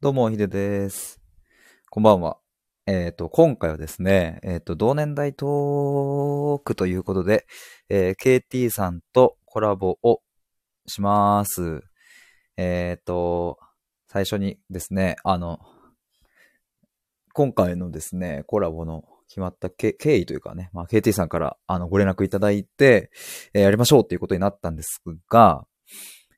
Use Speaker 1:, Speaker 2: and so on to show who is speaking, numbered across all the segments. Speaker 1: どうも、ヒデです。こんばんは。えっ、と、今回はですね、えっ、と、同年代トークということで、えー KT さんとコラボをします。えっ、と、最初にですね、あの、今回のですね、コラボの決まったけ経緯というかね、まあ、KT さんからあのご連絡いただいて、えーやりましょうっていうことになったんですが、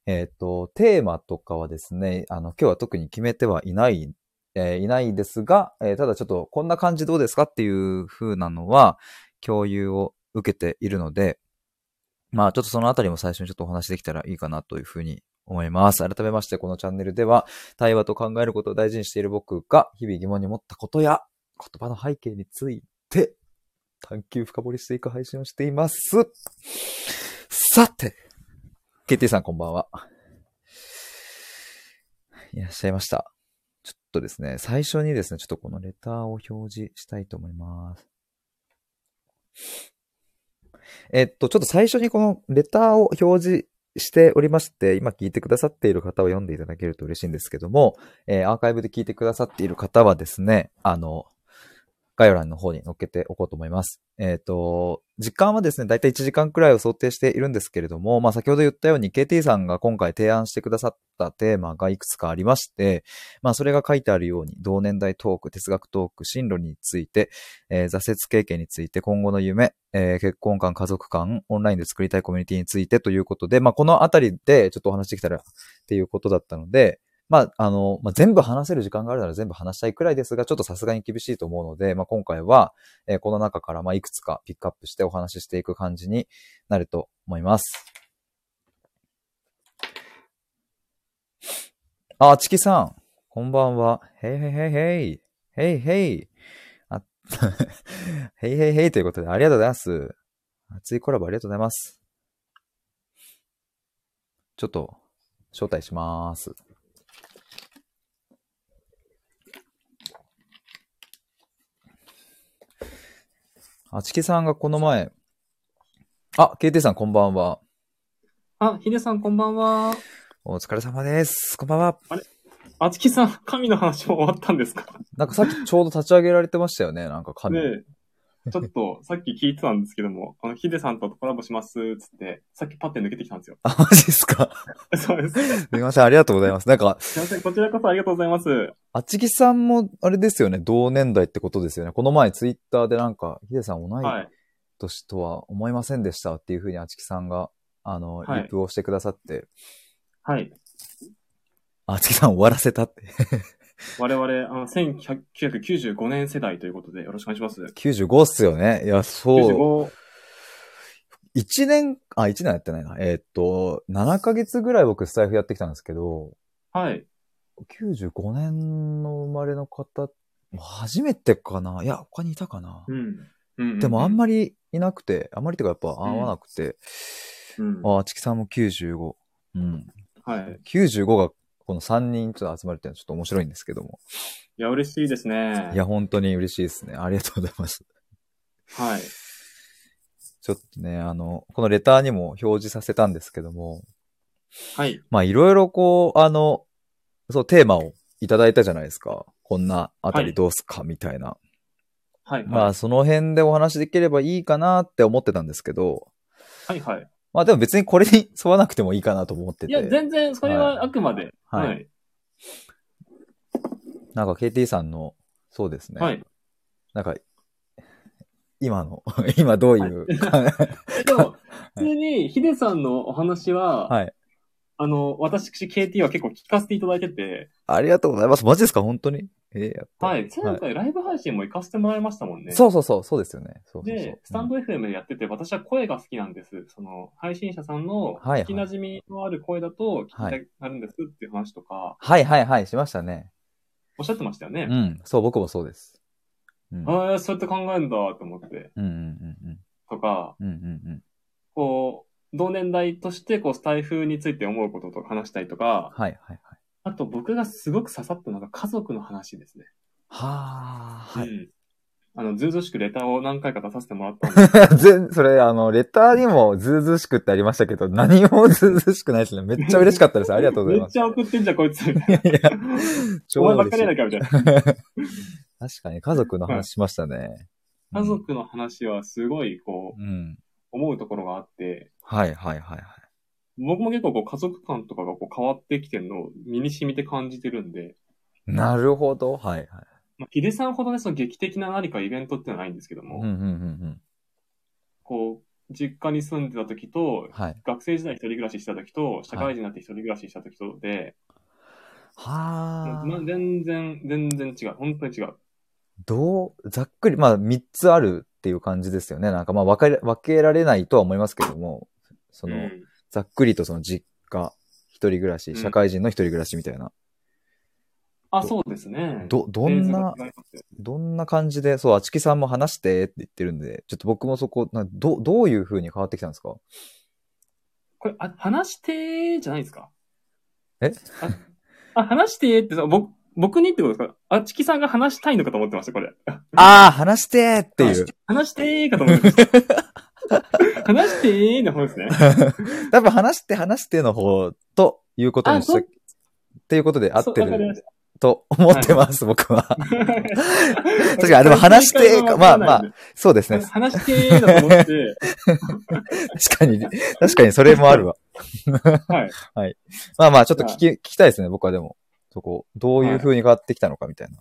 Speaker 1: えっ、と、テーマとかはですね、あの、今日は特に決めてはいない、えーいないですが、えーただちょっとこんな感じどうですかっていう風なのは共有を受けているので、まあちょっとそのあたりも最初にちょっとお話できたらいいかなというふうに思います。改めまして、このチャンネルでは対話と考えることを大事にしている僕が日々疑問に持ったことや言葉の背景について探求深掘りしていく配信をしています。さて、KT さんこんばんは。いらっしゃいました。ちょっとですね、最初にですね、ちょっとこのレターを表示したいと思います。えっと、ちょっと最初にこのレターを表示しておりまして、今聞いてくださっている方を読んでいただけると嬉しいんですけども、えーアーカイブで聞いてくださっている方はですね、あの、概要欄の方に載っけておこうと思います。えっ、と、時間はですね、だいたい1時間くらいを想定しているんですけれども、まあ先ほど言ったように KT さんが今回提案してくださったテーマがいくつかありまして、まあそれが書いてあるように、同年代トーク、哲学トーク、進路について、えー挫折経験について、今後の夢、えー結婚観、家族観、オンラインで作りたいコミュニティについてということで、まあこのあたりでちょっとお話できたらっていうことだったので、まあ、あの、まあ、全部話せる時間があるなら全部話したいくらいですが、ちょっとさすがに厳しいと思うので、まあ、今回は、えーこの中から、まあ、いくつかピックアップしてお話ししていく感じになると思います。あ、ちきさん、こんばんは。へいへいへいへい。へいへい。あ、 へいへいへいということで、ありがとうございます。熱いコラボありがとうございます。ちょっと、招待します。あちきさんがこの前、あ、KT さんこんばんは。
Speaker 2: あ、ヒデさんこんばんは。
Speaker 1: お疲れ様です。こんばんは。
Speaker 2: あつきさん、神の話も終わったんですか
Speaker 1: なんかさっきちょうど立ち上げられてましたよね、なんか神。
Speaker 2: ねえ。ちょっと、さっき聞いてたんですけども、あの、ヒデさんとコラボします、つって、さっきパッて抜けてきたんですよ。
Speaker 1: あ、マジですか。
Speaker 2: そうです。す
Speaker 1: すみません、ありがとうございます。なんか、
Speaker 2: いません、こちらこそありがとうございます。
Speaker 1: あちきさんも、あれですよね、同年代ってことですよね。この前ツイッターでなんか、ヒデさん同い
Speaker 2: はい。
Speaker 1: 年とは思いませんでしたっていうふうにあちきさんが、あの、
Speaker 2: はい
Speaker 1: リプをしてくださって、
Speaker 2: はい。
Speaker 1: あちきさん終わらせたって。
Speaker 2: 我々、あの、1995年世代ということで、よろしくお願いします。
Speaker 1: 95っすよね。いや、そう。
Speaker 2: 95、
Speaker 1: 一年、あ、一年はやってないな。えーっと、7ヶ月ぐらい僕スタイフやってきたんですけど、
Speaker 2: はい。
Speaker 1: 95年の生まれの方、初めてかないや、他にいたかな
Speaker 2: う、ん。うん。
Speaker 1: でもあん
Speaker 2: ま
Speaker 1: まりいなくて、あんまりっていうかやっぱ合わなくて、
Speaker 2: り、うん、
Speaker 1: あ、チキさんも95。うん。
Speaker 2: はい。
Speaker 1: 95がこの3人ちょっと集まるっていうのはちょっと面白いんですけども。
Speaker 2: いや、嬉しいですね。
Speaker 1: いや、本当に嬉しいですね。ありがとうございます。
Speaker 2: はい。
Speaker 1: ちょっとね、あの、このレターにも表示させたんですけども、
Speaker 2: はい。
Speaker 1: まあいろいろこう、あの、そう、テーマをいただいたじゃないですか。こんなあたりどうすかみたいな。
Speaker 2: はい。
Speaker 1: ま
Speaker 2: は
Speaker 1: あその辺でお話できればいいかなって思ってたんですけど、
Speaker 2: い。はい。
Speaker 1: まあでも別にこれに沿わなくてもいいかなと思って
Speaker 2: い
Speaker 1: て。
Speaker 2: や、全然、それはあくまで。
Speaker 1: はい
Speaker 2: はい。
Speaker 1: なんか KT さんの、そうですね。
Speaker 2: はい。
Speaker 1: なんか、今の、 今どういう、
Speaker 2: でも、普通にヒデさんのお話 は、
Speaker 1: はい。
Speaker 2: あの、私、KT は結構聞かせていただいてて、
Speaker 1: ありがとうございます。マジですか本当に。えーやった。
Speaker 2: はい。前回ライブ配信も行かせてもらいましたもんね。
Speaker 1: そうそうそう、そうですよね。そうそうそう
Speaker 2: で、スタンド FM でやってて、私は声が好きなんです。その、配信者さん
Speaker 1: は
Speaker 2: の
Speaker 1: いはい
Speaker 2: 聞き馴染みのある声だと聞きたくなるんですっていう話とか、
Speaker 1: はいはいはい、しましたね。
Speaker 2: おっしゃってましたよね
Speaker 1: う。ん。そう、僕もそうです。うん。うん
Speaker 2: ああ、そうやって考えるんだと思って。
Speaker 1: うんうんうん。
Speaker 2: とか、
Speaker 1: うんうんうん。
Speaker 2: こう、同年代として、こう、スタイフについて思うこととか話したりとか、
Speaker 1: はいはいはい。
Speaker 2: あと僕がすごく刺さったのが家族の話ですね。
Speaker 1: はあ、はい。
Speaker 2: うんあの、ずうずうしくレターを何回か出させてもらったんです け
Speaker 1: 全、それ、あの、レターにもずうずうしくってありましたけど、何もずうずうしくないですね。めっちゃ嬉しかったです。
Speaker 2: ど
Speaker 1: ありがとうござい
Speaker 2: め
Speaker 1: ま
Speaker 2: っ
Speaker 1: す。
Speaker 2: ちゃ送ってんじゃん、こいつ。
Speaker 1: いやいや、超
Speaker 2: お前ばっ
Speaker 1: 嬉
Speaker 2: か
Speaker 1: し
Speaker 2: り
Speaker 1: い
Speaker 2: や。ないか、みたいな。
Speaker 1: 確かに家族の話しましたね。
Speaker 2: 家族の話はすごい、こう、
Speaker 1: うん。
Speaker 2: 思うところがあって、
Speaker 1: はいはいはいはい。
Speaker 2: 僕も結構こう家族感とかがこう変わってきてるのを身に染みて感じてるんで、
Speaker 1: なるほど。はいはい。
Speaker 2: まあ、ヒデさんほどね、その劇的な何かイベントってのはないんですけど
Speaker 1: うん
Speaker 2: も、
Speaker 1: うんうん
Speaker 2: こう、実家に住んでた時と
Speaker 1: うん。、はい。
Speaker 2: 学生時代一人暮らしした時と、社会人になって一人暮らしした時とで、
Speaker 1: は
Speaker 2: まあ
Speaker 1: あ。
Speaker 2: 全然、全然違う。本当に違う。
Speaker 1: どう、ざっくり、まあ3つあるっていう感じですよね。なんかまあ分かれ分けられないとは思いますけども、その、
Speaker 2: うん
Speaker 1: ざっくりとその実家、一人暮ら
Speaker 2: う
Speaker 1: し、
Speaker 2: ん
Speaker 1: 社会人の一人暮らしみたいな。
Speaker 2: あ、
Speaker 1: ど
Speaker 2: そうですね。
Speaker 1: ど、どんな
Speaker 2: フェーズが違いますよ
Speaker 1: どんな感じで、そう、あちきさんも話してって言ってるんで、ちょっと僕もそこ、などどういう風に変わってきたんですか
Speaker 2: これ、あ、話してじゃないですか
Speaker 1: え
Speaker 2: ああ、話してってさ、僕、僕にってことですかあちきさんが話したいのかと思ってました、これ。
Speaker 1: ああ、話してーっていう。
Speaker 2: 話してーかと思ってました。話してーの方ですね。
Speaker 1: 多分話して話しての方ということにし
Speaker 2: あそ
Speaker 1: た、
Speaker 2: う
Speaker 1: っていうことで合って
Speaker 2: そうわかりま
Speaker 1: る
Speaker 2: し
Speaker 1: と思ってます、僕は。
Speaker 2: た
Speaker 1: 確かに、でも話してーか、まあまあ、、そうですね。
Speaker 2: 話してーだと思って、
Speaker 1: 確かに、確かにそれもあるわ。
Speaker 2: はい。
Speaker 1: まあまあ、ちょっと聞き、聞きたいですね、僕はでも。そこ、どういう風に変わってきたのかみたいな。
Speaker 2: い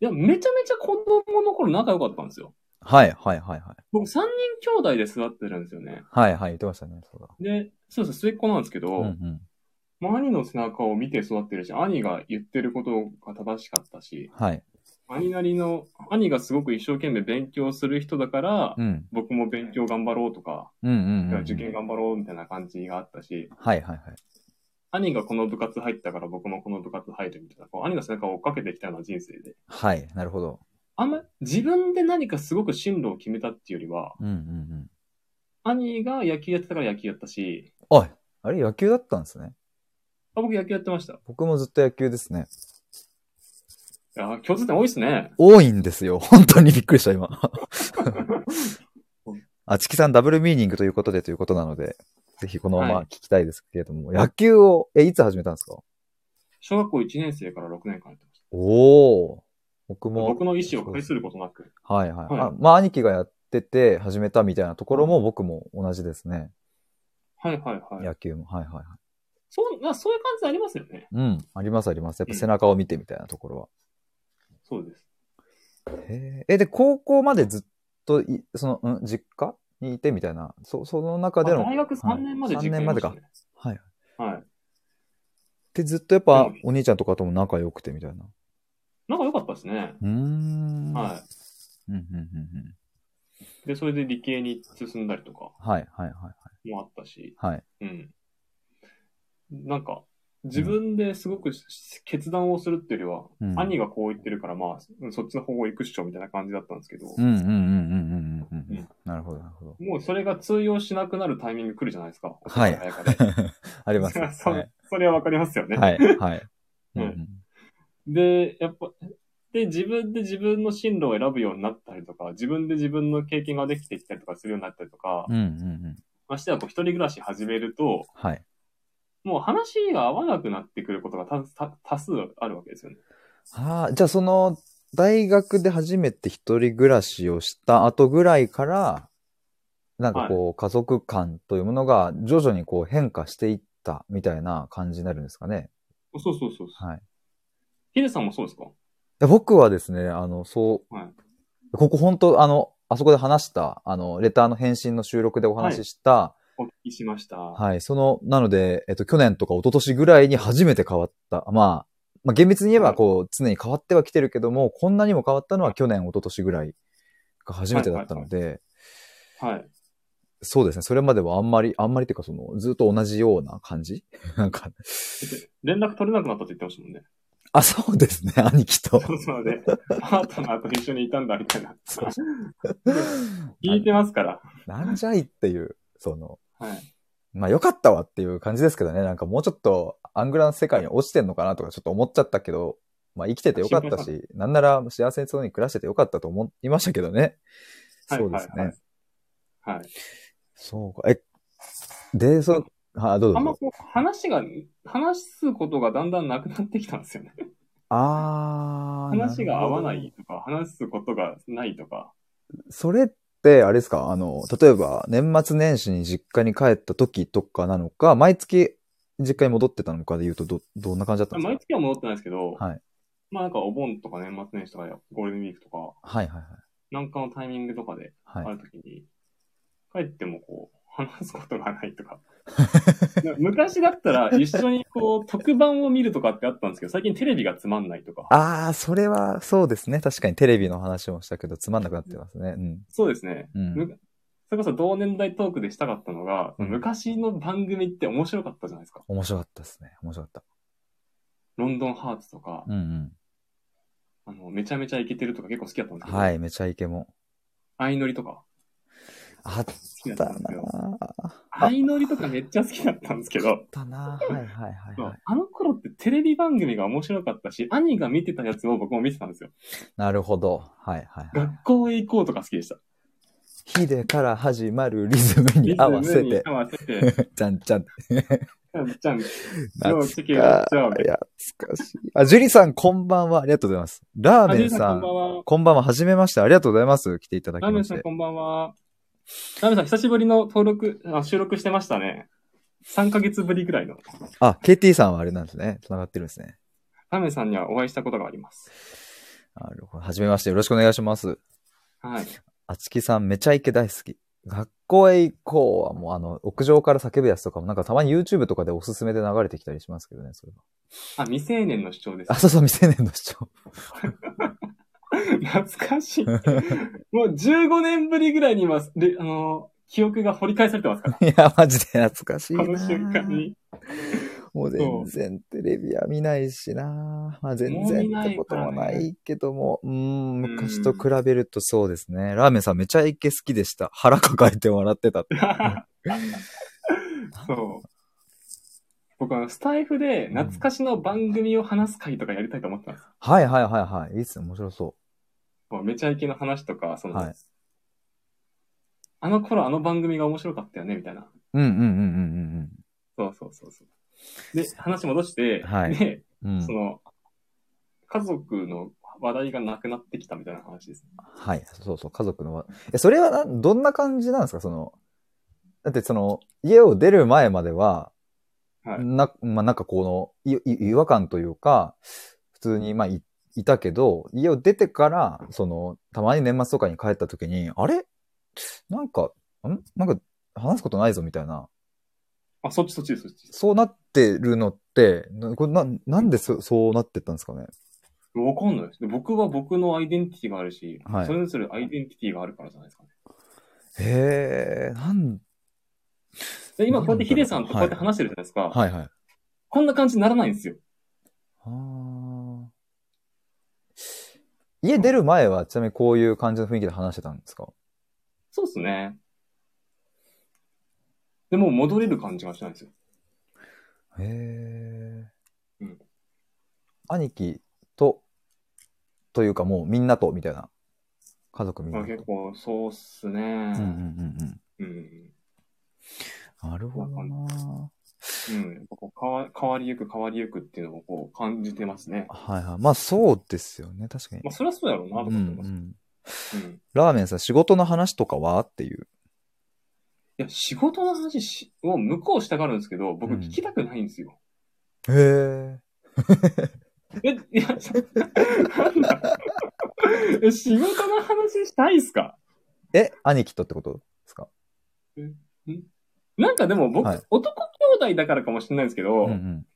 Speaker 2: や、めちゃめちゃ子供の頃仲良かったんですよ。
Speaker 1: はい、はい、はい、はい。
Speaker 2: 僕3人兄弟で育ってるんですよね。
Speaker 1: はい、はい、言ってましたね、そうだ。
Speaker 2: で、そうそう、末っ子なんですけ
Speaker 1: う
Speaker 2: ど、
Speaker 1: んうん。
Speaker 2: まあ、兄の背中を見て育ってるし、兄が言ってることが正しかったし、
Speaker 1: はい。
Speaker 2: 兄なりの、兄がすごく一生懸命勉強する人だから、
Speaker 1: うん。
Speaker 2: 僕も勉強頑張ろうとか、
Speaker 1: うんうんうんうん。
Speaker 2: 受験頑張ろうみたいな感じがあったし、
Speaker 1: はいはいはい。
Speaker 2: 兄がこの部活入ったから僕もこの部活入るみたいな、こう兄の背中を追っかけてきたような人生で、
Speaker 1: はい、なるほど。
Speaker 2: あんま自分で何かすごく進路を決めたっていうよりは、
Speaker 1: うんうん
Speaker 2: 兄が野球やってたから野球やったし、
Speaker 1: うん。あ、あれ野球だったんですね。
Speaker 2: あ僕野球やってました。い
Speaker 1: 僕もずっと野球ですね。
Speaker 2: やー、共通点多いっすね。
Speaker 1: 多いんですよ。本当にびっくりした、 今。あちきさんダブルミーニングということでということなので、ぜひこのまま
Speaker 2: はい
Speaker 1: 聞きたいですけれども、野球を、え、いつ始めたんですか
Speaker 2: 小学校1年生から6年間やってました。
Speaker 1: おお。僕も。
Speaker 2: 僕の意思を介することなく。
Speaker 1: はいはい。
Speaker 2: はい
Speaker 1: あまあ、兄貴がやってて始めたみたいなところも僕も同じですね。
Speaker 2: はいはいはい。
Speaker 1: 野球も。はいはいはい。
Speaker 2: そう、まあそういう感じありますよね。
Speaker 1: うん。ありますあります。やっぱ背中を見てみたいなところは。
Speaker 2: そうです。
Speaker 1: へえ、えで、高校までずっとい、その、うん、実家にいてみたいな、そその中で
Speaker 2: あ
Speaker 1: の、
Speaker 2: 大学3年まで
Speaker 1: はい
Speaker 2: 実
Speaker 1: 3
Speaker 2: 家
Speaker 1: 年
Speaker 2: にい
Speaker 1: ま
Speaker 2: ま
Speaker 1: で
Speaker 2: した
Speaker 1: か
Speaker 2: ね。。
Speaker 1: はい。
Speaker 2: はい。
Speaker 1: で、ずっとやっぱ
Speaker 2: うん、
Speaker 1: お兄ちゃんとかとも仲良くてみたいな。
Speaker 2: なんか良かったですね。
Speaker 1: うーん。。
Speaker 2: はい
Speaker 1: うん、うん、うん、うん。
Speaker 2: い。で、それで理系に進んだりとか
Speaker 1: はい、はい、はい、
Speaker 2: もあったし、
Speaker 1: はい。はい。
Speaker 2: うん。なんか、自分ですごくし決断をするっていうよりは、
Speaker 1: うん
Speaker 2: 兄がこう言ってるから、まあ、うんそっちの方向行くっしょみたいな感じだったんですけど、
Speaker 1: うん、うん、うん、うん、うん、うん。う
Speaker 2: うん
Speaker 1: んなるほど、なるほど。
Speaker 2: もうそれが通用しなくなるタイミング来るじゃないですか。
Speaker 1: はい
Speaker 2: 遅かれ早か
Speaker 1: あり
Speaker 2: れ
Speaker 1: ます。は
Speaker 2: そ
Speaker 1: い。
Speaker 2: それはわかりますよね。
Speaker 1: はい、はい。うん
Speaker 2: う
Speaker 1: うんん、
Speaker 2: で、やっぱ、で、自分で自分の進路を選ぶようになったりとか、自分で自分の経験ができてきたりとかするようになったりとか、
Speaker 1: うん、うん、うん。
Speaker 2: ましてはこう一人暮らし始めると、
Speaker 1: はい。
Speaker 2: もう話が合わなくなってくることが多多多数あるわけですよね。
Speaker 1: はあ、じゃあその、大学で初めて一人暮らしをした後ぐらいから、なんかこう、家族感というものが徐々にこう変化していったみたいな感じになるんですかね。
Speaker 2: そうそうそうそう。
Speaker 1: はい。
Speaker 2: ヒデさんもそうですか
Speaker 1: で僕はですね、あの、そう、
Speaker 2: はい
Speaker 1: ここ本当あの、あそこで話した、あの、レターの返信の収録でお話しした、
Speaker 2: お聞きしました。
Speaker 1: はい、その、なので、えっと、去年とか一昨年ぐらいに初めて変わった。まあ、まあ厳密に言えばこう、常に変わってはきてるけども、こんなにも変わったのは去年、一昨年ぐらいが初めてだったので、
Speaker 2: はい。
Speaker 1: そうですね。それまではあんまり、あんまりっていうかその、ずっと同じような感じ なんか、
Speaker 2: 連絡取れなくなったって言ってましたもんね。
Speaker 1: あ、そうですね。兄貴と。
Speaker 2: そうそう で、パートナーと一緒にいたんだ、みたいな。
Speaker 1: そう
Speaker 2: 聞いてますから。
Speaker 1: なんじゃいっていう、その、
Speaker 2: はい。
Speaker 1: まあ良かったわっていう感じですけどね。なんかもうちょっと、アングラの世界に落ちてんのかなとかちょっと思っちゃったけど、まあ生きててよかった
Speaker 2: シ
Speaker 1: し、なんなら幸せそうに暮らしててよかったと思いましたけどね。
Speaker 2: はい
Speaker 1: そうですね。
Speaker 2: はいはい。
Speaker 1: そうか。え、で、そう、あ、どう
Speaker 2: あんま
Speaker 1: ぞ。
Speaker 2: こう、話が、話すことがだんだんなくなってきたんですよね。
Speaker 1: あー。
Speaker 2: 話が合わな
Speaker 1: るほど
Speaker 2: いとか、話すことがないとか。
Speaker 1: それって、あれですかあの、例えば、年末年始に実家に帰った時とかなのか、毎月実家に戻ってたのかで言うと、ど、どんな感じだったんですか
Speaker 2: 毎月は戻ってないですけど、
Speaker 1: はい
Speaker 2: まあなんかお盆とか年末年始とかゴールデンウィークとか、
Speaker 1: はいはい
Speaker 2: なんかのタイミングとかで
Speaker 1: はい。
Speaker 2: あ
Speaker 1: はい、
Speaker 2: るときに、帰ってもこう、話すことがない とか。な昔だったら一緒にこう、特番を見るとかってあったんですけど、最近テレビがつまんないとか。
Speaker 1: あー、それはそうですね。確かにテレビの話もしたけど、つまんなくなってますね。うん。
Speaker 2: そうですね。
Speaker 1: うん。
Speaker 2: むそれこそ同年代トークでしたかったのが、
Speaker 1: うん
Speaker 2: 昔の番組って面白かったじゃないですか。
Speaker 1: 面白かったですね。面白かった。
Speaker 2: ロンドンハーツとか、
Speaker 1: うん
Speaker 2: あの、めちゃめちゃイケてるとか結構好きだったんで
Speaker 1: うん。
Speaker 2: すけど、
Speaker 1: はい、めちゃイケも。
Speaker 2: 相乗りとか
Speaker 1: あっ
Speaker 2: 好きだったた
Speaker 1: なん
Speaker 2: ですよ。
Speaker 1: ぁ。あっ
Speaker 2: 相乗りとかめっちゃ好きだったんですけど、
Speaker 1: たなぁ。はいはいはい、はい。
Speaker 2: あの頃ってテレビ番組が面白かったし、兄が見てたやつを僕も見てたんですよ。
Speaker 1: なるほど。はいはいはい。
Speaker 2: 学校へ行こうとか好きでした。
Speaker 1: ヒデから始まるリズムに合わせて、
Speaker 2: 合わせて、
Speaker 1: じゃんじゃん。
Speaker 2: じゃん、
Speaker 1: 懐
Speaker 2: チキンやっちゃおう
Speaker 1: かいや懐かしい。あ、ジュリさん、こんばんは。ありがとうございます。ラーメンさ
Speaker 2: あジュリさん
Speaker 1: ん、
Speaker 2: こんばんは
Speaker 1: こんばんは。はじめまして。ありがとうございます。来ていただき
Speaker 2: ラーメ
Speaker 1: ま
Speaker 2: ン
Speaker 1: し
Speaker 2: さん
Speaker 1: て。
Speaker 2: こんばんは。ラーメンさん久しぶりの登録、あ収録してましたね。3ヶ月ぶりぐらいの。
Speaker 1: あ、KT さんはあれなんですね。繋がってるんですね。
Speaker 2: ラーメンさんにはお会いしたことがあります。
Speaker 1: なるほど。はじめまして。よろしくお願いします。
Speaker 2: はい。
Speaker 1: あつきさん、めちゃイケ大好き。学校へ行こうは、もうあの、屋上から叫ぶやつとかも、なんかたまに YouTube とかでおすすめで流れてきたりしますけどね、そ れは。
Speaker 2: あ、未成年の主張です
Speaker 1: あ、。そうそう、未成年の主張。
Speaker 2: 懐かしい。もう15年ぶりぐらいに今、であの、記憶が掘り返されてますか ら。
Speaker 1: いや、マジで懐かしいな。
Speaker 2: この瞬間に。
Speaker 1: もう全然テレビは見ないしな。まあ全然ってこともないけども、うーん、
Speaker 2: うん
Speaker 1: 昔と比べるとそうですね。ラーメンさんめちゃイケ好きでした。腹抱えて笑って たって。
Speaker 2: そう。僕はスタイフで懐かしの番組を話す会とかやりたいと思ってたんです。
Speaker 1: はいはいはいはい。いいっすね。面白そ
Speaker 2: もうめちゃイケの話とか、その、
Speaker 1: はい
Speaker 2: あの頃あの番組が面白かったよね、みたいな。
Speaker 1: う。うんうんうんうん
Speaker 2: そうそうそうそう。で、話戻して、
Speaker 1: はい
Speaker 2: で、
Speaker 1: うんうん。
Speaker 2: そ
Speaker 1: うん、
Speaker 2: の、家族の話題がなくなってきたみたいな話です。
Speaker 1: はい。そうそう。家族のわ。え、それはなどんな感じなんですかその、だってその、家を出る前までは、
Speaker 2: はい
Speaker 1: な、まあ、なんかこの、いい違和感というか、普通に、まあ、い、いたけど、家を出てから、その、たまに年末とかに帰った時に、あれなんか、んなんか、話すことないぞ、みたいな。
Speaker 2: あ、そっちそっちですそっちです。
Speaker 1: そうなってるのって、なこれな、なんでそそうなってったんですかね
Speaker 2: わかんないです。で僕は僕のアイデンティティがあるし、
Speaker 1: はい
Speaker 2: それぞれアイデンティティがあるからじゃないですかね。
Speaker 1: へえ、なん、
Speaker 2: で今こうやってヒデさんとこうやって話してるじゃないですか。
Speaker 1: はいはい。
Speaker 2: こんな感じにならないんですよ。
Speaker 1: あー家出る前は、ちなみにこういう感じの雰囲気で話してたんですか
Speaker 2: そうですね。でもう戻れる感じがしないんですよ。
Speaker 1: へえ。
Speaker 2: うん
Speaker 1: 兄貴と、というかもうみんなと、みたいな。家族みん
Speaker 2: ま
Speaker 1: な
Speaker 2: あ、
Speaker 1: と。
Speaker 2: 結構そうっすね。
Speaker 1: うんうんうん
Speaker 2: うん。
Speaker 1: うん。なるほどな
Speaker 2: うん。やっぱこう変わ変わりゆく変わりゆくっていうのをこう感じてますね。
Speaker 1: はいはい。まあそうですよね。確かに
Speaker 2: ま。あそりゃそうだろうなと
Speaker 1: うんう
Speaker 2: 思ってます。
Speaker 1: ん、
Speaker 2: うん、
Speaker 1: ラーメンさん、仕事の話とかはっていう。
Speaker 2: いや、仕事の話しを向こうしたがるんですけど、僕
Speaker 1: うん
Speaker 2: 聞きたくないんですよ。
Speaker 1: へえ。
Speaker 2: え、いや、そなんだえ仕事の話したいっすか
Speaker 1: え、兄貴とってことですか
Speaker 2: なんかでも僕、
Speaker 1: はい
Speaker 2: 男兄弟だからかもしれないんですけど、
Speaker 1: うんうん。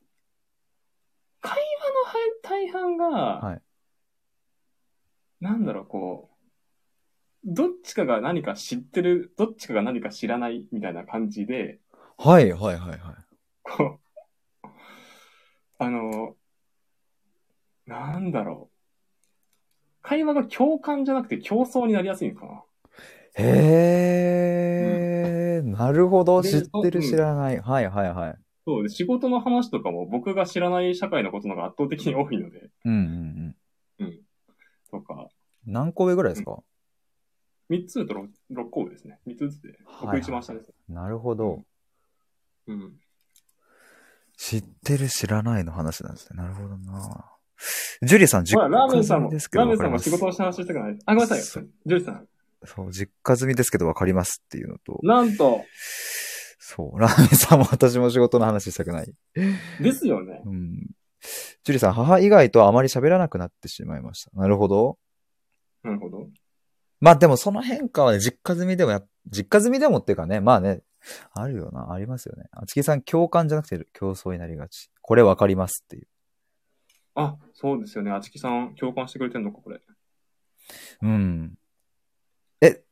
Speaker 2: 会話の大半が、
Speaker 1: はい
Speaker 2: なんだろう、こう、どっちかが何か知ってる、どっちかが何か知らないみたいな感じで、
Speaker 1: はいはいはいはい。
Speaker 2: こう、あの、なんだろう。会話が共感じゃなくて競争になりやすいのかな。
Speaker 1: へえ、なるほど。
Speaker 2: で
Speaker 1: 知って
Speaker 2: う
Speaker 1: る
Speaker 2: ん
Speaker 1: 知らない。はいはいはい。
Speaker 2: そうで、仕事の話とかも僕が知らない社会のことの方が圧倒的に多いので、
Speaker 1: うんうん
Speaker 2: うん。とか、
Speaker 1: うん。何個上ぐらいですか、
Speaker 2: 3つと 6, 6個ですね。3つずつ
Speaker 1: は
Speaker 2: で、
Speaker 1: いは
Speaker 2: 僕
Speaker 1: い
Speaker 2: 一番下ですね。
Speaker 1: なるほど。
Speaker 2: うん。
Speaker 1: 知ってる知らないの話なんですね。なるほどなジュリーさん、実
Speaker 2: ほら、ラーメ
Speaker 1: 家
Speaker 2: ンさ
Speaker 1: 済
Speaker 2: ん
Speaker 1: み
Speaker 2: も、ラ
Speaker 1: ですけど
Speaker 2: ーメ
Speaker 1: わ
Speaker 2: ン
Speaker 1: かり
Speaker 2: さんも
Speaker 1: ま
Speaker 2: 仕
Speaker 1: す。
Speaker 2: 事の話したくない。あ、ごめんなさ
Speaker 1: そ
Speaker 2: い。ジョージさん。
Speaker 1: そう、実家済みですけどわかりますっていうのと、
Speaker 2: なんと、
Speaker 1: そう、ラーメンさんも私も仕事の話したくない。
Speaker 2: ですよね。
Speaker 1: うん。ジュリーさん、母以外とはあまり喋らなくなってしまいました。なるほど。
Speaker 2: なるほど。
Speaker 1: まあでもその変化はね、実家済みでもや、実家済みでもっていうかね、まあね、あるよな、ありますよね。あつきさん、共感じゃなくて競争になりがち。これわかりますっていう。
Speaker 2: あ、そうですよね。あちきさん、共感してくれてんのか、これ。
Speaker 1: うん。え、例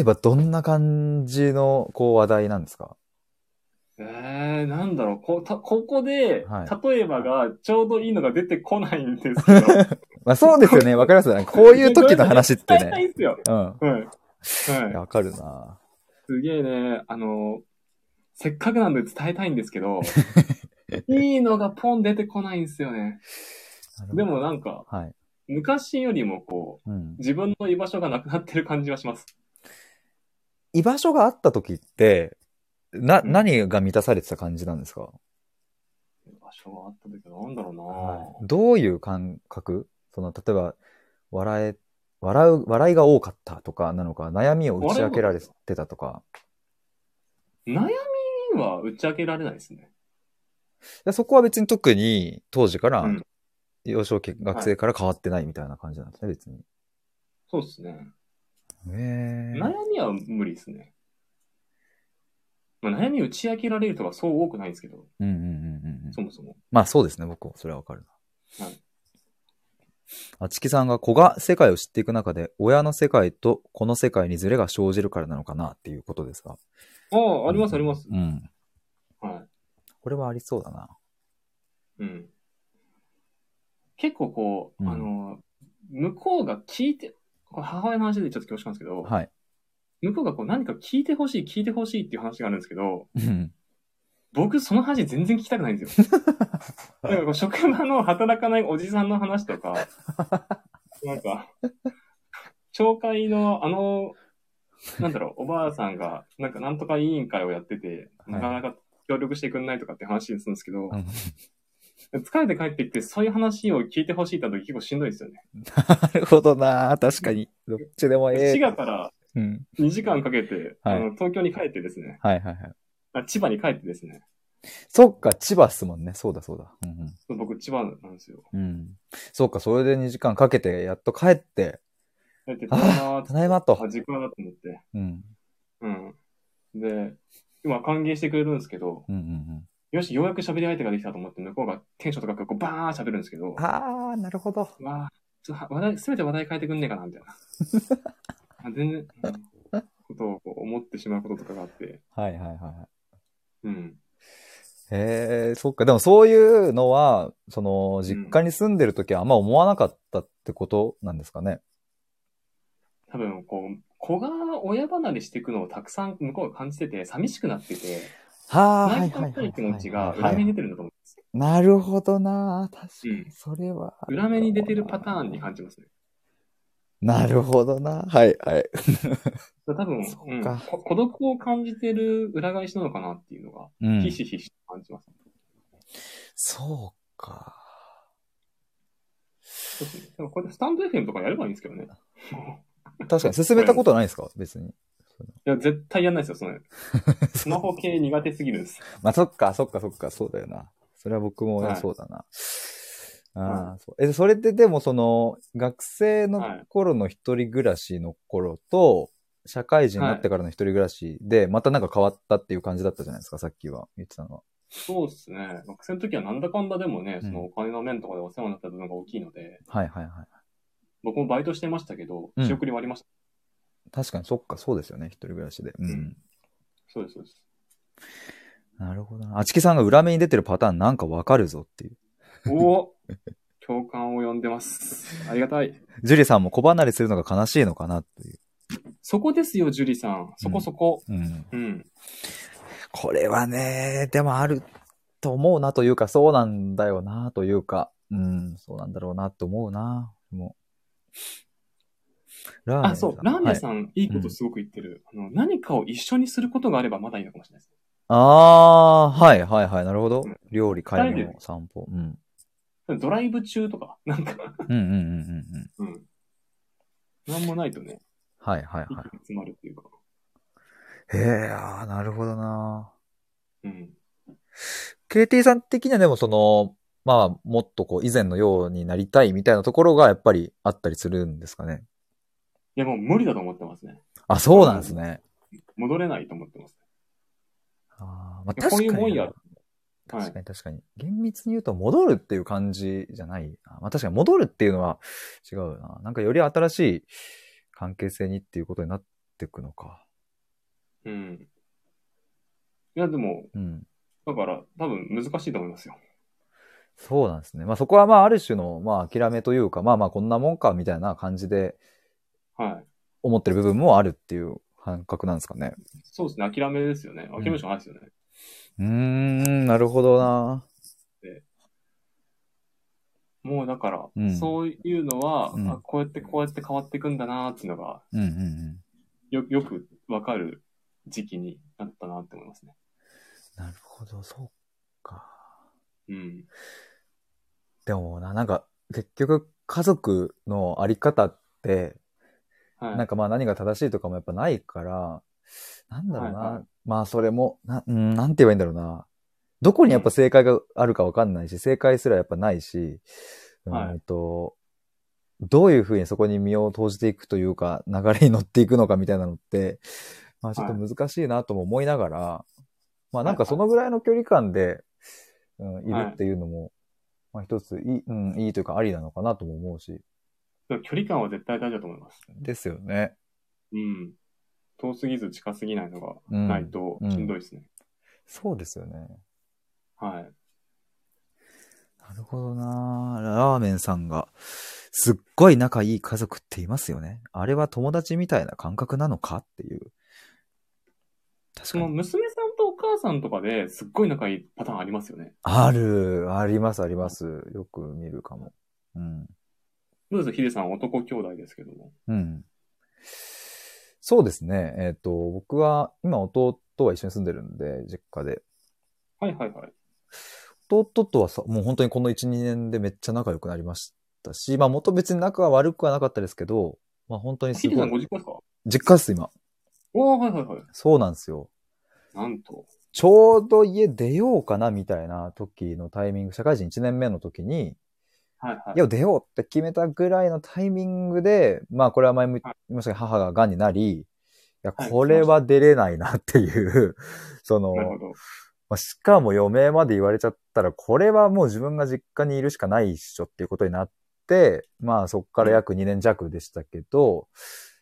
Speaker 1: えばどんな感じの、こう、話題なんですか
Speaker 2: えー、なんだろう。こ、た、ここで、
Speaker 1: は
Speaker 2: 例えばが、ちょうどいいのが出てこない んですけど。
Speaker 1: まあそうですよ ね、わかりますよね。こういう時の話って
Speaker 2: 使えない
Speaker 1: ね。
Speaker 2: んすよ。
Speaker 1: うん。い
Speaker 2: うん。はい。
Speaker 1: やわかるな
Speaker 2: すげえね、あの、せっかくなんで伝えたいんですけど、いいのがポン出てこないんですよね。でもなんか、
Speaker 1: はい。
Speaker 2: 昔よりもこ
Speaker 1: うん
Speaker 2: う、。自分の居場所がなくなってる感じはします。
Speaker 1: 居場所があった時って、な、
Speaker 2: うん
Speaker 1: 何が満たされてた感じなんですか、
Speaker 2: 居場所があった時なんだろうな、
Speaker 1: はい、どういう感覚その、例えば、笑え、笑う、笑いが多かったとかなのか、悩みを打ち明けられてたとか。
Speaker 2: 悩みは打ち明けられないですね。
Speaker 1: でそこは別に特に当時から、
Speaker 2: うん
Speaker 1: 幼少期、学生から変わってないみたいな感じなんですね、別に。
Speaker 2: そうですね。
Speaker 1: へえ
Speaker 2: 悩みは無理ですね。まあ、悩み打ち明けられるとかそう多くないですけど、
Speaker 1: うんうんうんうんうん。
Speaker 2: そもそも。
Speaker 1: まあそうですね、僕もそれはわかるな。
Speaker 2: はい
Speaker 1: あちきさんが子が世界を知っていく中で、親の世界とこの世界にズレが生じるからなのかなっていうことですが。
Speaker 2: ああ、ありますあります。
Speaker 1: うん。
Speaker 2: は
Speaker 1: これはありそうだな。
Speaker 2: い。うん。結構こう、
Speaker 1: うん
Speaker 2: あの、向こうが聞いて、これ母親の話でちょっと恐縮なんですけど、
Speaker 1: はい。
Speaker 2: 向こうがこう何か聞いてほしい、聞いてほしいっていう話があるんですけど、
Speaker 1: うん
Speaker 2: 僕その話全然聞きたくないん ですよ。なんかこう職場の働かないおじさんの話 とか、なんか、町会のあの、なんだろう、おばあさんが、なんかなんとか委員会をやってて、
Speaker 1: はい
Speaker 2: なかなか協力してくんないとかって話するんですけど
Speaker 1: う、ん
Speaker 2: 疲れて帰ってきて、そういう話を聞いてほしいって時結構しんどいですよね。
Speaker 1: なるほどな。確かに。どっちでもえ
Speaker 2: 滋
Speaker 1: え。
Speaker 2: 賀から
Speaker 1: うん。
Speaker 2: 2時間かけて、
Speaker 1: はい
Speaker 2: あの東京に帰ってですね
Speaker 1: はいはいはい。
Speaker 2: あ、千葉に帰ってですね、
Speaker 1: そっか、千葉っすもんね。そうだそうだ。うんうん
Speaker 2: 僕千葉なんですよ。
Speaker 1: うん。そっか、それで2時間かけて、やっと帰って、
Speaker 2: だって、ただい
Speaker 1: あ
Speaker 2: まーっ
Speaker 1: あ、
Speaker 2: つ
Speaker 1: た
Speaker 2: っ
Speaker 1: だいま
Speaker 2: て
Speaker 1: と。
Speaker 2: あ、時間だと思って。
Speaker 1: うん。
Speaker 2: うん。で、今歓迎してくれるんですけど、
Speaker 1: うんうん
Speaker 2: よし、ようやく喋り相手ができたと思って、向こうがテンション高くこうバーン喋るんですけど
Speaker 1: うん。、ああ、なるほど。
Speaker 2: わあ、ちょっと話題、すべて話題変えてくんねえかな、み たいな。あ全然、うんことをこう思ってしまうこととかがあって、
Speaker 1: はいはいはいはい。
Speaker 2: うん。
Speaker 1: へえ、そっか。でもそういうのは、その、実家に住んでる時はあんま思わなかったってことなんですかね。
Speaker 2: 多分、こう、子が親離れしていくのをたくさん向こうが感じてて、寂しくなってて、
Speaker 1: はあ、は
Speaker 2: 泣
Speaker 1: い
Speaker 2: いて
Speaker 1: はい
Speaker 2: み
Speaker 1: は
Speaker 2: た
Speaker 1: い
Speaker 2: い気持ち
Speaker 1: は
Speaker 2: が
Speaker 1: いは
Speaker 2: 裏
Speaker 1: い
Speaker 2: 目に出てるんだと思うんですよ。
Speaker 1: なるほどな。確か
Speaker 2: う
Speaker 1: に、
Speaker 2: ん
Speaker 1: それは。
Speaker 2: 裏目に出てるパターンに感じますね。
Speaker 1: なるほどな。はいはい。
Speaker 2: だから多分、
Speaker 1: そ
Speaker 2: うん
Speaker 1: っか
Speaker 2: こ孤独を感じてる裏返しなのかなっていうのが、
Speaker 1: うん
Speaker 2: ひしひしと感じます。
Speaker 1: そうか。
Speaker 2: そうですねでもこれスタンド FM とかやればいいんですけどね。い
Speaker 1: 確かに、進めたことないですか別に。
Speaker 2: や、絶対やんないです よ、その。スマホ系苦手すぎるんです。
Speaker 1: まあ、そっか、そっか、そっか、そうだよな。それは僕も
Speaker 2: はい
Speaker 1: そうだな。ああ、そう。え、それってでも、その、学生の
Speaker 2: はい
Speaker 1: 頃の一人暮らしの頃と、社会人になってからの一人暮らしで、またなんか変わったっていう感じだったじゃないですか、さっきは言ってたのは。
Speaker 2: そうですね。学生の時はなんだかんだでもね、
Speaker 1: うん
Speaker 2: そのお金の面とかでお世話になった部分が大きいので、
Speaker 1: はいはいはい。
Speaker 2: 僕もバイトしてましたけど
Speaker 1: う、ん
Speaker 2: 仕送りもありました。
Speaker 1: 確かに、そっか、そうですよね、一人暮らしで。うん。
Speaker 2: うんそうです、そうです。
Speaker 1: なるほどな。あちきさんが裏目に出てるパターンなんかわかるぞっていう。
Speaker 2: おお共感を呼んでます。ありがたい。
Speaker 1: ジュリさんも子離れするのが悲しいのかなっていう。
Speaker 2: そこですよ、ジュリさん。そこそこ。
Speaker 1: うん。
Speaker 2: うん。
Speaker 1: これはね、でもあると思うなというか、そうなんだよなというか、うん、そうなんだろうなと思うな。もうラーメン
Speaker 2: あ、そう。ラーメンさん、い、いことすごく言ってる、あの。何かを一緒にすることがあればまだいいのかもしれないです。
Speaker 1: ああー、はいはいはい、なるほど
Speaker 2: うん。
Speaker 1: 料理、買い
Speaker 2: 二人
Speaker 1: 物、散歩。うん。
Speaker 2: ドライブ中とか、なんか、
Speaker 1: うんうんうんうんうん。
Speaker 2: うん。なんもないとね、
Speaker 1: はいはい
Speaker 2: 息が
Speaker 1: はい。
Speaker 2: 詰まるっていうか。
Speaker 1: へえ、あーなるほどな。
Speaker 2: うん。
Speaker 1: KT さん的にはでもその、まあ、もっとこう、以前のようになりたいみたいなところがやっぱりあったりするんですかね。
Speaker 2: いや、もう無理だと思ってますね。
Speaker 1: あ、そうなんですね。
Speaker 2: 戻れないと思ってます。
Speaker 1: あーまあ、
Speaker 2: いや
Speaker 1: 確かに。
Speaker 2: こういうもんやはい
Speaker 1: 確かに確かに。厳密に言うと戻るっていう感じじゃないな。まあ確かに戻るっていうのは違うな。なんかより新しい関係性にっていうことになっていくのか。
Speaker 2: うん。いや、でも、
Speaker 1: うん。
Speaker 2: だから、多分難しいと思いますよ。
Speaker 1: そうなんですね。まあそこはまあある種のまあ諦めというか、まあまあこんなもんかみたいな感じで
Speaker 2: はい。
Speaker 1: 思ってる部分もあるっていう感覚なんですかね。
Speaker 2: そうですね、諦めですよね。諦めるしかないですよね。
Speaker 1: うーん、なるほどな。
Speaker 2: もうだから、
Speaker 1: うん
Speaker 2: そういうのは、
Speaker 1: うん
Speaker 2: あ、こうやってこうやって変わっていくんだなーっていうのが、
Speaker 1: うんうんうん。
Speaker 2: よ、よくわかる時期になったなって思いますね。
Speaker 1: なるほど、そうか。
Speaker 2: うん。
Speaker 1: でもな、なんか結局家族のあり方って、
Speaker 2: はい。
Speaker 1: なんかまあ何が正しいとかもやっぱないから、なんだろうな。
Speaker 2: はいは
Speaker 1: まあそれも、な、うん、なんて言えばいいんだろうな。どこにやっぱ正解があるかわかんないし、正解すらやっぱないし、う
Speaker 2: はい
Speaker 1: ーんと、どういうふうにそこに身を投じていくというか、流れに乗っていくのかみたいなのって、まあちょっと難しいなとも思いながら、まあなんかそのぐらいの距離感で、うん、いるっていうのも、まあ一ついい、うん、いいというかありなのかなとも思うし。
Speaker 2: でも距離感は絶対大事だと思います。
Speaker 1: ですよね。
Speaker 2: うん。遠すぎず近すぎないのが
Speaker 1: うん
Speaker 2: ないとしんどいですね。
Speaker 1: そうですよね。
Speaker 2: はい。
Speaker 1: なるほどなラーメンさんが、すっごい仲いい家族っていますよね。あれは友達みたいな感覚なのかっていう。確
Speaker 2: そ
Speaker 1: か
Speaker 2: の
Speaker 1: に。
Speaker 2: 娘さんとお母さんとかですっごい仲いいパターンありますよね。
Speaker 1: ある、あります、あります。よく見るかも。うん。
Speaker 2: どうですヒデさん男兄弟ですけども。
Speaker 1: うん。そうですね。えっ、と、僕は、今弟は一緒に住んでるんで、実家で。
Speaker 2: はいはいはい。
Speaker 1: 弟とはさ、もう本当にこの1、2年でめっちゃ仲良くなりましたし、まあ元別に仲は悪くはなかったですけど、まあ本当にす
Speaker 2: ヒデ
Speaker 1: ご
Speaker 2: さんご
Speaker 1: い。
Speaker 2: 実家ですか
Speaker 1: 実家っす、今。
Speaker 2: おー、はいはいはい。
Speaker 1: そうなんですよ。
Speaker 2: なんと。
Speaker 1: ちょうど家出ようかなみたいな時のタイミング、社会人1年目の時に、
Speaker 2: はいはい
Speaker 1: い。や、出ようって決めたぐらいのタイミングで、まあ、これは前も言いましたけど、母が癌になり、いや、
Speaker 2: はい
Speaker 1: これは出れないなっていう、その
Speaker 2: な、るほど。
Speaker 1: まあしかも余命まで言われちゃったら、これはもう自分が実家にいるしかないっしょっていうことになって、まあそっから約2年弱でしたけど、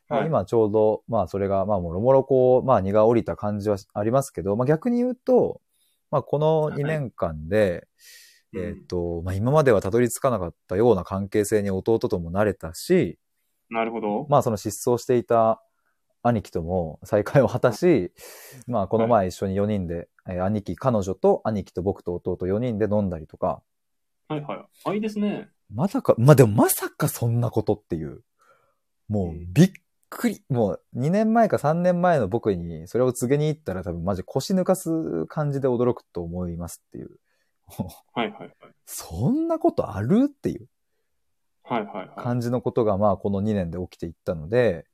Speaker 1: まあ
Speaker 2: はい
Speaker 1: 今ちょうど、まあそれが、まあもろもろこう、まあ荷が降りた感じはありますけど、まあ逆に言うと、まあこの2年間で、
Speaker 2: はい
Speaker 1: えっ、と、まあ今まではたどり着かなかったような関係性に弟ともなれたし、
Speaker 2: なるほど。
Speaker 1: まあその失踪していた兄貴とも再会を果たし、まあこの前一緒に4人で、えー兄貴、彼女と兄貴と僕と弟4人で飲んだりとか、
Speaker 2: はいはい。あ、いいですね。
Speaker 1: まさか、まあでもまさかそんなことっていう、もうびっくり、もう2年前か3年前の僕にそれを告げに行ったら多分マジ腰抜かす感じで驚くと思いますっていう。
Speaker 2: はいはいはい。
Speaker 1: そんなことあるっていう
Speaker 2: はいはいはい。
Speaker 1: 感じのことがまあこの2年で起きていったので、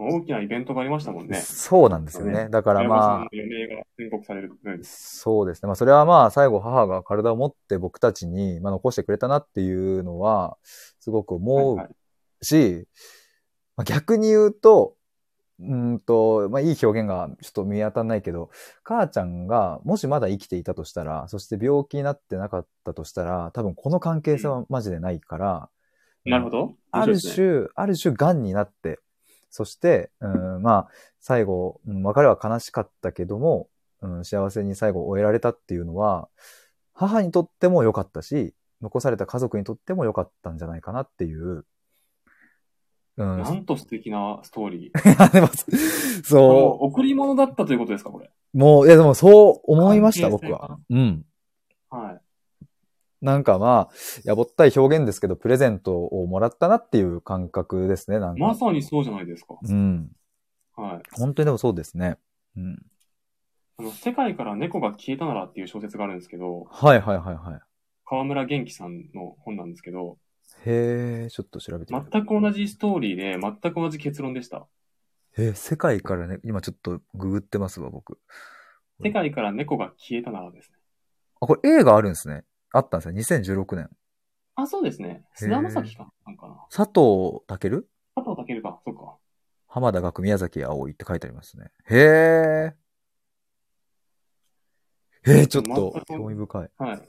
Speaker 2: 大きなイベントがありましたもんね。
Speaker 1: そうなんですよね。だから
Speaker 2: 山
Speaker 1: ま
Speaker 2: さ
Speaker 1: あ
Speaker 2: んの、余命が宣告されるのです。
Speaker 1: そうですね。まあ、それはまあ、最後母が体を持って僕たちに、まあ、残してくれたなっていうのは、すごく思
Speaker 2: はいはいう
Speaker 1: し、まあ、逆に言うと、うーんと、まあ、いい表現がちょっと見当たんないけど、母ちゃんがもしまだ生きていたとしたら、そして病気になってなかったとしたら、多分この関係性はマジでないから、
Speaker 2: なるほど。
Speaker 1: ある
Speaker 2: 面白いですね。
Speaker 1: 種、ある種、癌になって、そして、うん、まあ、最後、うん別れは悲しかったけども、うん、幸せに最後終えられたっていうのは、母にとっても良かったし、残された家族にとっても良かったんじゃないかなっていう。うん。
Speaker 2: なんと素敵なストーリー。
Speaker 1: でも
Speaker 2: も
Speaker 1: そう
Speaker 2: 贈り物だったということですか、これ。
Speaker 1: う、もう、いやでもそう思いました、
Speaker 2: 関係
Speaker 1: 僕
Speaker 2: 性が
Speaker 1: は。うん。
Speaker 2: はい。
Speaker 1: なんかまあ、やぼったい表現ですけど、プレゼントをもらったなっていう感覚ですね、なんか。
Speaker 2: まさにそうじゃないですか。
Speaker 1: うん。
Speaker 2: はい。
Speaker 1: 本当にでもそうですね。うん。
Speaker 2: あの、世界から猫が消えたならっていう小説があるんですけど、
Speaker 1: はいはいはいはい。
Speaker 2: 河村元気さんの本なんですけど、
Speaker 1: へえ、ちょっと調べてみ
Speaker 2: 全
Speaker 1: る。
Speaker 2: く同じストーリーで、全く同じ結論でした。
Speaker 1: えー、世界からね、今ちょっとググってますわ、僕。
Speaker 2: 世界から猫が消えたならですね。
Speaker 1: あ、これ映画あるんですね。あったんですね。2016年。
Speaker 2: あ、そうですね。菅田将暉かなんかな。
Speaker 1: 佐藤健
Speaker 2: 佐藤健か、そっか。
Speaker 1: 浜田学宮崎葵って書いてありますね。へえ。えー、ちょっと興味深い。
Speaker 2: はい。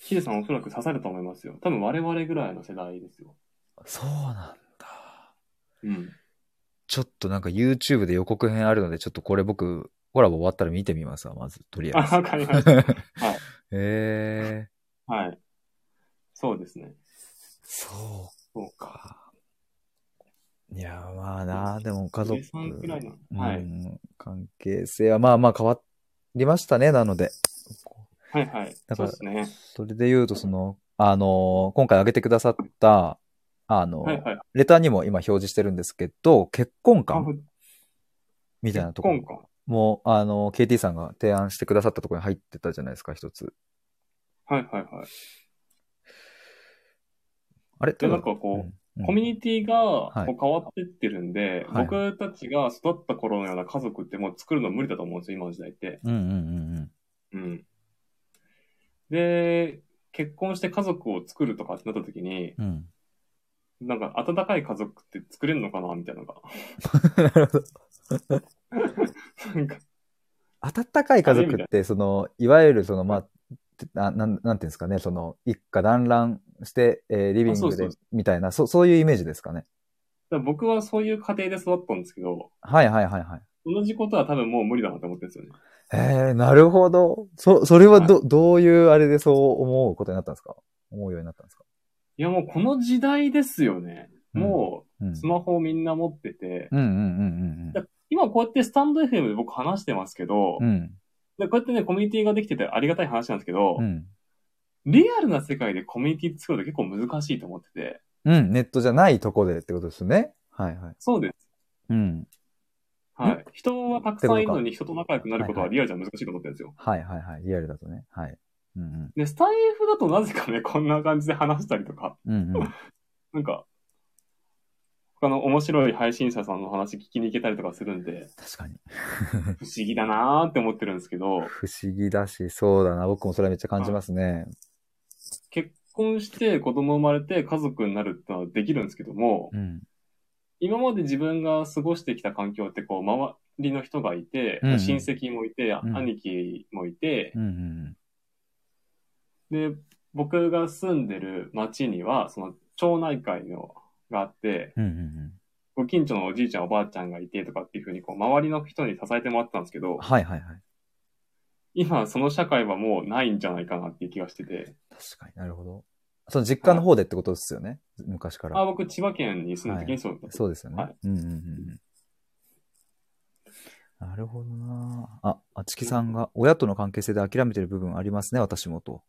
Speaker 2: ヒデさんおそらく刺さると思いますよ。多分我々ぐらいの世代ですよ。
Speaker 1: そうなんだ。
Speaker 2: うん。
Speaker 1: ちょっとなんか YouTube で予告編あるので、ちょっとこれ僕、コラボ終わったら見てみますわ、まず、とり
Speaker 2: あ、
Speaker 1: あ
Speaker 2: わかりま
Speaker 1: えず。
Speaker 2: し た。
Speaker 1: へ
Speaker 2: はい
Speaker 1: え。
Speaker 2: はい。そうですね。
Speaker 1: そう
Speaker 2: そうか。
Speaker 1: か。いや、まあな、でも家
Speaker 2: ヒ
Speaker 1: 族
Speaker 2: デ。さんくらいの。は
Speaker 1: う
Speaker 2: い。
Speaker 1: ん関係性はまあまあ変わりましたね、なので。
Speaker 2: はいはい。
Speaker 1: だか
Speaker 2: そう
Speaker 1: ら
Speaker 2: ですね。
Speaker 1: それで言うと、その、あの、今回挙げてくださった、あの、
Speaker 2: はいはい。
Speaker 1: レターにも今表示してるんですけど、結婚
Speaker 2: あ
Speaker 1: 観みたいなとこ
Speaker 2: 今
Speaker 1: ろ
Speaker 2: か。
Speaker 1: も、あの、KT さんが提案してくださったところに入ってたじゃないですか、一つ。
Speaker 2: はいはいはい。
Speaker 1: あれ
Speaker 2: で、なんか
Speaker 1: う
Speaker 2: こう、
Speaker 1: ん
Speaker 2: コミュニティが
Speaker 1: はい
Speaker 2: こう変わってってるんで、
Speaker 1: はい
Speaker 2: 僕たちが育った頃のような家族ってもう作るの無理だと思うんですよ、今の時代って。
Speaker 1: うんうんうんうん。
Speaker 2: うん。で、結婚して家族を作るとかってなった時に、
Speaker 1: うん。
Speaker 2: なんか温かい家族って作れるのかなみたいなのが。
Speaker 1: なるほど。
Speaker 2: なんか、
Speaker 1: 温かい家
Speaker 2: あれみ
Speaker 1: 族
Speaker 2: たい
Speaker 1: って、その、いわゆるその、まあ、てななんなんていうんですかね、その、一家団らんして、えーリビン
Speaker 2: あそう
Speaker 1: グ
Speaker 2: そ
Speaker 1: で
Speaker 2: うそ、
Speaker 1: みたいな、そう、そういうイメージですかね。
Speaker 2: 僕はそういう家庭で育ったんですけど、
Speaker 1: はいはいはいはい。
Speaker 2: 同じことは多分もう無理だなって思ってるんですよね。
Speaker 1: えー、なるほど。そ、それはど、どういうあれでそう思うことになったんですか思うようになったんですか
Speaker 2: いやもうこの時代ですよね。
Speaker 1: うん
Speaker 2: も
Speaker 1: う
Speaker 2: う、
Speaker 1: ん。
Speaker 2: スマホをみんな持ってて、
Speaker 1: うんうんうん
Speaker 2: だ今こうやってスタンド FM で僕話してますけど、
Speaker 1: うんうん。うん。
Speaker 2: でこうやってね、コミュニティができててありがたい話なんですけど、
Speaker 1: うん。
Speaker 2: リアルな世界でコミュニティ作るの結構難しいと思ってて、
Speaker 1: うん、ネットじゃないとこでってことですね。はいはい。
Speaker 2: そうです。
Speaker 1: うん。
Speaker 2: はい。人はたくさんいるのに人と仲良くなること
Speaker 1: は
Speaker 2: は
Speaker 1: いはい
Speaker 2: リアルじゃ難しいと思ってるんですよ。
Speaker 1: はいはいはい。リアルだとね。はい。うん
Speaker 2: で、スタイフだとなぜかね、こんな感じで話したりとか、
Speaker 1: うん。うんうん。
Speaker 2: なんか、他の面白い配信者さんの話聞きに行けたりとかする んで、
Speaker 1: 確かに。
Speaker 2: 不思議だなーって思ってるんですけど、
Speaker 1: 不思議だし、そうだな。僕もそれはめっちゃ感じますね。
Speaker 2: 結婚して子供生まれて家族になるってのはできるんですけども、
Speaker 1: うん。
Speaker 2: 今まで自分が過ごしてきた環境ってこう、周りの人がいて、
Speaker 1: うん
Speaker 2: 親戚もいて、
Speaker 1: ん
Speaker 2: 兄貴もいて
Speaker 1: う、んうん
Speaker 2: で、僕が住んでる町には、その町内会のがあって、
Speaker 1: うん。うんうん
Speaker 2: ご近所のおじいちゃんおばあちゃんがいてとかっていうふうに、こう、周りの人に支えてもらってたんですけ
Speaker 1: う
Speaker 2: ど
Speaker 1: ん。、はいはいはい。
Speaker 2: 今その社会はもうないんじゃないかなっていう気がしてて、
Speaker 1: 確かになるほど。その実家の方でってことですよね。昔か
Speaker 2: あ、
Speaker 1: ら。
Speaker 2: 僕千葉県に住んでる時にそうだった。
Speaker 1: そうですよね。
Speaker 2: はい
Speaker 1: うんうんうんうん。なるほどなあ、あちきさんが、親との関係性で諦めてる部分ありますね、私もと。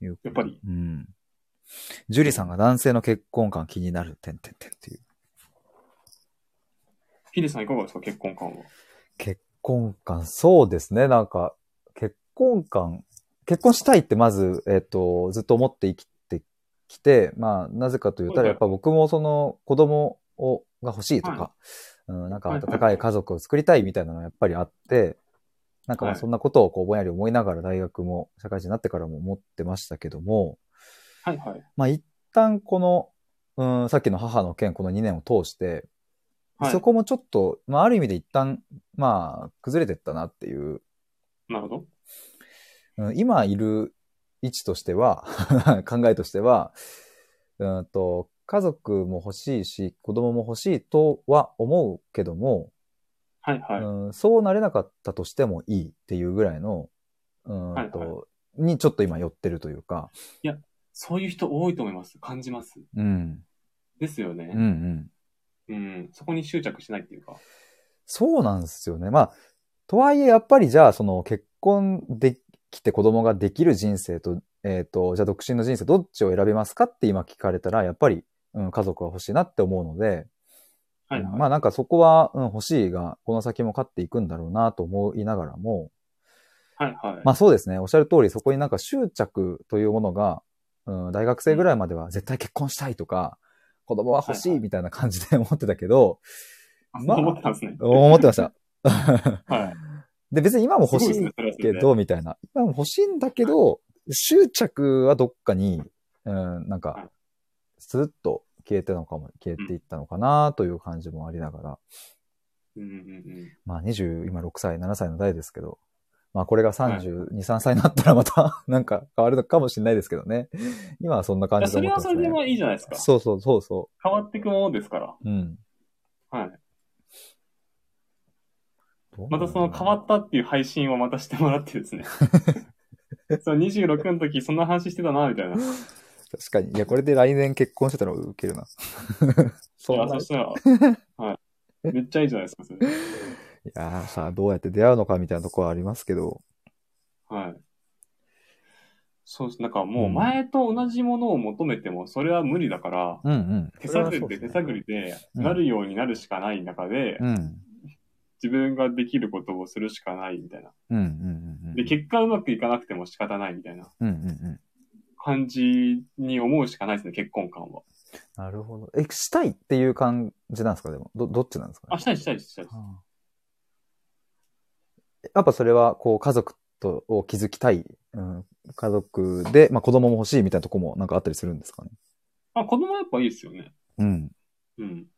Speaker 1: いう
Speaker 2: やっぱり。
Speaker 1: うん。ジュリさんが男性の結婚観気になる、てんてんてんっていう。
Speaker 2: ヒデさんいかがですか結婚観は。
Speaker 1: 結婚観、そうですね。なんか、結婚観、結婚したいってまず、えっ、と、ずっと思って生きてきて、まあ、なぜかという
Speaker 2: は
Speaker 1: と、
Speaker 2: いはい
Speaker 1: やっぱ僕もその子供を、が欲しいとか、
Speaker 2: は
Speaker 1: うん、なんか
Speaker 2: はいはい
Speaker 1: 温かい家族を作りたいみたいなのがやっぱりあって、なんかまあ
Speaker 2: はい
Speaker 1: そんなことをこうぼんやり思いながら大学も社会人になってからも思ってましたけども、
Speaker 2: はいはい。
Speaker 1: まあ一旦この、うん、さっきの母の件、この2年を通して、
Speaker 2: はい。
Speaker 1: そこもちょっと、まあ、ある意味で一旦、まあ、崩れてったなっていう、
Speaker 2: なるほど。
Speaker 1: うん今いる位置としては、 考えとしては、うんと、家族も欲しいし、子供も欲しいとは思うけども、
Speaker 2: はいはい。
Speaker 1: うん、そうなれなかったとしてもいいっていうぐらいの、うん
Speaker 2: はい
Speaker 1: と、
Speaker 2: は
Speaker 1: にちょっと今寄ってるというか、
Speaker 2: そういう人多いと思います。感じます。
Speaker 1: うん、
Speaker 2: ですよ
Speaker 1: うん、う
Speaker 2: ね。
Speaker 1: ん。
Speaker 2: うん。そこに執着しないっていうか。
Speaker 1: そうなんですよね。まあ、とはいえ、やっぱりじゃあ、その結婚できて子供ができる人生と、えっ、と、じゃあ独身の人生どっちを選びますかって今聞かれたら、やっぱり、うん、家族は欲しいなって思うので、
Speaker 2: はい。
Speaker 1: まあなんかそこは、うん、欲しいが、この先も勝っていくんだろうなと思いながらも、
Speaker 2: はい。はい。
Speaker 1: まあそうですね。おっしゃる通り、そこになんか執着というものが、うん、大学生ぐらいまでは絶対結婚したいとか、子供は欲しいみたいな感じで思ってたけど、
Speaker 2: あ、
Speaker 1: まあ
Speaker 2: 思ってたんですね。
Speaker 1: 思ってました。
Speaker 2: はい。
Speaker 1: で、別に今も欲し
Speaker 2: す
Speaker 1: い
Speaker 2: ごです
Speaker 1: け、
Speaker 2: ね
Speaker 1: ど、みたいな。今も欲しいんだけど、執着はどっかに、うん、なん
Speaker 2: はい
Speaker 1: か、スッと消えてたのかも、消えていったのかなという感じもありながら、
Speaker 2: それはそれでうんうんうん。
Speaker 1: まあ20、今6歳、7歳の代ですけど、まあこれが32、3歳になったらまた なんか変わるのかもしれないですけどね。今はそんな感
Speaker 2: いや
Speaker 1: じで
Speaker 2: そ
Speaker 1: 思って
Speaker 2: れ
Speaker 1: ま
Speaker 2: は
Speaker 1: す
Speaker 2: それで
Speaker 1: ね。
Speaker 2: まあいいじゃないですか。
Speaker 1: そうそうそうそ
Speaker 2: 変わっていくものですから。
Speaker 1: う。うん。
Speaker 2: はい。
Speaker 1: どうな
Speaker 2: ま
Speaker 1: んだ
Speaker 2: た
Speaker 1: ろう
Speaker 2: その変わったっていう配信をまたしてもらっ てですね。そう、26の時そんな話してたな、みたいな。い
Speaker 1: 確かに。いや、これで来年結婚してたらウケるな。 そん
Speaker 2: や、
Speaker 1: な。
Speaker 2: そ
Speaker 1: い
Speaker 2: したら、はい。 めっちゃいいじゃないですか、それ。
Speaker 1: やーさあ、どうやって出会うのかみたいなところはありますけど。
Speaker 2: はい。そうです。なんかもう前と同じものを求めても、それは無理だから、
Speaker 1: うんうん。
Speaker 2: 手探りで手
Speaker 1: それはそう
Speaker 2: 探
Speaker 1: ですね
Speaker 2: りで、
Speaker 1: うん
Speaker 2: なるようになるしかない中で、
Speaker 1: うん。
Speaker 2: 自分ができることをするしかないみたいな。
Speaker 1: うんうんうんうん。
Speaker 2: で、結果うまくいかなくても仕方ないみたいな
Speaker 1: うんうんうん。
Speaker 2: 感じに思うしかないですね、結婚観は。
Speaker 1: なるほど。え、したいっていう感じなんですかでも。ど、どっちなんですかね
Speaker 2: あ、したいしたいしたいです。
Speaker 1: ああやっぱそれは、こう、家族と、を築きたい。うん、家族で、まあ子供も欲しいみたいなとこもなんかあったりするんですかね。
Speaker 2: あ、子供はやっぱいいですよね。
Speaker 1: うん。
Speaker 2: うん。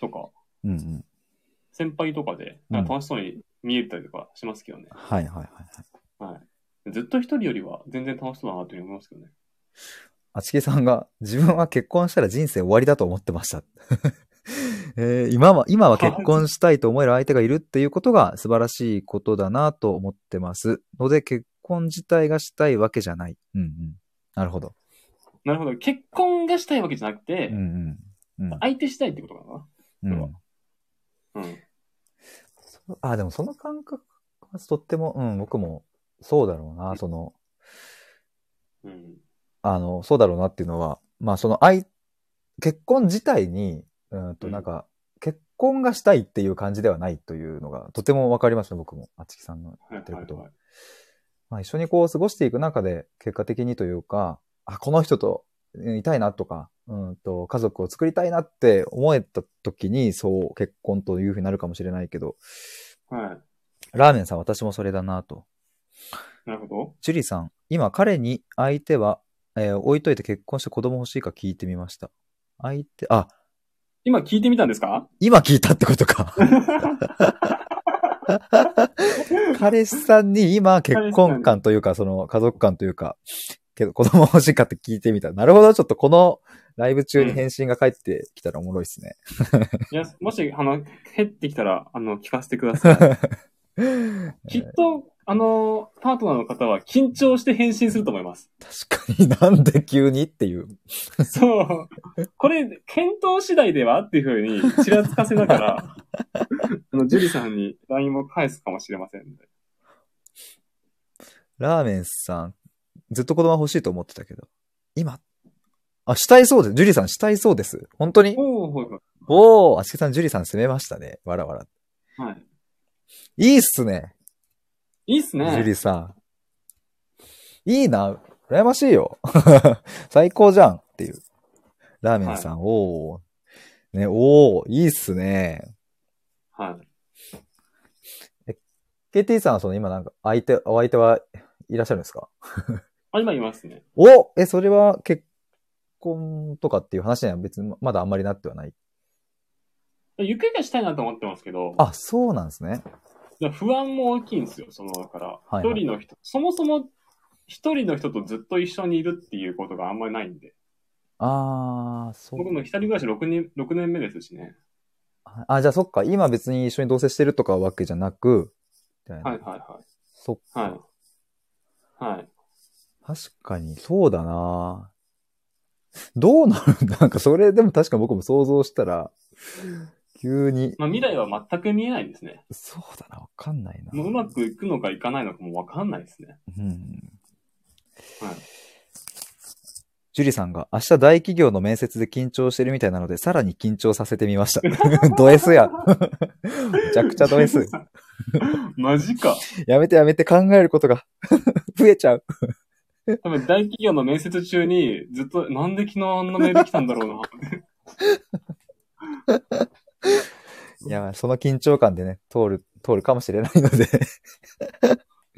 Speaker 2: とか、
Speaker 1: うんうん。
Speaker 2: 先輩とかで、なんか楽しそうに見えたりとかしますけどね。
Speaker 1: はいはいはいはい。
Speaker 2: はい。ずっと一人よりは全然楽しそうだなというふうに思いますけどね。
Speaker 1: あちきさんが、自分は結婚したら人生終わりだと思ってました。 えー今は、今は結婚したいと思える相手がいるっていうことが素晴らしいことだなと思ってます。ので、結婚自体がしたいわけじゃない。うんうん。なるほど。
Speaker 2: なるほど。結婚がしたいわけじゃなくて、
Speaker 1: うんうん。うん
Speaker 2: 相手したいってことか
Speaker 1: う
Speaker 2: それは
Speaker 1: ん、
Speaker 2: な。うん。
Speaker 1: そあ、でもその感覚はとっても、うん、僕もそうだろうな、その、
Speaker 2: うん。
Speaker 1: あの、そうだろうなっていうのは、まあその相、結婚自体に、うんと
Speaker 2: うん
Speaker 1: なんか、結婚がしたいっていう感じではないというのが、とてもわかりますね、僕も。あつきさんの
Speaker 2: は
Speaker 1: 言
Speaker 2: い
Speaker 1: ってる
Speaker 2: は
Speaker 1: こ
Speaker 2: い
Speaker 1: と
Speaker 2: は。
Speaker 1: はいまあ一緒にこう過ごしていく中で、結果的にというか、あ、この人とうんいたいなとか、うんと、家族を作りたいなって思えた時に、そう、結婚というふうになるかもしれないけど、
Speaker 2: はい。
Speaker 1: ラーメンさん私もそれだなと。
Speaker 2: なるほ
Speaker 1: ジュリーさん、今彼に相手は、えー置いといて結婚して子供欲しいか聞いてみました。相手、あ、
Speaker 2: ど。今聞いてみたんで すか
Speaker 1: 今聞いたってことか。 彼氏さんに今結婚観というか、その家族観というか、けど子供欲しいかって聞いてみた。なるほど、ちょっとこのライブ中に返信が返ってきたらおもろいですね。
Speaker 2: いや、もし、あの、減ってきたら、あの、聞かせてく ださい。きっと、あの、パートナーの方は緊張して返信すると思い ます。
Speaker 1: 確かになんで急にっていう。
Speaker 2: そう。これ、検討次第ではっていうふうに、ちらつかせな がら、あの、ジュリさんに LINE も返すかもしれませんので。
Speaker 1: ラーメンさん、ずっと子供欲しいと思ってたけど。今あ、したいそうです。ジュリーさんしたいそうです。本当に
Speaker 2: おー、ほいほい。
Speaker 1: おー、あしきさん、ジュリーさん攻めましたね。わらわら。
Speaker 2: はい。
Speaker 1: いいっすね。
Speaker 2: いいっす
Speaker 1: ジュリ
Speaker 2: ね。
Speaker 1: ーさん。いいな。羨ましいよ。 最高じゃんっていう。ラーメンさん、おー。ね、おー、いいっすね。
Speaker 2: はい。
Speaker 1: KT さんはその今なんか、相手、お相手はいらっしゃるんですか
Speaker 2: あ、今いますね。
Speaker 1: おえ、それは結婚とかっていう話には別にまだあんまりなってはない。
Speaker 2: ゆっくりがしたいなと思ってますけど、
Speaker 1: あ、そうなんですね。
Speaker 2: 不安も大きいんですよ、その、だから、
Speaker 1: はい
Speaker 2: 一人の人、そもそも、一人の人とずっと一緒にいるっていうことがあんまりないんで。
Speaker 1: あー、そう
Speaker 2: 僕。も一人暮らし6年、6年目ですしね。
Speaker 1: あ、じゃあそっか。今別に一緒に同棲してるとかわけじゃなく、みたいな
Speaker 2: はいはいは
Speaker 1: そっか。
Speaker 2: い。はい。はい。
Speaker 1: 確かに、そうだな どうなるなんかそれでも確か僕も想像したら、急に。
Speaker 2: まあ、未来は全く見えないですね。
Speaker 1: そうだな、わかんないな。
Speaker 2: もううまくいくのかいかないのかもわかんないですね。
Speaker 1: うん。
Speaker 2: はい。
Speaker 1: ジュリさんが、明日大企業の面接で緊張してるみたいなので、さらに緊張させてみました。 ド S や。めちゃくちゃド S。。
Speaker 2: マジか。
Speaker 1: やめてやめて考えることが 増えちゃう。
Speaker 2: 多分大企業の面接中にずっとなんで昨日あんなメール来たんだろうな。
Speaker 1: いや、その緊張感でね、通る、通るかもしれないので。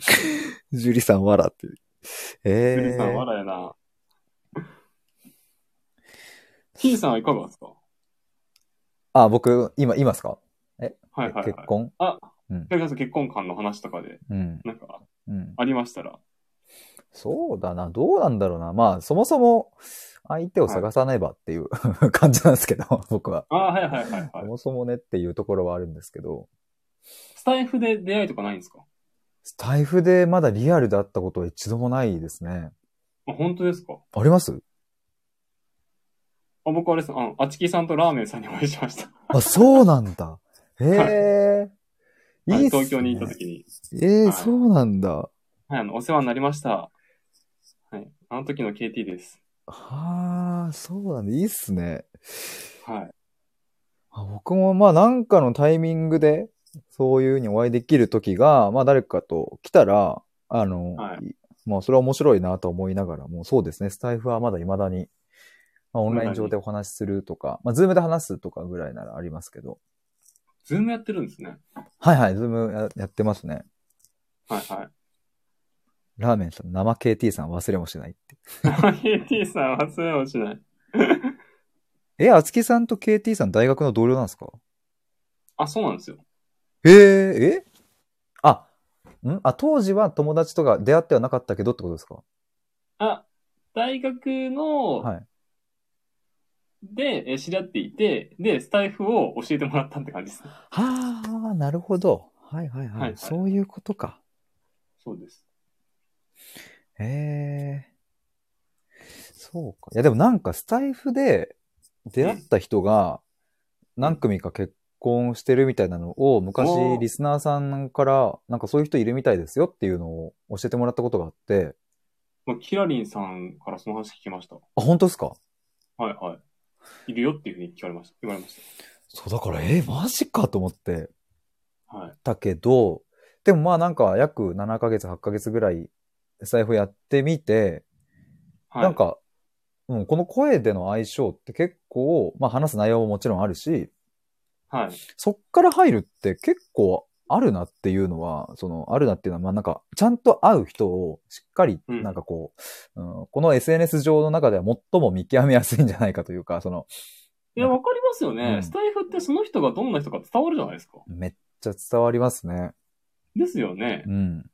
Speaker 1: ジュリさん笑っていう。え
Speaker 2: ジュリさん
Speaker 1: ー、
Speaker 2: 笑やな。ヒーさんはいかがですか
Speaker 1: あ、僕、今、今ですか、
Speaker 2: はいはいはい。
Speaker 1: 結婚
Speaker 2: それこそ結婚観の話とかで、
Speaker 1: うん。
Speaker 2: なんか、
Speaker 1: うん。
Speaker 2: ありましたら。
Speaker 1: そうだな、どうなんだろうな。まあ、そもそも、相手を探さねばっていう 感じなんですけど、僕は。
Speaker 2: ああー、はいはいはい
Speaker 1: そ
Speaker 2: はい。
Speaker 1: もそもねっていうところはあるんですけど、
Speaker 2: スタイフで出会いとかないんですか
Speaker 1: スタイフでまだリアルで会ったことは一度もないですね。
Speaker 2: あ本当ですか
Speaker 1: あります
Speaker 2: あ僕あれです、あの、あちきさんとラーメンさんにお会いしました。
Speaker 1: あ、そうなん だ。へえ。い
Speaker 2: はいい
Speaker 1: っす、ね。
Speaker 2: 東京にいた時に。
Speaker 1: ええ
Speaker 2: はい
Speaker 1: そうなんだ。
Speaker 2: はい、あの、お世話になりました。はい。あの時の KT です。
Speaker 1: はあ、そうなんだ。いいっすね。
Speaker 2: はい。
Speaker 1: あ僕もまあなんかのタイミングで、そういうふうにお会いできる時が、まあ誰かと来たら、あの、
Speaker 2: はい
Speaker 1: まあそれは面白いなと思いながらも、そうですね、スタイフはまだ未だに、まあオンライン上でお話しするとか、まあズームで話すとかぐらいならありますけど。
Speaker 2: ズームやってるんですね。
Speaker 1: はいはい、ズームややってますね。
Speaker 2: はいはい。
Speaker 1: ラーメンさん、生 KT さん忘れもしないって。
Speaker 2: KT さん忘れもしない。
Speaker 1: え、あつきさんと KT さん大学の同僚なんですか
Speaker 2: あ、そうなんですよ。
Speaker 1: えー、えあ、んあ、当時は友達とか出会ってはなかったけどってことですか
Speaker 2: あ、大学の、
Speaker 1: はい。
Speaker 2: で、え知り合っていて、で、スタイフを教えてもらったって感じですね。
Speaker 1: はあ、なるほど。はいはいはい。
Speaker 2: はいはい
Speaker 1: そういうことか。
Speaker 2: そうです。
Speaker 1: へえそうか。いやでもなんかスタイフで出会った人が何組か結婚してるみたいなのを昔
Speaker 2: おー
Speaker 1: リスナーさんからなんかそういう人いるみたいですよっていうのを教えてもらったことがあって、
Speaker 2: まあ、キラリンさんからその話聞きました。
Speaker 1: あ、本当ですか
Speaker 2: はいはい。いるよっていうふうに聞かれました。言われまし
Speaker 1: そうだから、えーマジかと思って。
Speaker 2: た。はい。
Speaker 1: だけど、でもまあなんか約7ヶ月、8ヶ月ぐらい財布やってみて、
Speaker 2: はい。
Speaker 1: なん、か、うん、この声での相性って結構、まあ話す内容ももちろんあるし、
Speaker 2: はい。
Speaker 1: そっから入るって結構あるなっていうのは、その、あるなっていうのは、まあなんか、ちゃんと会う人をしっかり、
Speaker 2: うん
Speaker 1: なんかこう、うんこの SNS 上の中では最も見極めやすいんじゃないかというか、その、
Speaker 2: いや、わかりますよね、
Speaker 1: うん
Speaker 2: スタイフってその人がどんな人か伝わるじゃないですか。
Speaker 1: めっちゃ伝わりますね。
Speaker 2: ですよね
Speaker 1: う。ん。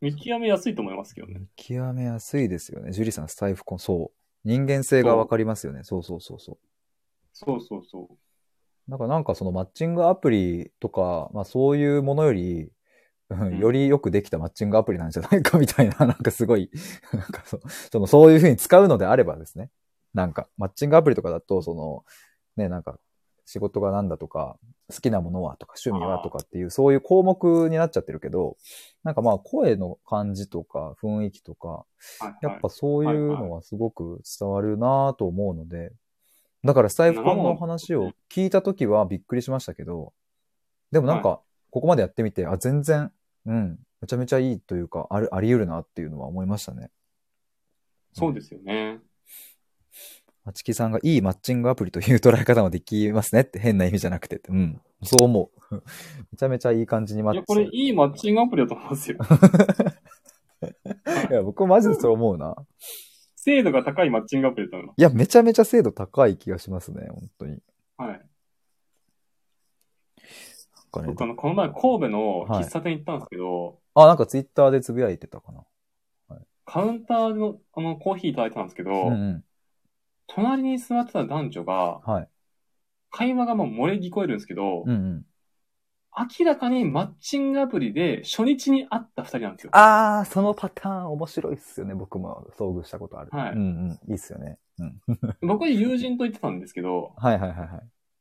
Speaker 2: 見極めやすいと思いますけどね。
Speaker 1: 見極めやすいですよね。ジュリさん、スタイフコン、そう。人間性がわかりますよね。そうそうそうそ。
Speaker 2: そうそうそう
Speaker 1: なんか、なんかそのマッチングアプリとか、まあそういうものより、うん
Speaker 2: うん
Speaker 1: よりよくできたマッチングアプリなんじゃないかみたいな、なん かすごい、なんかそその、そういうふうに使うのであればですね。なんか、マッチングアプリとかだと、その、ね、なんか、仕事がなんだとか、好きなものはとか、趣味はとかっていう、そういう項目になっちゃってるけど、なんかまあ、声の感じとか、雰囲気とか、
Speaker 2: う。はい
Speaker 1: や
Speaker 2: は
Speaker 1: っ
Speaker 2: い
Speaker 1: ぱ。そういうのはすごく伝わるなぁと思うので、だからスタイフコンの話を聞いたときはびっくりしましたけど、でもなんか、ここまでやってみて、あ、全然、うん、めちゃめちゃいいというか、ある、あり得るなっていうのは思いましたね。
Speaker 2: そうですよね。
Speaker 1: あちきさんがいいマッチングアプリという捉え方もできますねって変な意味じゃなくてって、うん、そう思う。 めちゃめちゃいい感じにマッ
Speaker 2: い
Speaker 1: チ
Speaker 2: や、これいいマッチングアプリだと思いますよ。
Speaker 1: いや、僕マジでそう思うな。
Speaker 2: 精度が高いマッチングアプリだと思いま
Speaker 1: いや、めちゃめちゃ精度高い気がしますね、本当に。
Speaker 2: す。はい。
Speaker 1: なんかね
Speaker 2: 僕あの、この前神戸の喫茶店行ったんですけど、
Speaker 1: あ、なんかツイッターでつぶやいてたかな。
Speaker 2: カウンターのあのコーヒーいただいたんですけど、
Speaker 1: うんうん。
Speaker 2: 隣に座ってた男女が、
Speaker 1: はい。
Speaker 2: 会話がもう漏れ聞こえるんですけど、
Speaker 1: うんうん。
Speaker 2: 明らかにマッチングアプリで初日に会った二人なんですよ。
Speaker 1: ああ、そのパターン面白いっすよね。僕も遭遇したことある。
Speaker 2: はい
Speaker 1: うんうん。いいっすよね。うん。
Speaker 2: 僕は友人と言ってたんですけど、
Speaker 1: はいはいはいはい。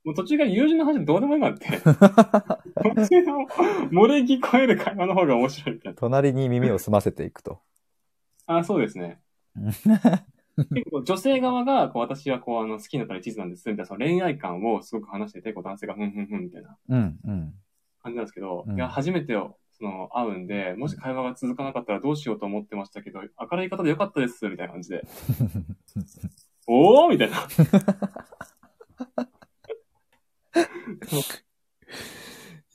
Speaker 2: もう途中から友人の話どうでもよくなって、 こっちの漏れ聞こえる会話の方が面白いみたいな。
Speaker 1: 隣に耳を澄ませていくと。
Speaker 2: あ、そうですね。結構女性側が、こう私はこうあの好きになったら一途なんです、みたいなその恋愛感をすごく話してて、こう男性がふんふんふんみたいな
Speaker 1: うんうん。
Speaker 2: 感じなんですけど、
Speaker 1: うん
Speaker 2: いや、初めてを、その、会うんで、もし会話が続かなかったらどうしようと思ってましたけど、明るい方でよかったです、みたいな感じで。おーみたいな。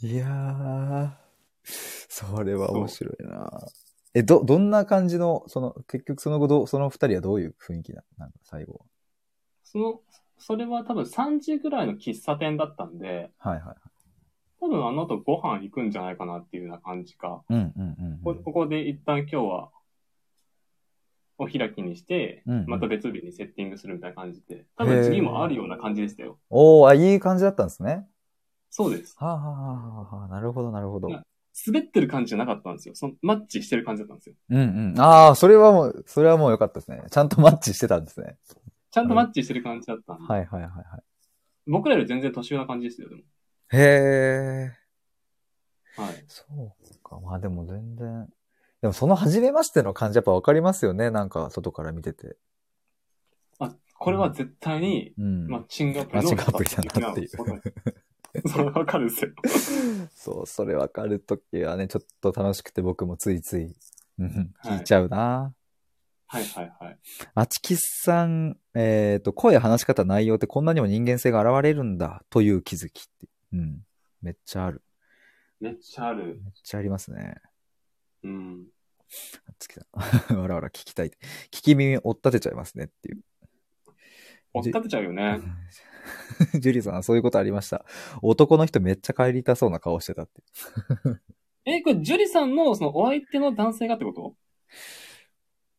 Speaker 1: いやー、それは面白いなえ、ど、どんな感じの、その、結局その後どう、その二人はどういう雰囲気ななんか最後
Speaker 2: その、それは多分3時ぐらいの喫茶店だったんで、
Speaker 1: は。はいはい。
Speaker 2: 多分あの後ご飯行くんじゃないかなっていうような感じか。
Speaker 1: うんうんうんう
Speaker 2: こ
Speaker 1: ん。
Speaker 2: ここで一旦今日は、お開きにして
Speaker 1: うんうん、
Speaker 2: また別日にセッティングするみたいな感じで、多分次もあるような感じでしたよ。
Speaker 1: おー、あ、いい感じだったんですね。
Speaker 2: そうです。
Speaker 1: はあ、はあはあはあ、なるほどなるほど。
Speaker 2: いや滑ってる感じじゃなかったんですよ。そのマッチしてる感じだったんですよ。
Speaker 1: うんうん。ああ、それはもう、それはもう良かったですね。ちゃんとマッチしてたんですね。
Speaker 2: ちゃんとマッチしてる感じだったんで、
Speaker 1: はいはいはいはい。
Speaker 2: 僕らより全然年上な感じですよ、でも。
Speaker 1: へえ。
Speaker 2: はい。
Speaker 1: そうか。まあでも全然。でもその初めましての感じやっぱわかりますよね。なんか外から見てて。
Speaker 2: あ、これは絶対に、
Speaker 1: うん。
Speaker 2: マッチングアプ
Speaker 1: マ
Speaker 2: リ
Speaker 1: ッ
Speaker 2: の
Speaker 1: チングアプリだなっていう
Speaker 2: う。 それわかるんですよ。
Speaker 1: そう、それわかるときはね、ちょっと楽しくて僕もついつい、うん
Speaker 2: はい
Speaker 1: 聞いちゃうな。
Speaker 2: はいはいはい。
Speaker 1: あちきさん、えっ、と、声、話し方、内容ってこんなにも人間性が現れるんだという気づきって。うん。めっちゃある。
Speaker 2: めっちゃある。
Speaker 1: めっちゃありますね。
Speaker 2: うん。
Speaker 1: あちきさん。わ らわら聞きたい。聞き耳追っ立てちゃいますねっていう。
Speaker 2: 追っ立てちゃうよね。
Speaker 1: ジュリーさん、そういうことありました。男の人めっちゃ帰りたそうな顔してたって。
Speaker 2: え、これ、ジュリさんの、その、お相手の男性がってこと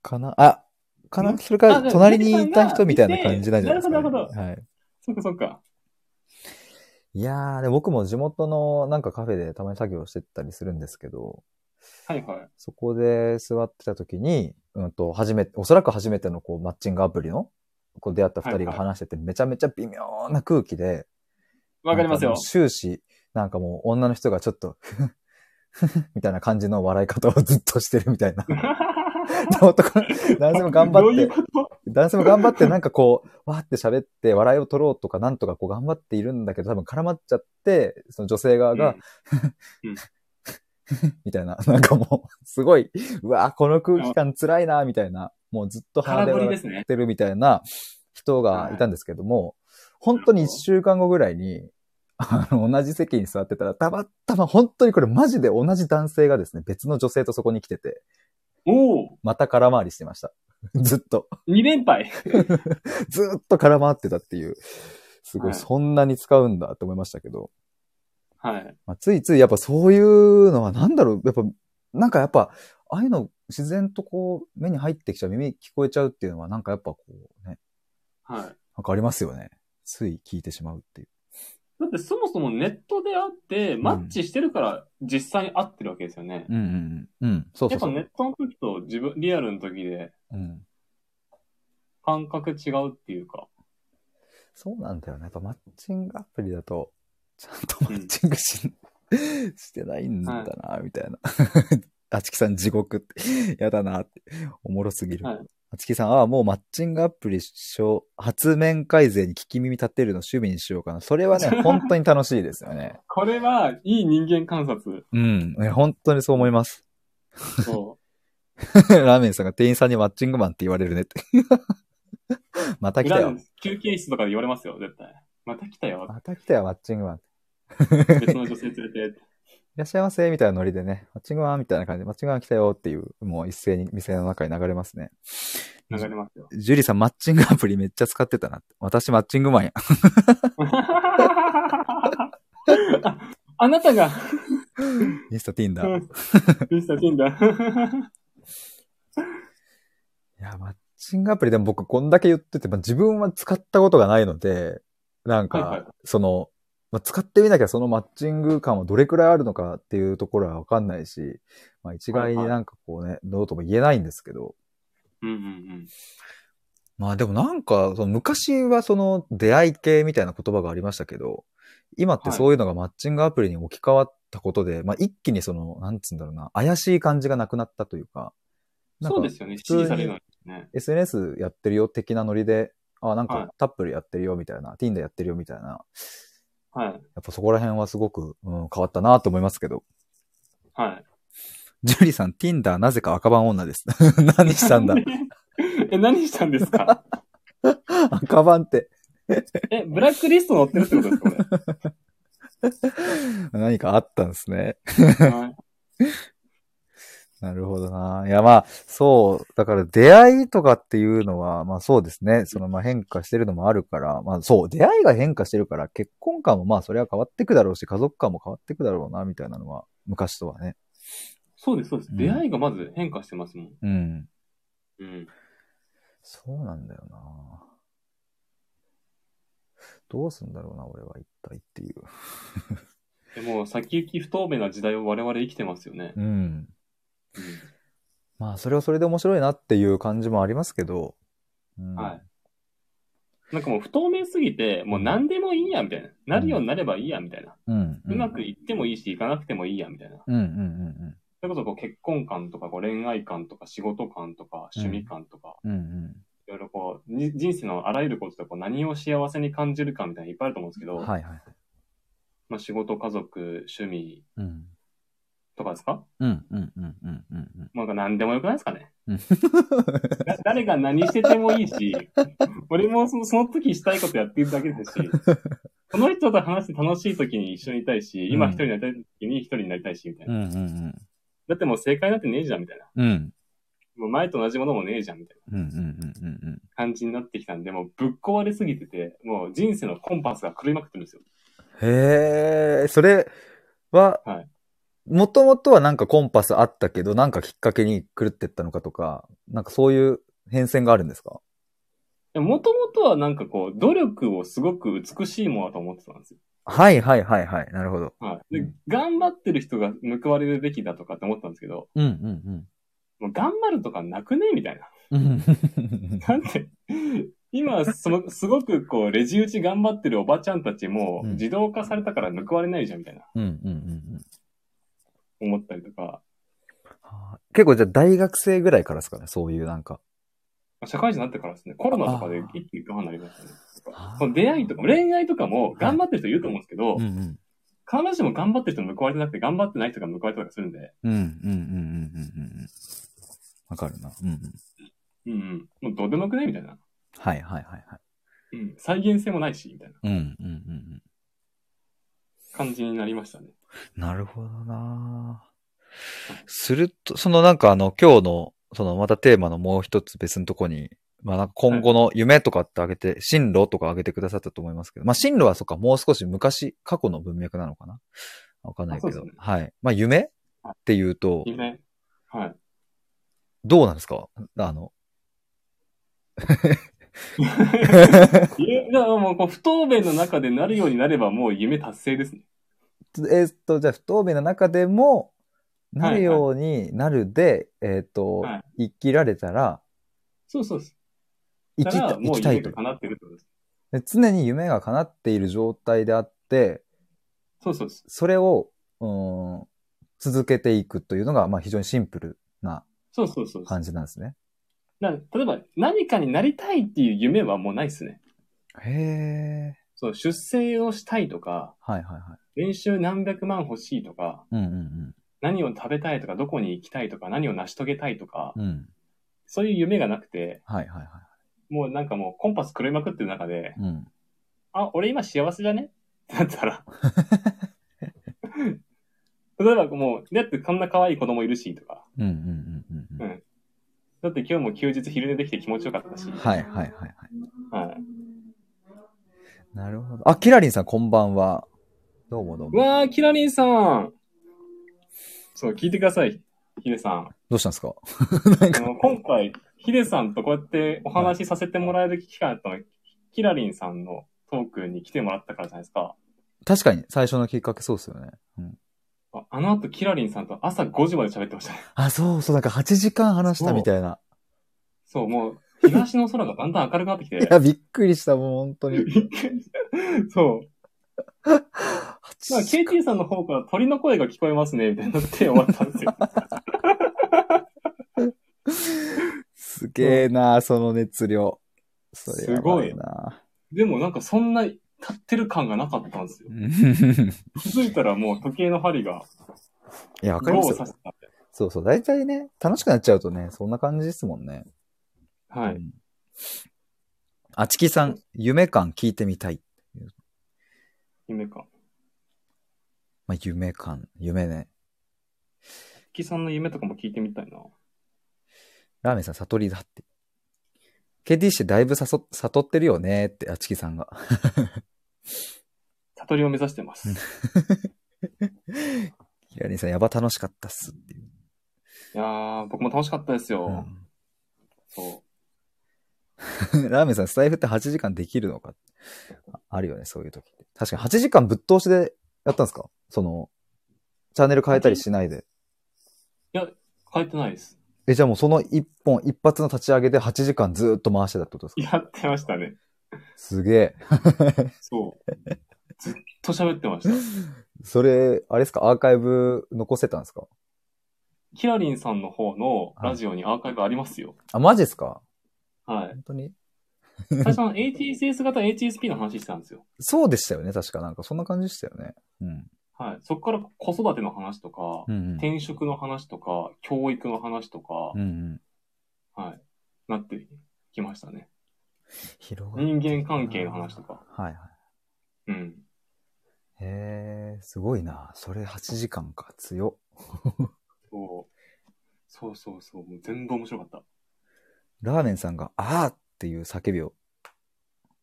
Speaker 1: かなあ、かなそれか
Speaker 2: あで
Speaker 1: ら、
Speaker 2: も
Speaker 1: 隣にいた人みたいな感じなんじゃないですか、ね。
Speaker 2: なるほどなるほ
Speaker 1: はい。
Speaker 2: そっかそっか。
Speaker 1: いやー、で僕も地元のなんかカフェでたまに作業してたりするんですけど、
Speaker 2: はいはい。
Speaker 1: そこで座ってた時に、うんと、初めて、おそらく初めてのこう、マッチングアプリの、こう、出会った二人が話してて、めちゃめちゃ微妙な空気で、
Speaker 2: わかりま
Speaker 1: な
Speaker 2: す
Speaker 1: ん
Speaker 2: よ
Speaker 1: もう。終始、なんかもう女の人がちょっと、ふふふふみたいな感じの笑い方をずっとしてるみたい な。男の、男性も頑
Speaker 2: ど
Speaker 1: 張っ
Speaker 2: ういう
Speaker 1: て、
Speaker 2: こと
Speaker 1: 男性も頑張ってなんかこう、わーって喋って笑いを取ろうとかなんとかこう頑張っているんだけど、多分絡まっちゃって、その女性側が、みたいな、なんかもう、すごい、うわーこの空気感辛いな、みたいな、もうずっと鼻
Speaker 2: 空
Speaker 1: で
Speaker 2: 振り
Speaker 1: 笑
Speaker 2: で
Speaker 1: っ
Speaker 2: すね。
Speaker 1: てるみたいな人がいたんですけども、本当に一週間後ぐらいに、あの、同じ席に座ってたら、たまたま本当にこれマジで同じ男性がですね、別の女性とそこに来てて、
Speaker 2: おお
Speaker 1: また空回りしてま した。ずっと、
Speaker 2: !2 連敗
Speaker 1: ずっと空回ってたっていう、すご、
Speaker 2: はいい
Speaker 1: そんなに使うんだって思いましたけど、
Speaker 2: はい。
Speaker 1: まあ、ついついやっぱそういうのはなんだろう、やっぱ、なんかやっぱ、ああいうの自然とこう、目に入ってきちゃう、耳聞こえちゃうっていうのはなんかやっぱこうね、
Speaker 2: はい。
Speaker 1: なんかありますよね。つい聞いてしまうっていう。
Speaker 2: だってそもそもネットで会って、マッチしてるから実際に会ってるわけですよね。
Speaker 1: うんうんうん。うん、そうそ
Speaker 2: や
Speaker 1: う
Speaker 2: っぱ
Speaker 1: そう。
Speaker 2: ネットの時と自分、リアルの時で
Speaker 1: うん。
Speaker 2: 感覚違うっていうか。
Speaker 1: そうなんだよね。やっぱマッチングアプリだと、ちゃんとマッチングし、してないんだな、みたいな。 あちきさん地獄って、やだなって、おもろすぎる。
Speaker 2: はい
Speaker 1: あちきさん、ああ、もうマッチングアプリしよう発面改善に聞き耳立てるの趣味にしようかな。それはね、 本当に楽しいですよね。
Speaker 2: これは、いい人間観察。
Speaker 1: うん。ね本当にそう思います。
Speaker 2: そ
Speaker 1: ラーメンさんが店員さんにマッチングマンって言われるねって。 ま
Speaker 2: う。
Speaker 1: た来た
Speaker 2: 裏
Speaker 1: よ
Speaker 2: で。休憩室とかで言われますよ、絶対。また来 たよ。
Speaker 1: また来たよ、マッチングマン。
Speaker 2: 別の女性連れ
Speaker 1: い
Speaker 2: て。
Speaker 1: らっしゃいませ、みたいなノリでね、マッチングマンみたいな感じで、マッチングマン来たよっていう、もう一斉に店の中に流れますね。
Speaker 2: 流れますよ。
Speaker 1: ジュリさん、マッチングアプリめっちゃ使ってたなって。私、マッチングマンや。
Speaker 2: ああなたが、
Speaker 1: ミスターティンダ
Speaker 2: う
Speaker 1: ー。い
Speaker 2: んミスター・ティンダー。
Speaker 1: や、マッチングアプリでも僕、こんだけ言ってて、まあ自分は使ったことがないので、なん
Speaker 2: はいはい
Speaker 1: か、その、まあ、使ってみなきゃそのマッチング感はどれくらいあるのかっていうところはわかんないし、まあ、一概になんかこうね、どうとも言えないんですけど。
Speaker 2: うんうん
Speaker 1: まあでもなんか、その昔はその出会い系みたいな言葉がありましたけど、今ってそういうのがマッチングアプリに置き換わったことで、まあ一気にその、なんつうんだろうな、怪しい感じがなくなったというか、
Speaker 2: うん。
Speaker 1: なん
Speaker 2: そう
Speaker 1: か
Speaker 2: ですよね。
Speaker 1: 普
Speaker 2: 指
Speaker 1: 通に
Speaker 2: 示されるのはね。
Speaker 1: SNS やってるよ的なノリで、あ、なん
Speaker 2: はい
Speaker 1: かタップルやってるよみたいな、Tinder やってるよみたいな、
Speaker 2: はい。
Speaker 1: やっぱそこら辺はすごく、うん、変わったなと思いますけど。
Speaker 2: はい。
Speaker 1: ジュリーさん、Tinder なぜか赤番女です。 何したんだ
Speaker 2: え、何したんです か
Speaker 1: 赤番って。
Speaker 2: え、ブラックリスト載ってるってことですかこれ
Speaker 1: 何かあったんですね。
Speaker 2: はい
Speaker 1: なるほどな。いや、まあ、そう。だから、出会いとかっていうのは、まあそうですね。その、まあ変化してるのもあるから、まあそう、出会いが変化してるから、結婚観もまあそれは変わってくだろうし、家族観も変わってくだろうな、みたいなのは、昔とはね。
Speaker 2: そうです、そうです。
Speaker 1: うん
Speaker 2: 出会いがまず変化してますもん。
Speaker 1: うん。
Speaker 2: うん。
Speaker 1: そうなんだよな。どうすんだろうな、俺は一体っていう。
Speaker 2: でも、先行き不透明な時代を我々生きてますよね。
Speaker 1: うん。
Speaker 2: うん
Speaker 1: まあ、それはそれで面白いなっていう感じもありますけど。うん、
Speaker 2: はい。なんかもう不透明すぎて、もう何でもいいや、みたいな。なるようになればいいや、みたいな。
Speaker 1: うん。
Speaker 2: うまくいってもいいし、いかなくてもいいや、みたいな。
Speaker 1: うんうんうん
Speaker 2: それこそこう結婚観とか、こう恋愛観とか、仕事観とか、
Speaker 1: うん
Speaker 2: 趣味観とか、
Speaker 1: うん。うんうん。
Speaker 2: いろいろこう、に人生のあらゆることでこう何を幸せに感じるかみたいなのいっぱいあると思うんですけど、
Speaker 1: はいはい。
Speaker 2: まあ仕事、家族、趣味
Speaker 1: うん。
Speaker 2: とかですか
Speaker 1: うんうんうんうんうん
Speaker 2: もうなんか何でもよくないですかね
Speaker 1: うん。
Speaker 2: だ誰が何しててもいいし、俺もそのその時したいことやってるだけですし、この人と話して楽しい時に一緒にいたいし、今一人になりたい時に一人になりたいし、みたいな。
Speaker 1: うん。うんうん
Speaker 2: だってもう正解なんてねえじゃん、みたいな。
Speaker 1: うん。うん。
Speaker 2: もう前と同じものもねえじゃん、みたいな。
Speaker 1: うんうんうんうんうん。
Speaker 2: 感じになってきたんで、もうぶっ壊れすぎてて、もう人生のコンパスが狂いまくってるんですよ。
Speaker 1: へえ、それは
Speaker 2: はい、
Speaker 1: もともとはなんかコンパスあったけど、なんかきっかけに狂ってったのかとか、なんかそういう変遷があるんですか
Speaker 2: もともとはなんかこう、努力をすごく美しいものだと思ってたんですよ。
Speaker 1: はいはいはいはい。なるほど。
Speaker 2: はい。で、
Speaker 1: うん
Speaker 2: 頑張ってる人が報われるべきだとかって思ったんですけど、
Speaker 1: うんうん
Speaker 2: もう頑張るとかなくねみたいな。
Speaker 1: うん。
Speaker 2: なんで、今、その、すごくこう、レジ打ち頑張ってるおばちゃんたちも、
Speaker 1: うん
Speaker 2: 自動化されたから報われないじゃん、みたいな、
Speaker 1: うんうんうんうん
Speaker 2: 思ったりとか、
Speaker 1: はあ結構じゃあ大学生ぐらいからですかね、そういうなんか。
Speaker 2: 社会人になってからですね、コロナとかで一気にガーンになりましたね。
Speaker 1: あー
Speaker 2: その出会いとか、恋愛とかも頑張ってる人いると思うんですけど、
Speaker 1: んうん。
Speaker 2: 必ずしも頑張ってる人も報われてなくて、頑張ってない人が報われたりとかするんで、
Speaker 1: うんうんうんうんうんうん。わかるな。うんうん。
Speaker 2: うんうん、もうどうでもよくねみたいな。
Speaker 1: はいはいはいはい。
Speaker 2: うん、再現性もないし、みたいな
Speaker 1: うんうんうんうん。
Speaker 2: 感じになりましたね。
Speaker 1: なるほどなすると、そのなんかあの、今日の、そのまたテーマのもう一つ別のとこに、まあなんか今後の夢とかってあげて、進路とかあげてくださったと思いますけど、まあ進路はそっか、もう少し昔、過去の文脈なのかなわかんないけ
Speaker 2: あそ
Speaker 1: ど、
Speaker 2: うですね
Speaker 1: はい。まあ夢
Speaker 2: はい
Speaker 1: っていうと、
Speaker 2: 夢。はい。
Speaker 1: どうなんですかあの、
Speaker 2: いや、だからもうこう、不透明の中でなるようになればもう夢達成ですね。
Speaker 1: えーっと、じゃあ不透明な中でも、なるようになるで、えーっと、
Speaker 2: は
Speaker 1: 生きられたら、
Speaker 2: そうそうです。
Speaker 1: 生
Speaker 2: だ
Speaker 1: き
Speaker 2: から
Speaker 1: た、生
Speaker 2: もう
Speaker 1: きた
Speaker 2: 夢
Speaker 1: いと
Speaker 2: が。叶ってるってことです。
Speaker 1: で常に夢が叶っている状態であって、
Speaker 2: そうそうです。
Speaker 1: それを、うーん、続けていくというのが、まあ非常にシンプルな
Speaker 2: そうそうそうです。
Speaker 1: 感じなんですね。
Speaker 2: だから例えば、何かになりたいっていう夢はもうないですね。
Speaker 1: へえ。
Speaker 2: そう、出世をしたいとか、
Speaker 1: はいはいはい。
Speaker 2: 練習何百万欲しいとか、
Speaker 1: うんうん
Speaker 2: 何を食べたいとか、どこに行きたいとか、何を成し遂げたいとか、
Speaker 1: うん。うん。
Speaker 2: そういう夢がなくて、
Speaker 1: はいはいは
Speaker 2: もうなんかもうコンパス狂いまくってる中で、
Speaker 1: い。うん。
Speaker 2: あ、俺今幸せだねってなったら。 例えばもう、だってこんな可愛い子供いるしとか、
Speaker 1: うんうんうんうんうん。
Speaker 2: だって今日も休日昼寝できて気持ちよかったし、
Speaker 1: はいはいはいはい。
Speaker 2: はい。
Speaker 1: なるほど。あ、キラリンさんこんばんは。どうもどう
Speaker 2: う
Speaker 1: も。
Speaker 2: わー、キラリンさんそう、聞いてください、ヒデさん。
Speaker 1: どうしたんですか
Speaker 2: あの今回、ヒデさんとこうやってお話しさせてもらえる機会だったの、キラリンさんのトークに来てもらったからじゃないですか。
Speaker 1: 確かに、最初のきっかけそうですよね。うん。
Speaker 2: ああの後、キラリンさんと朝5時まで喋ってましたね。
Speaker 1: あ、そうそう、なんか8時間話したみたいな。
Speaker 2: そう、もう、東の空がだんだん明るくなってき
Speaker 1: い
Speaker 2: て。
Speaker 1: や、びっくりした、もう本当に。
Speaker 2: そう。まあ、
Speaker 1: 8時
Speaker 2: KT さんの方から鳥の声が聞こえますね、みたいになって終わったんですよ。
Speaker 1: すげえな、その熱量。それ
Speaker 2: すごい
Speaker 1: やばな。
Speaker 2: でもなんかそんな立ってる感がなかったんですよ
Speaker 1: う。ん
Speaker 2: 気づいたらもう時計の針が
Speaker 1: いや、わかり
Speaker 2: ロ
Speaker 1: ます
Speaker 2: ーを
Speaker 1: よ
Speaker 2: 刺。してたんで。
Speaker 1: そうそう、大体ね、楽しくなっちゃうとね、そんな感じですもんね。
Speaker 2: は
Speaker 1: う
Speaker 2: い。
Speaker 1: ん。あちきさん、夢感聞いてみたい。
Speaker 2: 夢か。
Speaker 1: まあ、夢感、夢ね。
Speaker 2: 月さんの夢とかも聞いてみたいな。
Speaker 1: ラーメンさん、悟りだって。KT してだいぶ悟悟ってるよねって、あちきさんが。
Speaker 2: 悟りを目指してます。い
Speaker 1: ひらりんさん、やば楽しかったっすっていう。
Speaker 2: やー、僕も楽しかったですよ。そう
Speaker 1: うん ラーメンさん、スタイフって8時間できるのかああるよね、そういう時って。確かに8時間ぶっ通しでやったんですかその、チャンネル変えたりしないで。
Speaker 2: 変えてないです。
Speaker 1: え、じゃあもうその一本、一発の立ち上げで8時間ずーっと回してたってことですか
Speaker 2: やってましたね。
Speaker 1: すげえ。
Speaker 2: そう。ずっと喋ってました。
Speaker 1: それ、あれですかアーカイブ残せたんですか
Speaker 2: キラリンさんの方のラジオにアーカイブありますよ。
Speaker 1: あ、マジですか
Speaker 2: はい。
Speaker 1: 本当に
Speaker 2: 最初の HSS 型 HSP の話してたんですよ。
Speaker 1: そうでしたよね、確か。なんかそんな感じでしたよね。うん。
Speaker 2: はい。そこから子育ての話とか、
Speaker 1: うん、うん。
Speaker 2: 転職の話とか、教育の話とか
Speaker 1: うん、うん。
Speaker 2: はい。なってきましたね。
Speaker 1: 広が
Speaker 2: 人間関係の話とか。
Speaker 1: はいはい。
Speaker 2: うん。
Speaker 1: へえ、すごいな。それ8時間か、強っ。
Speaker 2: そう。そうそうそう。もう全部面白かった。
Speaker 1: ラーメンさんが、あーっていう叫びを。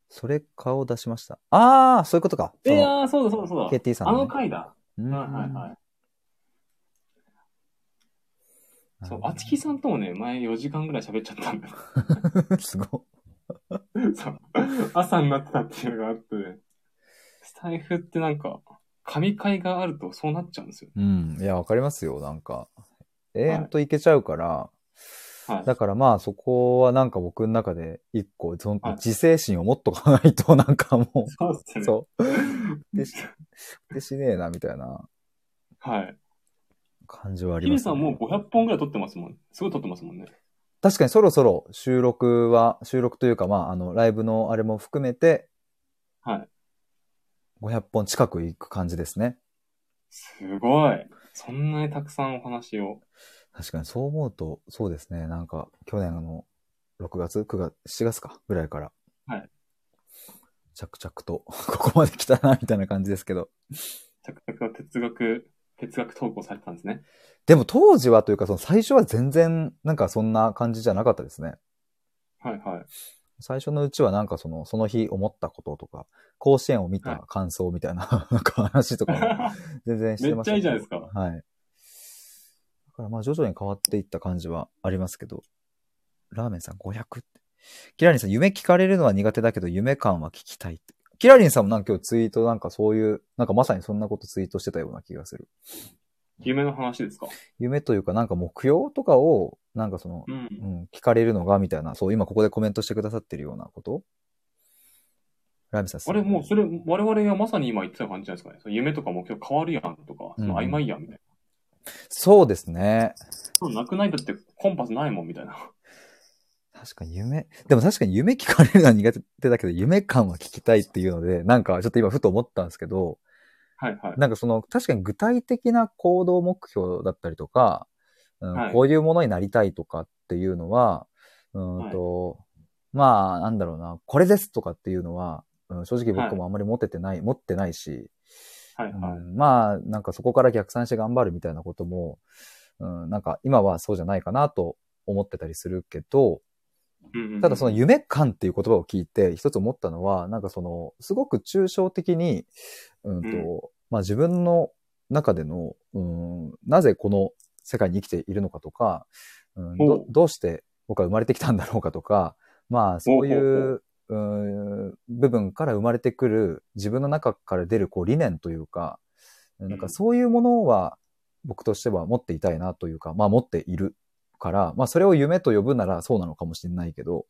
Speaker 1: それ、顔を出しました。あー、そういうことか。
Speaker 2: いやー、そうだそうだそうだ。
Speaker 1: KT さん
Speaker 2: あ
Speaker 1: のね
Speaker 2: の回だ。
Speaker 1: うん
Speaker 2: はいはいはい。そう、あち
Speaker 1: き
Speaker 2: きさんともね、前4時間ぐらい喋っちゃったんだ よ。
Speaker 1: すごっ。
Speaker 2: そう。朝になってたっていうのがあってね。スタイフってなんか、神会があるとそうなっちゃうんですよ。
Speaker 1: うん。いや、わかりますよ。なんか、永遠といけちゃうから、
Speaker 2: はい。
Speaker 1: だからまあそこはなんか僕の中で一個、その
Speaker 2: はい
Speaker 1: 自制心を持っとかないとなんかも
Speaker 2: そうっす
Speaker 1: う、
Speaker 2: ね。
Speaker 1: そう、でし、でしねえなみたいな
Speaker 2: はい。
Speaker 1: 感じはあり
Speaker 2: ヒ
Speaker 1: ま
Speaker 2: デ
Speaker 1: す、
Speaker 2: さんもう500本ぐらい撮ってますもん。すごい撮ってますもんね。
Speaker 1: 確かにそろそろ収録は、収録というかまああのライブのあれも含めて
Speaker 2: はい。
Speaker 1: 500本近く行く感じですね。
Speaker 2: すごい。そんなにたくさんお話を。
Speaker 1: 確かにそう思うと、そうですね、なんか去年の6月、9月、7月かぐらいから。
Speaker 2: はい。
Speaker 1: 着々と ここまで来たなみたいな感じですけど。
Speaker 2: 着々と哲学、哲学投稿されてたんですね。
Speaker 1: でも当時はというか、その最初は全然なんかそんな感じじゃなかったですね。
Speaker 2: はいはい。
Speaker 1: 最初のうちはなんかその、その日思ったこととか、甲子園を見た感想みたいな、 なんか話とかも全然してましたけど。
Speaker 2: めっちゃいいじゃないですか
Speaker 1: はい。だからまあ徐々に変わっていった感じはありますけど、ラーメンさん500って。キラリンさん、夢聞かれるのは苦手だけど、夢感は聞きたいって。キラリンさんもなんか今日ツイートなんかそういう、なんかまさにそんなことツイートしてたような気がする。
Speaker 2: 夢の話ですか
Speaker 1: 夢というかなんか目標とかを、なんかその、
Speaker 2: うん。
Speaker 1: うん、聞かれるのが、みたいな、そう、今ここでコメントしてくださってるようなことラミさん、
Speaker 2: あれ、もうそれ、我々がまさに今言ってた感じじゃないですかね。その夢とか目標変わるやんとか、その曖昧やんみたいな。
Speaker 1: そうですね。
Speaker 2: そうなくないだってコンパスないもんみたいな。
Speaker 1: 確かに夢、でも確かに夢聞かれるのは苦手だけど、夢感は聞きたいっていうので、なんかちょっと今ふと思ったんですけど、
Speaker 2: はいはい。
Speaker 1: なんかその、確かに具体的な行動目標だったりとか、うん
Speaker 2: はい
Speaker 1: こういうものになりたいとかっていうのは、うーんと、まあ、なんだろうな、これですとかっていうのは、うん正直僕もあんまり持っててない、持ってないし、
Speaker 2: はいは
Speaker 1: う
Speaker 2: い。
Speaker 1: んまあ、なんかそこから逆算して頑張るみたいなことも、うん、なんか今はそうじゃないかなと思ってたりするけど、
Speaker 2: うんうんうん
Speaker 1: ただその、夢感っていう言葉を聞いて一つ思ったのは、なんかその、すごく抽象的に、うんと、
Speaker 2: うん
Speaker 1: まあ自分の中での、うん、なぜこの世界に生きているのかとか、うん、
Speaker 2: ほう
Speaker 1: どどうして僕は生まれてきたんだろうかとか、まあそう
Speaker 2: ほうほう
Speaker 1: いううーん部分から生まれてくる自分の中から出るこう理念というか、なんかそういうものは僕としては持っていたいなというか、まあ持っているから、まあそれを夢と呼ぶならそうなのかもしれないけど、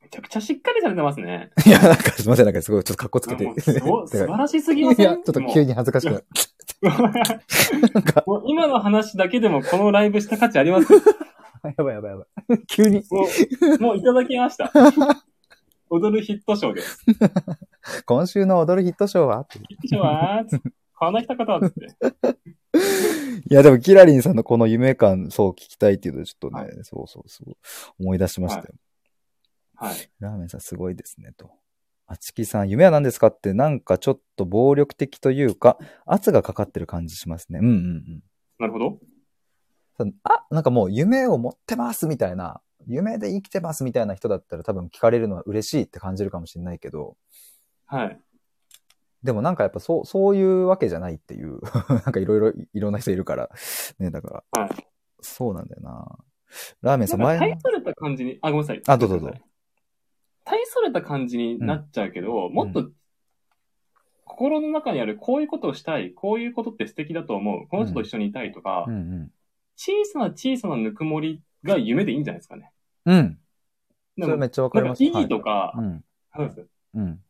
Speaker 2: めちゃくちゃしっかりされてますね。
Speaker 1: いや、なんかすいません、なんかすごいちょっと格好つけて。
Speaker 2: も うすご素晴らしすぎ
Speaker 1: い
Speaker 2: ま
Speaker 1: や、
Speaker 2: せん
Speaker 1: ちょっと急
Speaker 2: に。
Speaker 1: に恥ずかしく なる。
Speaker 2: もう もう今の話だけでもこのライブした価値あり ます。も
Speaker 1: やばいやばいやばい。 急に、
Speaker 2: う、もういただきま した。踊るヒットショーです。
Speaker 1: 今週の踊るヒットショーはって
Speaker 2: ヒットショーは つって買わない人方はつって。
Speaker 1: いや、でも、キラリンさんのこの夢感、そう聞きたいっていうので、ちょっとね、
Speaker 2: は
Speaker 1: そうそうそう、思い出しましたよ。
Speaker 2: はい。
Speaker 1: ラーメンさんすごいですね、と。あちきさん、夢は何ですかって、なんかちょっと暴力的というか、圧がかかってる感じしますね。うんうん
Speaker 2: なるほど。
Speaker 1: うん。あ、なんかもう夢を持ってますみたいな、夢で生きてますみたいな人だったら多分聞かれるのは嬉しいって感じるかもしれないけど、
Speaker 2: はい。
Speaker 1: でもなんかやっぱそう、そういうわけじゃないっていう、 なんかいろいろ、いろんな人いるから、ね、だから、
Speaker 2: はい
Speaker 1: そうなんだよな。ラーメン
Speaker 2: な
Speaker 1: さ
Speaker 2: ん
Speaker 1: ん、
Speaker 2: か
Speaker 1: 前
Speaker 2: 大それた感じに、あ、ごめんなさい。
Speaker 1: あどうぞどうぞ
Speaker 2: 大それた感じになっちゃうけど、もっと、心の中にある、こういうことをしたい、こういうことって素敵だと思う、この人と一緒にいたいとか、
Speaker 1: うんうん。
Speaker 2: 小さな小さなぬくもりが夢でいいんじゃないですかね。
Speaker 1: うん。
Speaker 2: で
Speaker 1: それ
Speaker 2: も
Speaker 1: めっちゃわか
Speaker 2: な
Speaker 1: り
Speaker 2: ん
Speaker 1: ま
Speaker 2: か意
Speaker 1: す。
Speaker 2: 義とか、
Speaker 1: はいうん。
Speaker 2: そうです
Speaker 1: うん。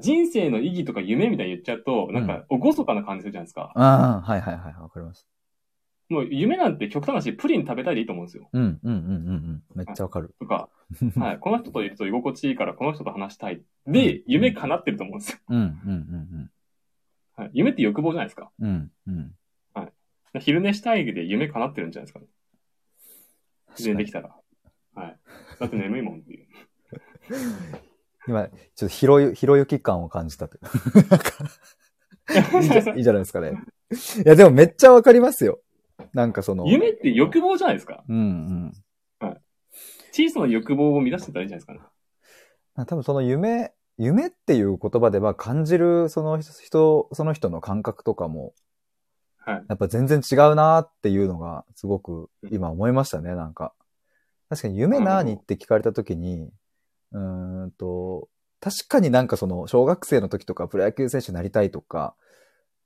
Speaker 2: 人生の意義とか夢みたいに言っちゃうと、なんか、おごそかな感じするじゃないですか。
Speaker 1: ああ、はいはいはい、わかります。
Speaker 2: もう夢なんて極端なし、プリン食べたいでいいと思うんですよ。
Speaker 1: うんうんうんうんうん。めっちゃわかる。
Speaker 2: と か、はい、この人といると居心地いいから、この人と話したい。で、夢叶ってると思うんですよ。
Speaker 1: うんうん
Speaker 2: はい、夢って欲望じゃないですか。
Speaker 1: うんうん。うんうん。
Speaker 2: 昼寝したいで夢叶ってるんじゃないですかね。昼寝できたら。はい。だって眠いも んっていう。
Speaker 1: 今、ちょっとひろゆ、ひろゆき感を感じたというかいいじゃいいじゃないですかね。いや、でもめっちゃわかりますよ。なんかその。
Speaker 2: 夢って欲望じゃないですか。
Speaker 1: うんうん。
Speaker 2: 小さな欲望を満たしてたらいいんじゃないですかね。
Speaker 1: まあ多分その夢、夢っていう言葉では感じるその人、その人の感覚とかも、
Speaker 2: はい。
Speaker 1: やっぱ全然違うなーっていうのが、すごく今思いましたね、なんか。確かに夢何って聞かれた時に、うーんと、確かになんかその、小学生の時とかプロ野球選手になりたいとか、っ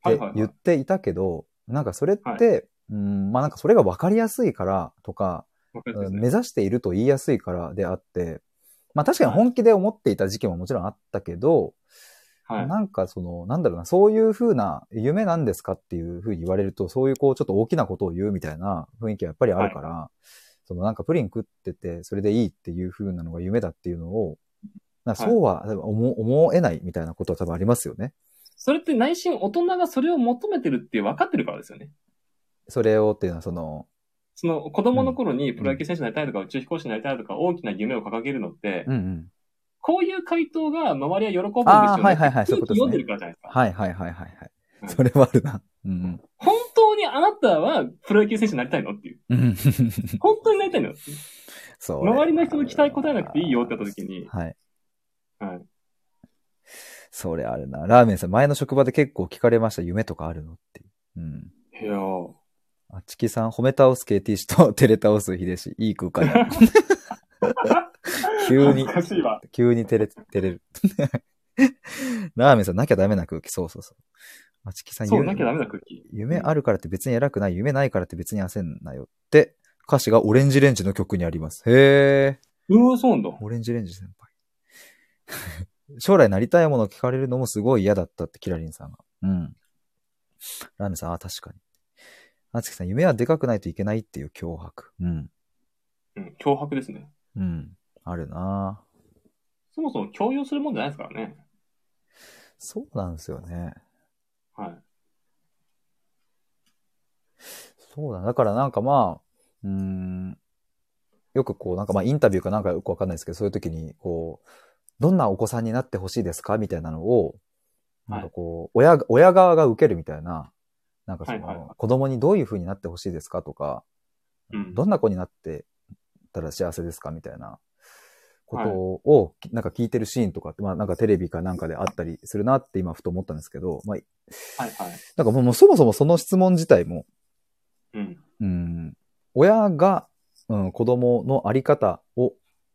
Speaker 2: はい
Speaker 1: て
Speaker 2: はいはい
Speaker 1: 言っていたけど、なんかそれって、うん、まあなんかそれが分かりやすいからとか、
Speaker 2: わかりま
Speaker 1: う
Speaker 2: す
Speaker 1: ん
Speaker 2: ね
Speaker 1: 目指していると言いやすいからであって、まあ確かに本気で思っていた時期ももちろんあったけど、
Speaker 2: はい。
Speaker 1: なんかその、なんだろうな、そういうふうな、夢なんですかっていうふうに言われると、そういうこう、ちょっと大きなことを言うみたいな雰囲気はやっぱりあるから、そのなんかプリン食ってて、それでいいっていうふうなのが夢だっていうのを、なんかそうは多分思,、思えないみたいなことは多分ありますよね。
Speaker 2: それって内心大人がそれを求めてるって分かってるからですよね。
Speaker 1: それをっていうのはその、
Speaker 2: その子供の頃にプロ野球選手になりたいとか宇宙飛行士になりたいとか大きな夢を掲げるのって、
Speaker 1: うんうん。
Speaker 2: こういう回答が周りは喜ぶんですよね。
Speaker 1: あーはいはいはいそういうことですね
Speaker 2: 空気読んでるからじゃないですか。
Speaker 1: はいはいはいはいはい。
Speaker 2: うん
Speaker 1: それはあるな。うん
Speaker 2: 本当にあなたはプロ野球選手になりたいのっていう。
Speaker 1: うん。うん。
Speaker 2: 本当になりたいのっていう
Speaker 1: そう。
Speaker 2: 周りの人の期待答えなくていいよって言った時に、
Speaker 1: はい。
Speaker 2: はい。
Speaker 1: それあるな。ラーメンさん、前の職場で結構聞かれました。夢とかあるのっていう。うん。
Speaker 2: いやー
Speaker 1: あちきさん、褒め倒す KT 氏と照れ倒す秀氏。いい空間 や。急
Speaker 2: 恥
Speaker 1: に
Speaker 2: ず、かしいわ。
Speaker 1: 急に照れ、照れる。ラーメンさん、なきゃダメな空気。そうそうそう。あちきさん、
Speaker 2: そう、
Speaker 1: 夢
Speaker 2: なきゃダメだ、クッキー。
Speaker 1: 夢あるからって別に偉くない。夢ないからって別に焦んなよって、歌詞がオレンジレンジの曲にあります。へー。
Speaker 2: うーん、そうなんだ。
Speaker 1: オレンジレンジ先輩。将来なりたいものを聞かれるのもすごい嫌だったって、キラリンさんが。うん。ラーメンさん、あ、確かに。あつきさん、夢はでかくないといけないっていう脅迫。うん。
Speaker 2: うん、脅迫ですね。
Speaker 1: うん。あるなぁ
Speaker 2: そもそも強要するもんじゃないですからね。
Speaker 1: そうなんですよね。
Speaker 2: はい。
Speaker 1: そうだ。だからなんかまあ、うーん、よくこう、なんかまあインタビューかなんかよくわかんないですけど、そういう時に、こう、どんなお子さんになってほしいですかみたいなのを、
Speaker 2: は
Speaker 1: ないんかこう、親が、親側が受けるみたいな、なんかそ
Speaker 2: はいはいはい
Speaker 1: の、子供にどういう風になってほしいですかとか、
Speaker 2: うん。
Speaker 1: どんな子になってたら幸せですかみたいなことを、なんか聞いてるシーンとかって、まあなんかテレビかなんかであったりするなって今ふと思ったんですけど、まあ、
Speaker 2: はいはい。
Speaker 1: なんかもうもうそもそもその質問自体も、
Speaker 2: うん。
Speaker 1: うん、親が、うん、子供のあり方を、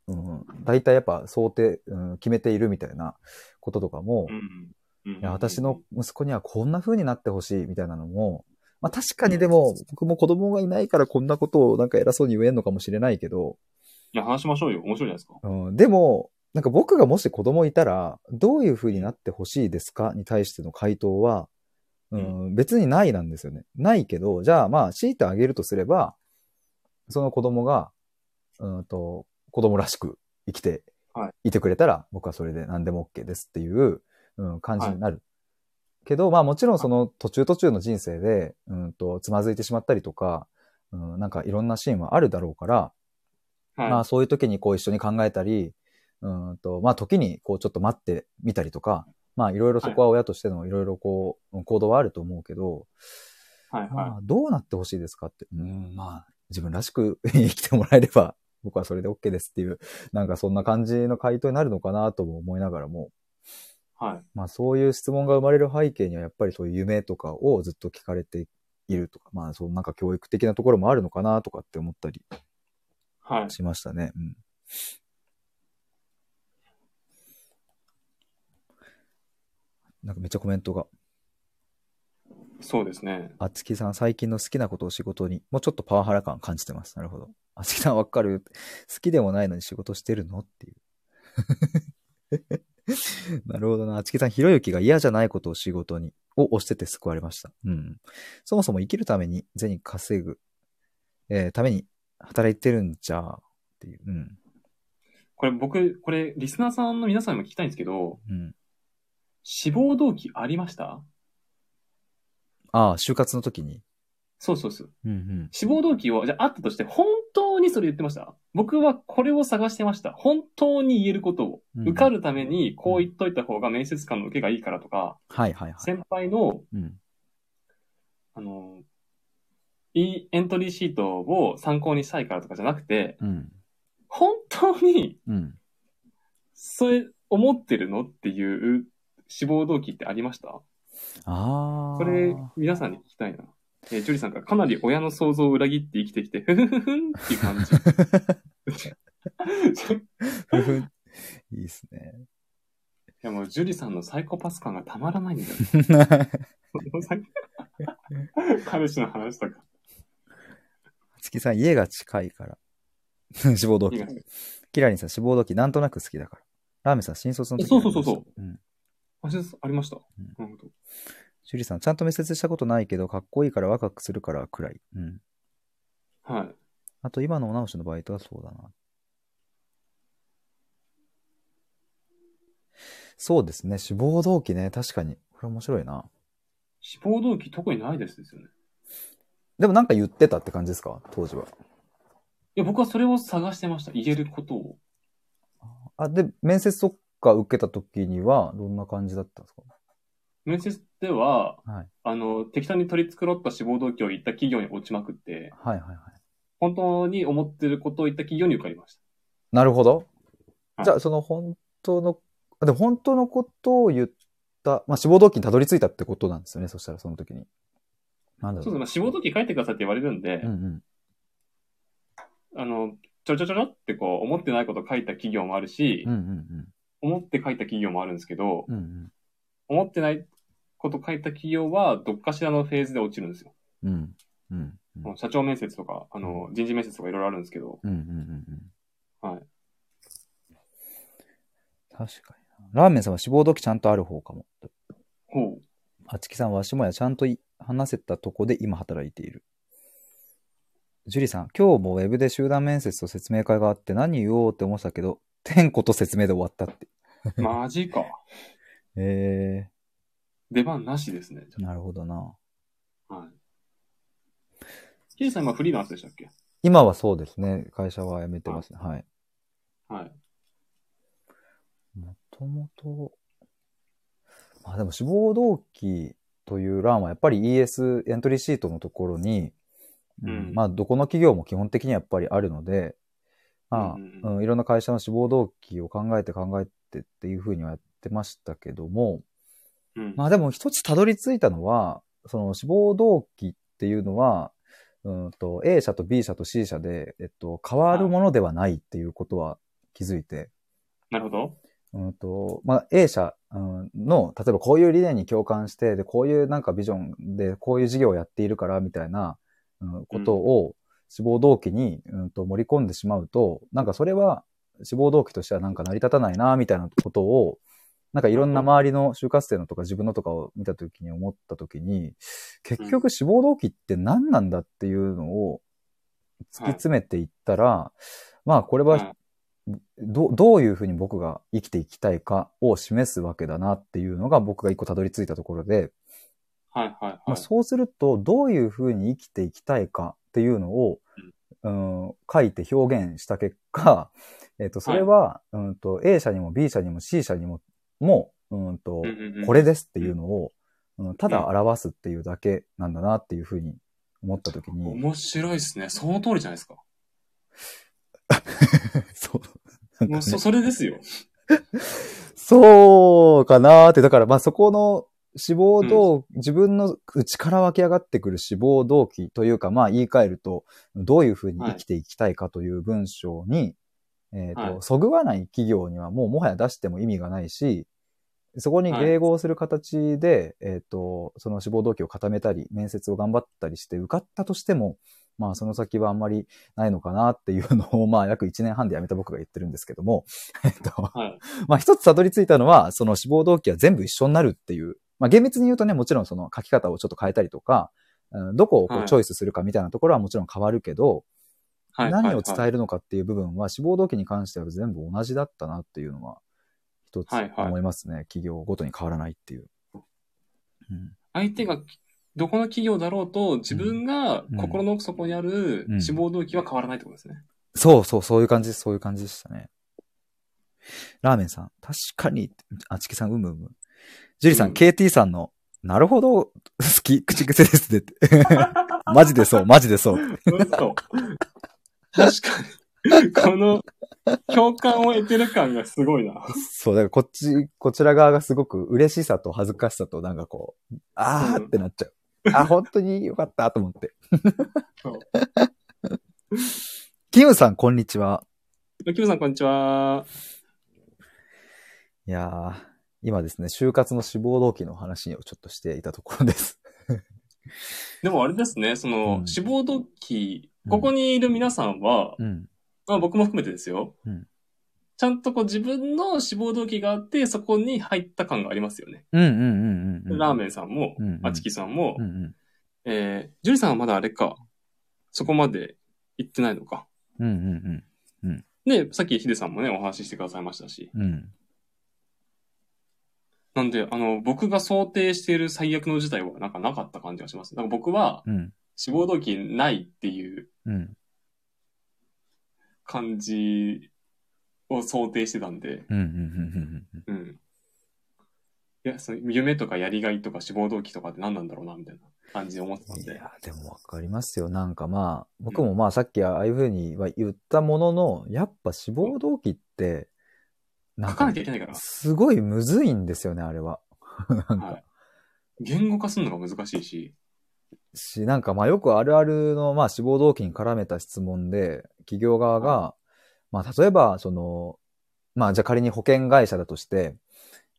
Speaker 1: うん、大体やっぱ想定、うん、決めているみたいなこととかも、
Speaker 2: うん。うん
Speaker 1: いや、私の。息子にはこんな風になってほしいみたいなのも、まあ確かにでも、僕も子供がいないからこんなことをなんか偉そうに言えんのかもしれないけど、
Speaker 2: いや、話しましょうよ。面白いじゃないですか。
Speaker 1: うん、でも、なんか僕がもし子供いたら、どういう風になってほしいですかに対しての回答は、うん、別にないなんですよね。ないけど、じゃあまあ、強いてあげるとすれば、その子供が、うんと、子供らしく生きて
Speaker 2: はい
Speaker 1: てくれたら、僕はそれで何でも OK ですっていう、うん、感じになる。けど、まあもちろんその途中途中の人生で、うんと、つまずいてしまったりとか、うん、なんかいろんなシーンはあるだろうから、
Speaker 2: はい。
Speaker 1: まあそういう時にこう一緒に考えたり、うんと、まあ時にこうちょっと待ってみたりとか、まあいろいろそこは親としてのいろいろこう行動はあると思うけど、
Speaker 2: はい
Speaker 1: ま
Speaker 2: は
Speaker 1: あどうなってほしいですかって、うん、まあ自分らしく生きてもらえれば 僕はそれで OK ですっていう、なんかそんな感じの回答になるのかなとも思いながらも、
Speaker 2: い。はい。
Speaker 1: まあそういう質問が生まれる背景にはやっぱりそういう夢とかをずっと聞かれているとか、まあそうなんか教育的なところもあるのかなとかって思ったり
Speaker 2: はい。
Speaker 1: しましたね。うん。なんかめっちゃコメントが。
Speaker 2: そうですね。
Speaker 1: あつきさん、最近の好きなことを仕事に、もうちょっとパワハラ感感じてます。なるほど。あつきさん、わかる好きでもないのに仕事してるのっていう。 なるほどな。あつきさん、ひろゆきが嫌じゃないことを仕事に、を押してて救われました。うん。そもそも生きるために、銭稼ぐ、えーために働いてるんじゃ、っていう。うん。
Speaker 2: これ僕、これ、リスナーさんの皆さんにも聞きたいんですけど、
Speaker 1: うん。
Speaker 2: 志望動機ありました
Speaker 1: ああ、就活の時に。
Speaker 2: そうそうそう。
Speaker 1: うんうん。
Speaker 2: 志望動機を、じゃああったとして、本当にそれ言ってました僕はこれを探してました。本当に言えることを。
Speaker 1: うん
Speaker 2: 受かるために、こう言っといた方が面接官の受けがいいからとか、
Speaker 1: はいはいはい。
Speaker 2: 先輩の、
Speaker 1: うん。
Speaker 2: あの、いいエントリーシートを参考にしたいからとかじゃなくて、
Speaker 1: うん。
Speaker 2: 本当に、
Speaker 1: うん。
Speaker 2: それ、思ってるのっていう志望動機ってありました
Speaker 1: ああ。
Speaker 2: これ、皆さんに聞きたいな。えージョリさんからかなり親の想像を裏切って生きてきて、ふふふふんっていう感 じ。い
Speaker 1: ふふ いいっすね。
Speaker 2: やもう、ジュリさんのサイコパス感がたまらないん だよ。彼氏の話とか。
Speaker 1: 月さん、家が近いから。 志望動機。キラリンさん、志望動機、なんとなく好きだから。ラーメンさん、新卒の時。
Speaker 2: そうそうそうそう
Speaker 1: うん。
Speaker 2: あそうありました。
Speaker 1: ん
Speaker 2: なるほど。
Speaker 1: シュリさん、ちゃんと面接したことないけど、かっこいいから若くするからくらい。うん。
Speaker 2: はい。
Speaker 1: あと、今のお直しのバイトはそうだな。そうですね。志望動機ね。確かに。これ面白いな。
Speaker 2: 志望動機特にないですですよね。
Speaker 1: でもなんか言ってたって感じですか当時は。
Speaker 2: いや、僕はそれを探してました。言えることを。
Speaker 1: あ、で、面接とか受けた時には、どんな感じだったんですか
Speaker 2: 面接では、
Speaker 1: はい
Speaker 2: あの、適当に取り繕った志望動機を言った企業に落ちまくって、
Speaker 1: はいはいはい。
Speaker 2: 本当に思ってることを言った企業に受かりました。
Speaker 1: なるほど。
Speaker 2: はい
Speaker 1: じゃあ、その本当の、あでも本当のことを言った、まあ、死亡動機にたどり着いたってことなんですよね。そしたら、その時に。なんだろう。
Speaker 2: そうですね。まあ、志望動機書いてくださいって言われるんで、
Speaker 1: うんうん。
Speaker 2: あの、ちょろちょろちょろってこう、思ってないこと書いた企業もあるし、
Speaker 1: うんうん
Speaker 2: 思って書いた企業もあるんですけど、
Speaker 1: うん。うん
Speaker 2: 思ってないこと書いた企業は、どっかしらのフェーズで落ちるんですよ。
Speaker 1: うん。うんうんうん。
Speaker 2: 社長面接とか、あの、人事面接とかいろいろあるんですけど、
Speaker 1: うんうんうんうん。
Speaker 2: はい。
Speaker 1: 確かにな。ラーメンさんは死亡動機ちゃんとある方かも。
Speaker 2: ほう。
Speaker 1: あちきさんはしもやちゃんとい話せたとこで今働いている。ジュリさん、今日もウェブで集団面接と説明会があって何言おうって思ってたけど、天子と説明で終わったって。
Speaker 2: マジか。
Speaker 1: え
Speaker 2: 出番なしですね。
Speaker 1: ー、なるほどな。
Speaker 2: はい。ヒデさん今フリーランスでしたっけ
Speaker 1: 今はそうですね。会社は辞めてますね。はい。
Speaker 2: はい。
Speaker 1: もともと、まあでも志望動機という欄はやっぱり ES エントリーシートのところに、うん
Speaker 2: うん
Speaker 1: まあどこの企業も基本的にやっぱりあるので、まあ、
Speaker 2: う
Speaker 1: うんん
Speaker 2: うん
Speaker 1: いろんな会社の志望動機を考えて考えてっていうふうにはやってましたけども、
Speaker 2: うん。
Speaker 1: まあでも一つたどり着いたのは、その志望動機っていうのは、うんと A 社と B 社と C 社で、えっと、変わるものではないっていうことは気づいて、
Speaker 2: なるほど。
Speaker 1: うんと、まあ、A 社うんの、例えばこういう理念に共感して、で、こういうなんかビジョンで、こういう事業をやっているから、みたいな、うん、ことを志望動機に、うんと盛り込んでしまうと、なんかそれは志望動機としてはなんか成り立たないな、みたいなことを、なんかいろんな周りの就活生のとか自分のとかを見たときに思ったときに、結局志望動機って何なんだっていうのを突き詰めていったら、まあこれは
Speaker 2: うん
Speaker 1: どどういうふうに僕が生きていきたいかを示すわけだなっていうのが僕が一個たどり着いたところで、
Speaker 2: はいはい
Speaker 1: ま
Speaker 2: は
Speaker 1: あ、
Speaker 2: い。
Speaker 1: そうするとどういうふうに生きていきたいかっていうのを、うん、書いて表現した結果、 えっとそれは、うん、と A 社にも B 社にも C 社にもも、うんと
Speaker 2: うんうんうん
Speaker 1: これですっていうのを、うん、ただ表すっていうだけなんだなっていうふうに思ったときに、
Speaker 2: 面白いですね。その通りじゃないですか。
Speaker 1: そう。
Speaker 2: もうそ、それですよ。
Speaker 1: そうかなーって、だからまあそこの志望動、自分の内から湧き上がってくる志望動機というか、まあ言い換えると、どういうふうに生きていきたいかという文章に、えっ、と、
Speaker 2: はい
Speaker 1: そぐわない企業にはもうもはや出しても意味がないし、そこに迎合する形で、えっ、と、その志望動機を固めたり、面接を頑張ったりして受かったとしても、まあその先はあんまりないのかなっていうのを、まあ約1年半で辞めた僕が言ってるんですけども、えっ、と、
Speaker 2: はい。
Speaker 1: まあ一つ辿り着いたのは、その志望動機は全部一緒になるっていう。まあ厳密に言うとね、もちろんその書き方をちょっと変えたりとか、うんどこをこ
Speaker 2: は
Speaker 1: う
Speaker 2: い
Speaker 1: チョイスするかみたいなところはもちろん変わるけど、
Speaker 2: はい。
Speaker 1: 何を伝
Speaker 2: はい
Speaker 1: えるのかっていう部分は志望動機に関しては全部同じだったなっていうのは、一つ
Speaker 2: はいはい
Speaker 1: 思いますね、企業ごとに変わらないっていう。うん
Speaker 2: 相手が、どこの企業だろうと、自分が
Speaker 1: うん
Speaker 2: 心の奥底にある
Speaker 1: うん
Speaker 2: 志望動機は変わらないってことですね。
Speaker 1: そうそう、そういう感じ、そういう感じでしたね。ラーメンさん、確かに、あちきさん、うむうむ。ジュリさん、
Speaker 2: うん
Speaker 1: KT さんの、なるほど、好き、口癖ですねって。 マジでそう、マジでそう。
Speaker 2: そうそう。確かに。この、共感を得てる感がすごいな。
Speaker 1: そう、だからこっち、こちら側がすごく嬉しさと恥ずかしさとなんかこう、あーってなっちゃう。あ、本当によかったと思って
Speaker 2: そう。
Speaker 1: キムさん、こんにちは。
Speaker 2: キムさん、こんにちは。
Speaker 1: いやー、今ですね、就活の志望動機の話をちょっとしていたところです。
Speaker 2: でもあれですね、その、
Speaker 1: うん
Speaker 2: 志望動機
Speaker 1: う、ん
Speaker 2: ここにいる皆さんは、
Speaker 1: うん。
Speaker 2: まあ僕も含めてですよ。
Speaker 1: うん
Speaker 2: ちゃんとこう自分の志望動機があって、そこに入った感がありますよね。
Speaker 1: うんうんうんうんうん。
Speaker 2: ラーメンさんも
Speaker 1: うんうん、
Speaker 2: あちきさんも
Speaker 1: う、んうん。
Speaker 2: えー、ジュリさんはまだあれか、そこまで行ってないのか。
Speaker 1: うんうん
Speaker 2: で、さっきヒデさんもね、お話ししてくださいましたし。
Speaker 1: うん。うん。
Speaker 2: なんで、あの、僕が想定している最悪の事態はなんかなかった感じがします。だから僕は
Speaker 1: うん。
Speaker 2: 志望動機ないっていう
Speaker 1: うん。
Speaker 2: 感じを想定してたんで、
Speaker 1: うん。うん。うん。
Speaker 2: うん。いや、その夢とかやりがいとか志望動機とかって何なんだろうな、みたいな感じで思ってたん
Speaker 1: い
Speaker 2: で。
Speaker 1: や、でもわかりますよ。なんかまあ、僕もまあさっきああいうふうには言ったものの、やっぱ志望動機って、な
Speaker 2: 書
Speaker 1: ん
Speaker 2: か
Speaker 1: か
Speaker 2: なきゃいけないから。
Speaker 1: すごいむずいんですよね、あれは。なん
Speaker 2: は
Speaker 1: か
Speaker 2: い、言語化するのが難しいし。
Speaker 1: し、なんかまあよくあるあるの、まあ志望動機に絡めた質問で、企業側が、まあ例えば、その、まあじゃあ仮に保険会社だとして、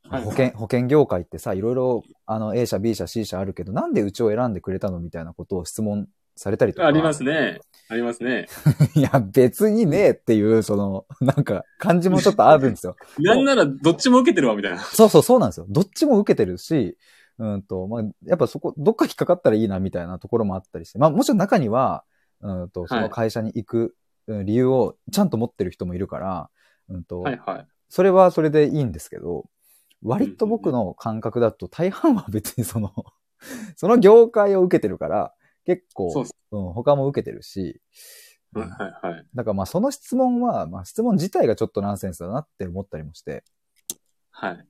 Speaker 2: はい
Speaker 1: 保険、保険業界ってさ、いろいろ、あの、A 社、B 社、C 社あるけど、なんでうちを選んでくれたのみたいなことを質問されたりとか。
Speaker 2: あります。ね。ありますね。
Speaker 1: いや、別にねえっていう、その、なんか、感じもちょっとあるんです よ。
Speaker 2: なんならどっちも受けてるわ、みたいな。
Speaker 1: そうそう、そうなんですよ。どっちも受けてるし、うんと、まあ、やっぱそこ、どっか引っかかったらいいな、みたいなところもあったりして。まあ、もちろん中には、うんと、その会社に行くうん理由をちゃんと持ってる人もいるから、うんと、
Speaker 2: はいはい。
Speaker 1: それはそれでいいんですけど、割と僕の感覚だと大半は別にその、 その業界を受けてるから、結
Speaker 2: そう
Speaker 1: 構
Speaker 2: っす、
Speaker 1: うん、他も受けてるし、
Speaker 2: はいはいはい。
Speaker 1: だからまあその質問は、まあ質問自体がちょっとナンセンスだなって思ったりもして、
Speaker 2: はい。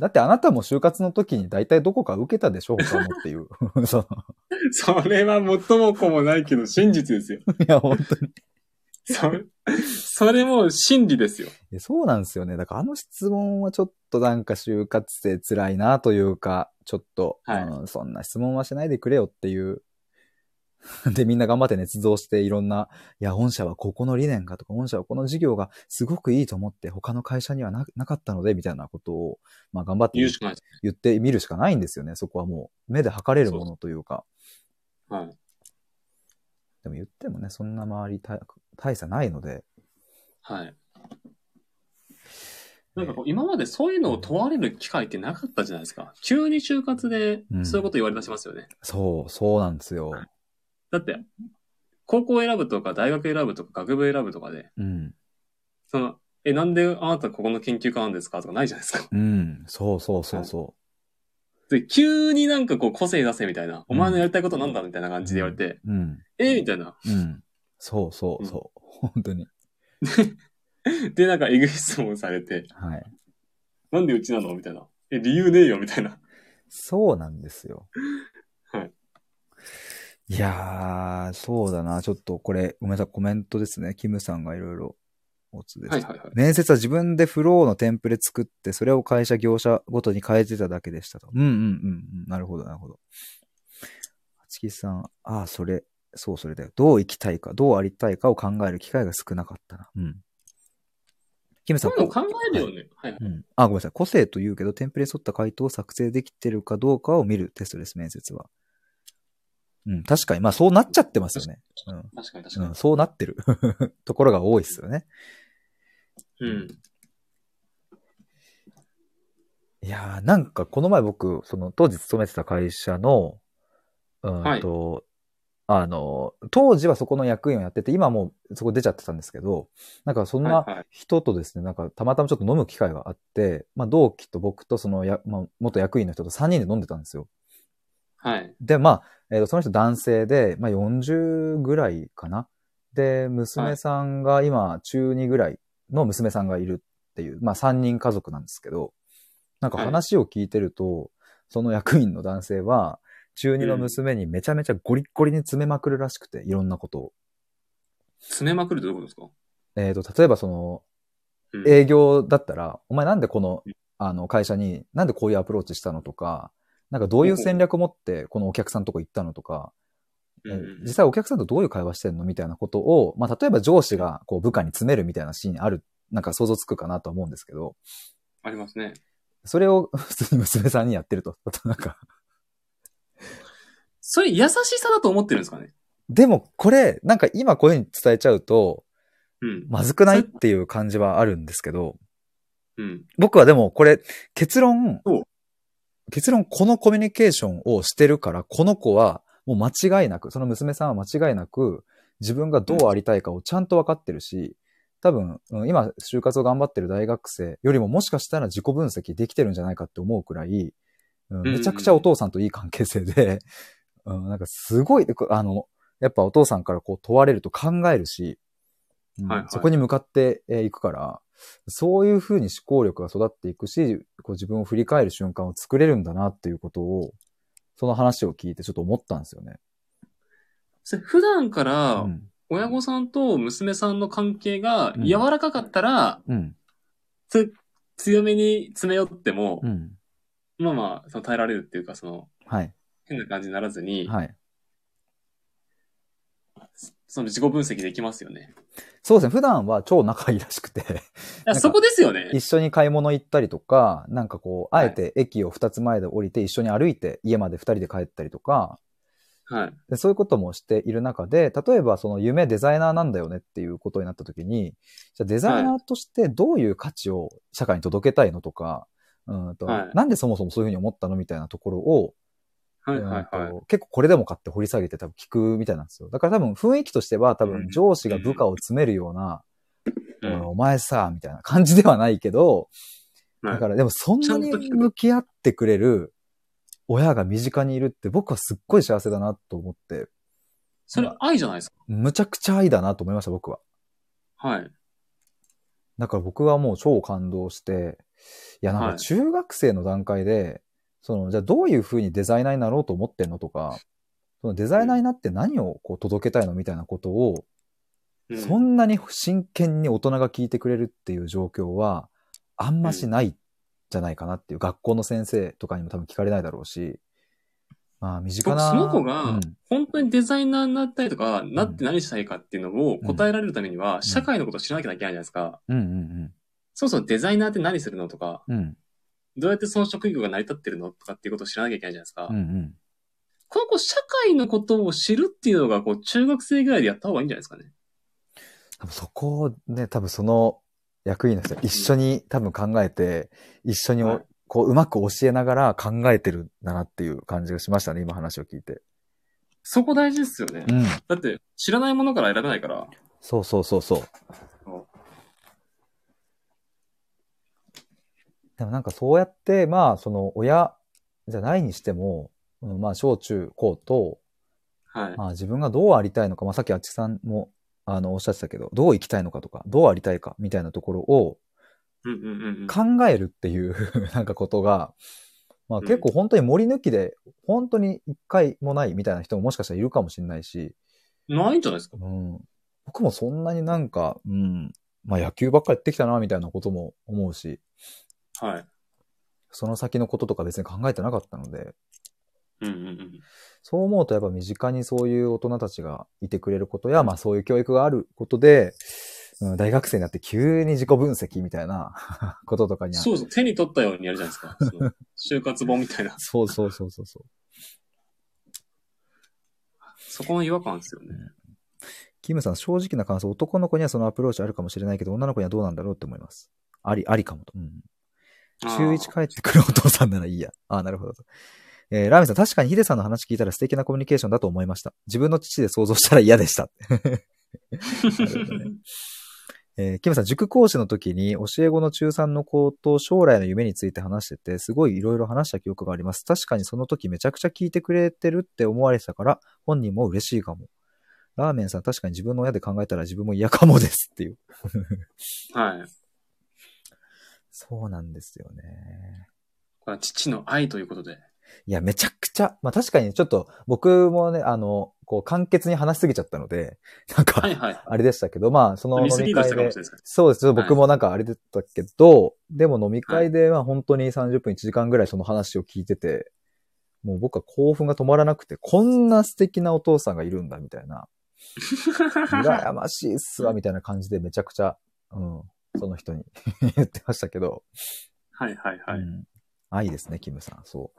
Speaker 1: だってあなたも就活の時に大体どこか受けたでしょうかもっていう。 そ
Speaker 2: それは最も子もないけど、真実ですよ。
Speaker 1: のいや、本当に
Speaker 2: それ、それも真理ですよ。
Speaker 1: いや。そうなんですよね。だからあの質問はちょっとなんか就活生辛いなというか、ちょっと、
Speaker 2: はい
Speaker 1: うんそんな質問はしないでくれよっていう で、みんな頑張って捏造していろんな、いや、御社はここの理念がとか、御社はこの事業がすごくいいと思って、他の会社にはななかったので、みたいなことを、まあ頑張って
Speaker 2: 言うしかないです。
Speaker 1: 言ってみるしかないんですよね。そこはもう、目で測れるものというか。
Speaker 2: はい。
Speaker 1: でも言ってもね、そんな周り大大差ないので。
Speaker 2: はい。なんかこう、今までそういうのを問われる機会ってなかったじゃないですか。急に就活で
Speaker 1: う、ん
Speaker 2: そういうこと言われ出しますよね。
Speaker 1: そう、そうなんですよ。
Speaker 2: だって、高校選ぶとか、大学選ぶとか、学部選ぶとかで、
Speaker 1: うん。
Speaker 2: その、え、なんであなたここの研究家なんですかとかないじゃないですか。
Speaker 1: うん。そうそうそうそ
Speaker 2: で、急になんかこう、個性出せみたいな、お前のやりたいことなんだみたいな感じで言われて、
Speaker 1: う。うん。
Speaker 2: えみたいな。
Speaker 1: うん。そうそうそう。本当に。
Speaker 2: で、なんか、えぐい質問されて、
Speaker 1: はい。
Speaker 2: なんでうちなのみたいな。え、理由ねえよみたいな。
Speaker 1: そうなんですよ。
Speaker 2: はい。
Speaker 1: いやー、そうだな。ちょっとこれ、ごめんなさい、コメントですね。キムさんがいろいろおつです。
Speaker 2: はいはいはい。
Speaker 1: 面接は自分でフローのテンプレ作って、それを会社、業者ごとに変えてただけでしたと。うんうんうんうん。なるほど、なるほど。八木さん、ああ、それ、そうそれだよ。どう生きたいか、どうありたいかを考える機会が少なかったな。うん。キムさ
Speaker 2: そ
Speaker 1: ん、
Speaker 2: ういうの考えるよね。はいはい。
Speaker 1: うん。あ、ごめんなさい。個性と言うけど、テンプレに沿った回答を作成できてるかどうかを見るテストです、面接は。うん、確かに。まあ、そうなっちゃってますよね。うん
Speaker 2: 確かに確
Speaker 1: う
Speaker 2: か
Speaker 1: ん、そうなってる ところが多いですよね。
Speaker 2: に。うん。
Speaker 1: いやー、なんかこの前僕、その当時勤めてた会社の、う
Speaker 2: は
Speaker 1: ーん
Speaker 2: い
Speaker 1: と、あの、当時はそこの役員をやってて、今はもうそこ出ちゃってたんですけど、なんかそんな
Speaker 2: はいはい
Speaker 1: 人とですね、なんかたまたまちょっと飲む機会があって、まあ同期と僕とそのや、まあ、元役員の人と3人で飲んでたんですよ。
Speaker 2: はい。
Speaker 1: で、まあ、えーとその人男性で、まあ、40ぐらいかな。で、娘さんが今、中2ぐらいの娘さんがいるっていう、まあ、3人家族なんですけど、なんか
Speaker 2: はい
Speaker 1: 話を聞いてると、その役員の男性は、中2の娘にめちゃめちゃゴリッゴリに詰めまくるらしくて、いろんなことを。
Speaker 2: 詰めまくるってどういうことですか
Speaker 1: えっ、と、例えばその、
Speaker 2: うん
Speaker 1: 営業だったら、お前なんでこの、あの、会社に、なんでこういうアプローチしたのとか、なんかどういう戦略を持って、このお客さんのとこ行ったのとか、
Speaker 2: うんうん
Speaker 1: 実際お客さんとどういう会話してんのみたいなことを、まあ、例えば上司がこう部下に詰めるみたいなシーンある、なんか想像つくかなとは思うんですけど、
Speaker 2: ありますね。
Speaker 1: それを 普通に娘さんにやってると。あとなんか、
Speaker 2: それ優しさだと思ってるんですかね
Speaker 1: でもこれ、なんか今こういうふうに伝えちゃうと、
Speaker 2: うん。
Speaker 1: まずくないっていう感じはあるんですけど、
Speaker 2: うん。
Speaker 1: 僕はでもこれ、結論
Speaker 2: お、
Speaker 1: 結論このコミュニケーションをしてるから、この子はもう間違いなく、その娘さんは間違いなく、自分がどうありたいかをちゃんと分かってるし、多分、うん今、就活を頑張ってる大学生よりももしかしたら自己分析できてるんじゃないかって思うくらい、うん
Speaker 2: うん
Speaker 1: めちゃくちゃお父さんといい関係性で、うん、なんかすごい、あの、やっぱお父さんからこう問われると考えるし、うん
Speaker 2: はいはい
Speaker 1: そこに向かってえーいくから、そういうふうに思考力が育っていくし、こう自分を振り返る瞬間を作れるんだなっていうことを、その話を聞いてちょっと思ったんですよね。
Speaker 2: それ普段か
Speaker 1: う
Speaker 2: ら、
Speaker 1: ん。
Speaker 2: 親御さんと娘さんの関係が
Speaker 1: うん
Speaker 2: 柔らかかったら、
Speaker 1: うん。
Speaker 2: つ強めに詰め寄っても
Speaker 1: う、ん。
Speaker 2: まあまあ、その耐えられるっていうか、その、
Speaker 1: はい。
Speaker 2: 変な感じにならずに、
Speaker 1: はい。
Speaker 2: その自己分析できますよね。
Speaker 1: そうですね。普段は超仲いいらしくて、
Speaker 2: い
Speaker 1: なん
Speaker 2: や
Speaker 1: か
Speaker 2: そこですよね。
Speaker 1: 一緒に買い物行ったりとか、なんかこう、あ
Speaker 2: はい
Speaker 1: えて駅を二つ前で降りて一緒に歩いて家まで二人で帰ったりとか、
Speaker 2: はい。
Speaker 1: でそういうこともしている中で、例えばその夢デザイナーなんだよねっていうことになった時に、じゃあデザイナーとしてどういう価値を社会に届けたいのとか、うんと
Speaker 2: はい
Speaker 1: なんでそもそもそういうふうに思ったのみたいなところを、
Speaker 2: はいはいは
Speaker 1: う
Speaker 2: い。
Speaker 1: んと結構これでもかって掘り下げて多分聞くみたいなんですよ。だから多分雰囲気としては多
Speaker 2: う
Speaker 1: 分
Speaker 2: ん
Speaker 1: 上司が部下を詰めるような、
Speaker 2: う
Speaker 1: うん
Speaker 2: ん
Speaker 1: お前さ、みたいな感じではないけど、
Speaker 2: はい
Speaker 1: だからでもそんなに
Speaker 2: ちゃんと聞く
Speaker 1: 向き合ってくれる親が身近にいるって僕はすっごい幸せだなと思って、
Speaker 2: それ愛じゃないですか。
Speaker 1: むちゃくちゃ愛だなと思いました、僕は。
Speaker 2: はい。
Speaker 1: だから僕はもう超感動して、いや、なん
Speaker 2: は
Speaker 1: か
Speaker 2: い
Speaker 1: 中学生の段階で、その、じゃあどういう風にデザイナーになろうと思ってんのとか、そのデザイナーになって何をこう届けたいのみたいなことを、
Speaker 2: うん
Speaker 1: そんなに真剣に大人が聞いてくれるっていう状況は、あんましないんじゃないかなっていう、学校の先生とかにも多分聞かれないだろうし、まあ、身近
Speaker 2: 僕
Speaker 1: な。
Speaker 2: その子
Speaker 1: う
Speaker 2: が
Speaker 1: ん、
Speaker 2: 本当にデザイナーになったりとか、なって何したいかっていうのを答えられるためには、社会のことを知らなきゃいけないじゃないですか。
Speaker 1: うんうん
Speaker 2: そもそもデザイナーって何するのとか、
Speaker 1: うん。うん。
Speaker 2: どうやってその職業が成り立ってるのとかっていうことを知らなきゃいけないじゃないですか。
Speaker 1: うんうん。
Speaker 2: この子、社会のことを知るっていうのが、こう、中学生ぐらいでやった方がいいんじゃないですかね。
Speaker 1: 多分そこをね、多分その役員の人一緒に多分考えて、一緒にお
Speaker 2: はい
Speaker 1: こううまく教えながら考えてるんだなっていう感じがしましたね、今話を聞いて。
Speaker 2: そこ大事ですよね。
Speaker 1: うん。
Speaker 2: だって、知らないものから選べないから。
Speaker 1: そうそうそうそう
Speaker 2: そう。
Speaker 1: でもなんかそうやって、まあその親じゃないにしても、うんまあ小中高と、
Speaker 2: はい。
Speaker 1: まあ自分がどうありたいのか、まあさっきあっちさんもあのおっしゃってたけど、どう生きたいのかとか、どうありたいかみたいなところを、
Speaker 2: うんうんうんうん。
Speaker 1: 考えるっていう なんかことが、まあ
Speaker 2: うん
Speaker 1: 結構本当に森抜きで、本当に一回もないみたいな人ももしかしたらいるかもしれないし、
Speaker 2: ないんじゃないですか。
Speaker 1: うん、僕もそんなになんか、うん、まあ野球ばっかやってきたなみたいなことも思うし、
Speaker 2: はい。
Speaker 1: その先のこととか別に考えてなかったので、
Speaker 2: うんうんうん。
Speaker 1: そう思うとやっぱ身近にそういう大人たちがいてくれることや、まあそういう教育があることで、うん、大学生になって急に自己分析みたいな こととかに
Speaker 2: そうそう。手に取ったようにやるじゃないですか。その就活本みたいな。
Speaker 1: そうそうそうそうそう。
Speaker 2: そこの違和感ですよね。
Speaker 1: キムさん、正直な感想、男の子にはそのアプローチあるかもしれないけど、女の子にはどうなんだろうって思います。あり、ありかもと。うん。中1
Speaker 2: あー
Speaker 1: 帰ってくるお父さんならいいや。ああ、なるほどと。えーラーメンさん、確かにヒデさんの話聞いたら素敵なコミュニケーションだと思いました。自分の父で想像したら嫌でした。なるほどねえーキムさん、塾講師の時に教え子の中3の子と将来の夢について話してて、すごいいろいろ話した記憶があります。確かにその時めちゃくちゃ聞いてくれてるって思われてたから、本人も嬉しいかも。ラーメンさん、確かに自分の親で考えたら自分も嫌かもですっていう。
Speaker 2: はい。
Speaker 1: そうなんですよね。
Speaker 2: これは父の愛ということで。
Speaker 1: いや、めちゃくちゃ、まあ確かにちょっと僕もね、あの、こう簡潔に話しすぎちゃったので、なんか、
Speaker 2: はいはい。
Speaker 1: あれでしたけど、まあその
Speaker 2: ミス
Speaker 1: 飲
Speaker 2: リ
Speaker 1: み
Speaker 2: ードし
Speaker 1: 会
Speaker 2: たかも
Speaker 1: で
Speaker 2: しれないで、すか
Speaker 1: そうです、僕もなんかあれだったけど、でも飲み会で、まあ本当に30分1時間ぐらいその話を聞いてて、もう僕は興奮が止まらなくて、こんな素敵なお父さんがいるんだ、みたいな。
Speaker 2: ら。
Speaker 1: 羨ましいっすわ、みたいな感じでめちゃくちゃ、うん、その人に 言ってましたけど、
Speaker 2: はいはいは
Speaker 1: う
Speaker 2: い。
Speaker 1: ん愛ですね、キムさん、そ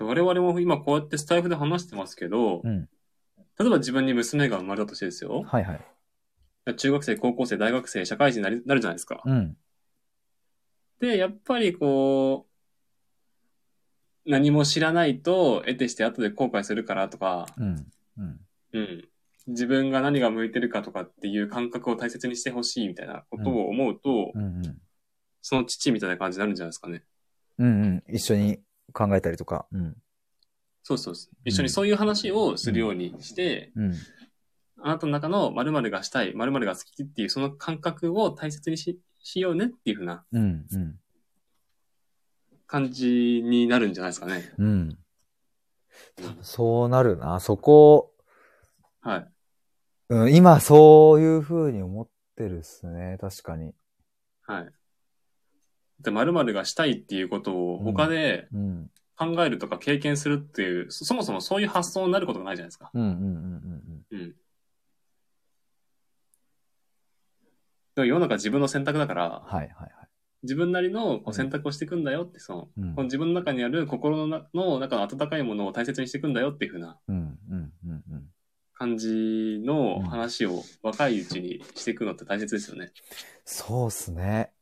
Speaker 2: 我々も今こうやってスタイフで話してますけど
Speaker 1: う。、うん、
Speaker 2: 例えば自分に娘が生まれたとしてですよ。
Speaker 1: はいはい。
Speaker 2: 中学生、高校生、大学生、社会人になりなるじゃないですか。
Speaker 1: うん、
Speaker 2: で、やっぱりこう、何も知らないと、得てして後で後悔するからとか、
Speaker 1: うん、うん。
Speaker 2: うん。自分が何が向いてるかとかっていう感覚を大切にしてほしいみたいなことを思うと、
Speaker 1: うんうん。
Speaker 2: その父みたいな感じになるんじゃないですかね。
Speaker 1: うんうん。一緒に考えたりとか。うん。
Speaker 2: そうそうそう。一緒にそういう話をするようにして、
Speaker 1: うん。
Speaker 2: あなたの中の〇〇がしたい、〇〇が好きっていうその感覚を大切にししようねっていうふうな
Speaker 1: うん。うん。
Speaker 2: 感じになるんじゃないですかね。
Speaker 1: うん。そうなるな。そこ、
Speaker 2: はい。
Speaker 1: うん、今そういう風に思ってるっすね。確かに。
Speaker 2: はい。で、〇〇がしたいっていうことを他で
Speaker 1: うん。
Speaker 2: 考えるとか経験するっていう、そそもそもそういう発想になることがないじゃないですか。
Speaker 1: うんうんうん
Speaker 2: うん。でも世の中自分の選択だか
Speaker 1: うん。
Speaker 2: ら、
Speaker 1: はいはいはい。
Speaker 2: 自分なりのこう選択をしていくんだよって、その、
Speaker 1: うん
Speaker 2: この。自分の中にある心のなの中の温かいものを大切にしていくんだよっていうふうな
Speaker 1: うんうんうんうん。
Speaker 2: 感じの話を若いうちにしていくのって大切ですよね。
Speaker 1: そうっすね。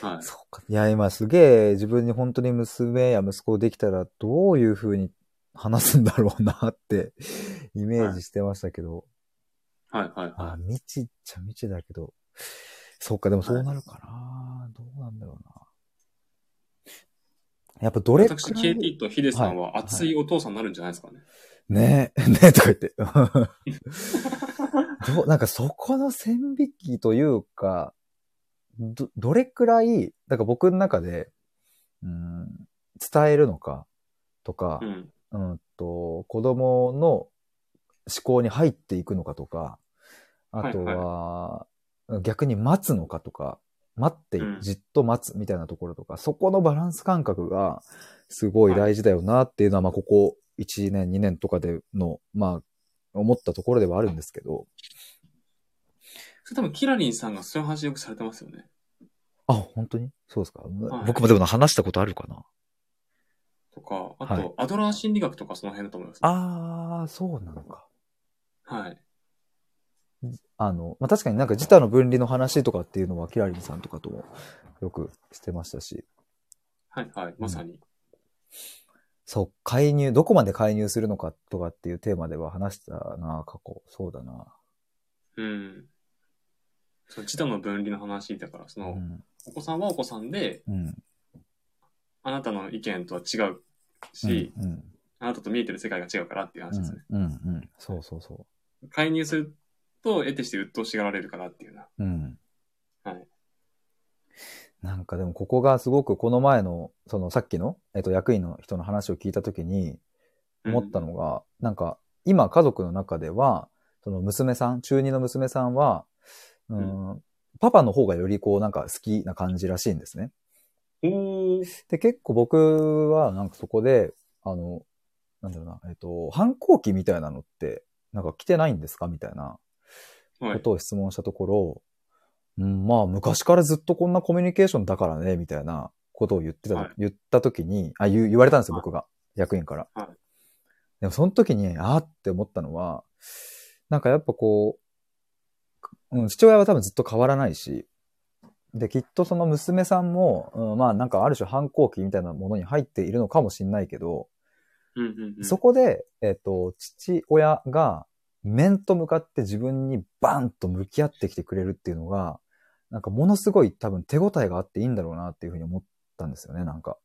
Speaker 2: はい。
Speaker 1: そうか。いや、今すげえ自分に本当に娘や息子できたらどういう風に話すんだろうなってイメージしてましたけど。
Speaker 2: はいはい
Speaker 1: あ
Speaker 2: は、
Speaker 1: 未知っちゃ未知だけど。そっか、でもそうなるかな。どうなんだろうな。やっぱど
Speaker 2: い。
Speaker 1: れく
Speaker 2: 私、
Speaker 1: らい。
Speaker 2: KT とヒデさんは熱いお父さんになるんじゃないですかね。
Speaker 1: ね え、ねえとか言って。どうなんかそこの線引きというか、ど、どれくらい、だから僕の中で、うん、伝えるのか、とか、
Speaker 2: うん。
Speaker 1: うんと、子供の思考に入っていくのかとか、あとは、逆に待つのかとか、待って
Speaker 2: うん、
Speaker 1: じっと待つみたいなところとか、そこのバランス感覚がすごい大事だよなっていうのは、まあ、ここ1年、2年とかでの、まあ、思ったところではあるんですけど、
Speaker 2: それ多分キラリンさんがそういう話よくされてますよね。
Speaker 1: あ、本当にそうですか、
Speaker 2: い
Speaker 1: 僕もでも話したことあるかな
Speaker 2: とか、あと、
Speaker 1: はい
Speaker 2: アドラー心理学とかその辺だと思います、
Speaker 1: あー、そうなのか。
Speaker 2: はい。
Speaker 1: あの、まあ、確かになんか自他の分離の話とかっていうのは、キラリンさんとかともよくしてましたし、
Speaker 2: はいはい、まさに。
Speaker 1: そう、介入、どこまで介入するのかとかっていうテーマでは話したな、過去。そうだな。
Speaker 2: うん。その自他の分離の話だから、そうの、
Speaker 1: ん。
Speaker 2: お子さんはお子さんで、
Speaker 1: うん。
Speaker 2: あなたの意見とは違う
Speaker 1: うん
Speaker 2: し、
Speaker 1: うん。
Speaker 2: あなたと見えてる世界が違うからっていう話ですね。
Speaker 1: うん、うん、うん。そうそうそ
Speaker 2: 介入すると、得てして鬱陶しがられるからっていうな。
Speaker 1: う。うん。
Speaker 2: はい。
Speaker 1: なんかでもここがすごくこの前の、そのさっきの、えっと、役員の人の話を聞いたときに思ったのが、なんか今家族の中では、その娘さん、中二の娘さんは、うん、パパの方がよりこうなんか好きな感じらしいんですね。
Speaker 2: うん。おー。
Speaker 1: で、結構僕は、なんかそこで、あの、なんだろうな、えっと、反抗期みたいなのって、なんか来てないんですかみたいな
Speaker 2: は
Speaker 1: こ
Speaker 2: い。
Speaker 1: とを質問したところ、うん、まあ、昔からずっとこんなコミュニケーションだからね、みたいなことを言ってた、
Speaker 2: はい
Speaker 1: 言った時に、あ、言う言われたんですよ、
Speaker 2: はい
Speaker 1: 僕が。役員から。
Speaker 2: はい
Speaker 1: でも、その時に、あーって思ったのは、なんかやっぱこう、うん、父親は多分ずっと変わらないし、で、きっとその娘さんも、うん、まあなんかある種反抗期みたいなものに入っているのかもしれないけど、
Speaker 2: うんうんうん。
Speaker 1: そこで、えっ、と、父親が面と向かって自分にバンと向き合ってきてくれるっていうのが、なんかものすごい多分手応えがあっていいんだろうなっていうふうに思ったんですよね、なんか。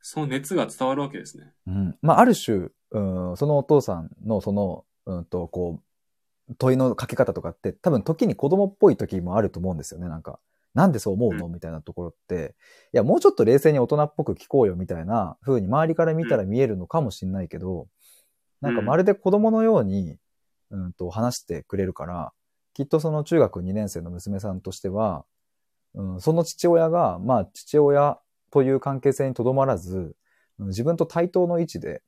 Speaker 2: その熱が伝わるわけですね。
Speaker 1: うん。まあ、ある種、うん、そのお父さんのその、うんと、こう、問いのかけ方とかって多分時に子供っぽい時もあると思うんですよね、なんか。なんでそう思うのみたいなところって、いや、もうちょっと冷静に大人っぽく聞こうよみたいな風に周りから見たら見えるのかもしれないけど、なんかまるで子供のように、うんと話してくれるから、きっとその中学2年生の娘さんとしては、うん、その父親が、まあ父親という関係性にとどまらず、うん自分と対等の位置で、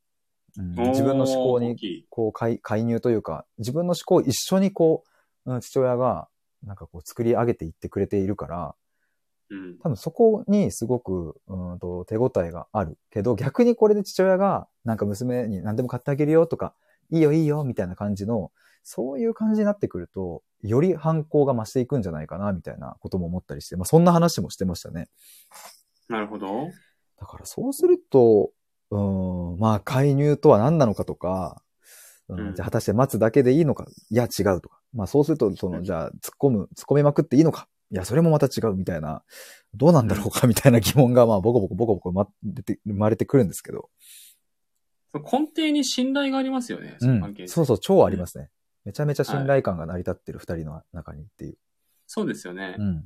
Speaker 1: うん
Speaker 2: おー
Speaker 1: 自分の思考
Speaker 2: 大
Speaker 1: に
Speaker 2: きい
Speaker 1: こう介介入というか、自分の思考を一緒にこう、うん父親がなんかこう作り上げていってくれているから、
Speaker 2: うん。
Speaker 1: 多分そこにすごく、うんと、手応えがあるけど、逆にこれで父親が、なんか娘に何でも買ってあげるよとか、いいよいいよみたいな感じの、そういう感じになってくると、より反抗が増していくんじゃないかな、みたいなことも思ったりして、まあそんな話もしてましたね。
Speaker 2: なるほど。
Speaker 1: だからそうすると、うん、まあ介入とは何なのかとか、う、
Speaker 2: うんん
Speaker 1: じゃあ果たして待つだけでいいのか、いや違うとか、まあそうすると、その、
Speaker 2: うん
Speaker 1: じゃあ突っ込む、突っ込みまくっていいのか、いやそれもまた違うみたいな、どうなんだろうかみたいな疑問が、まあボコボコボコボコま出て生まれてくるんですけど、
Speaker 2: その根底に信頼がありますよね、
Speaker 1: う
Speaker 2: その関
Speaker 1: ん
Speaker 2: 係、性
Speaker 1: そうそう、超ありますね。めちゃめちゃ信頼感が成り立ってる二人の中にっていう。
Speaker 2: そうですよね。
Speaker 1: うん。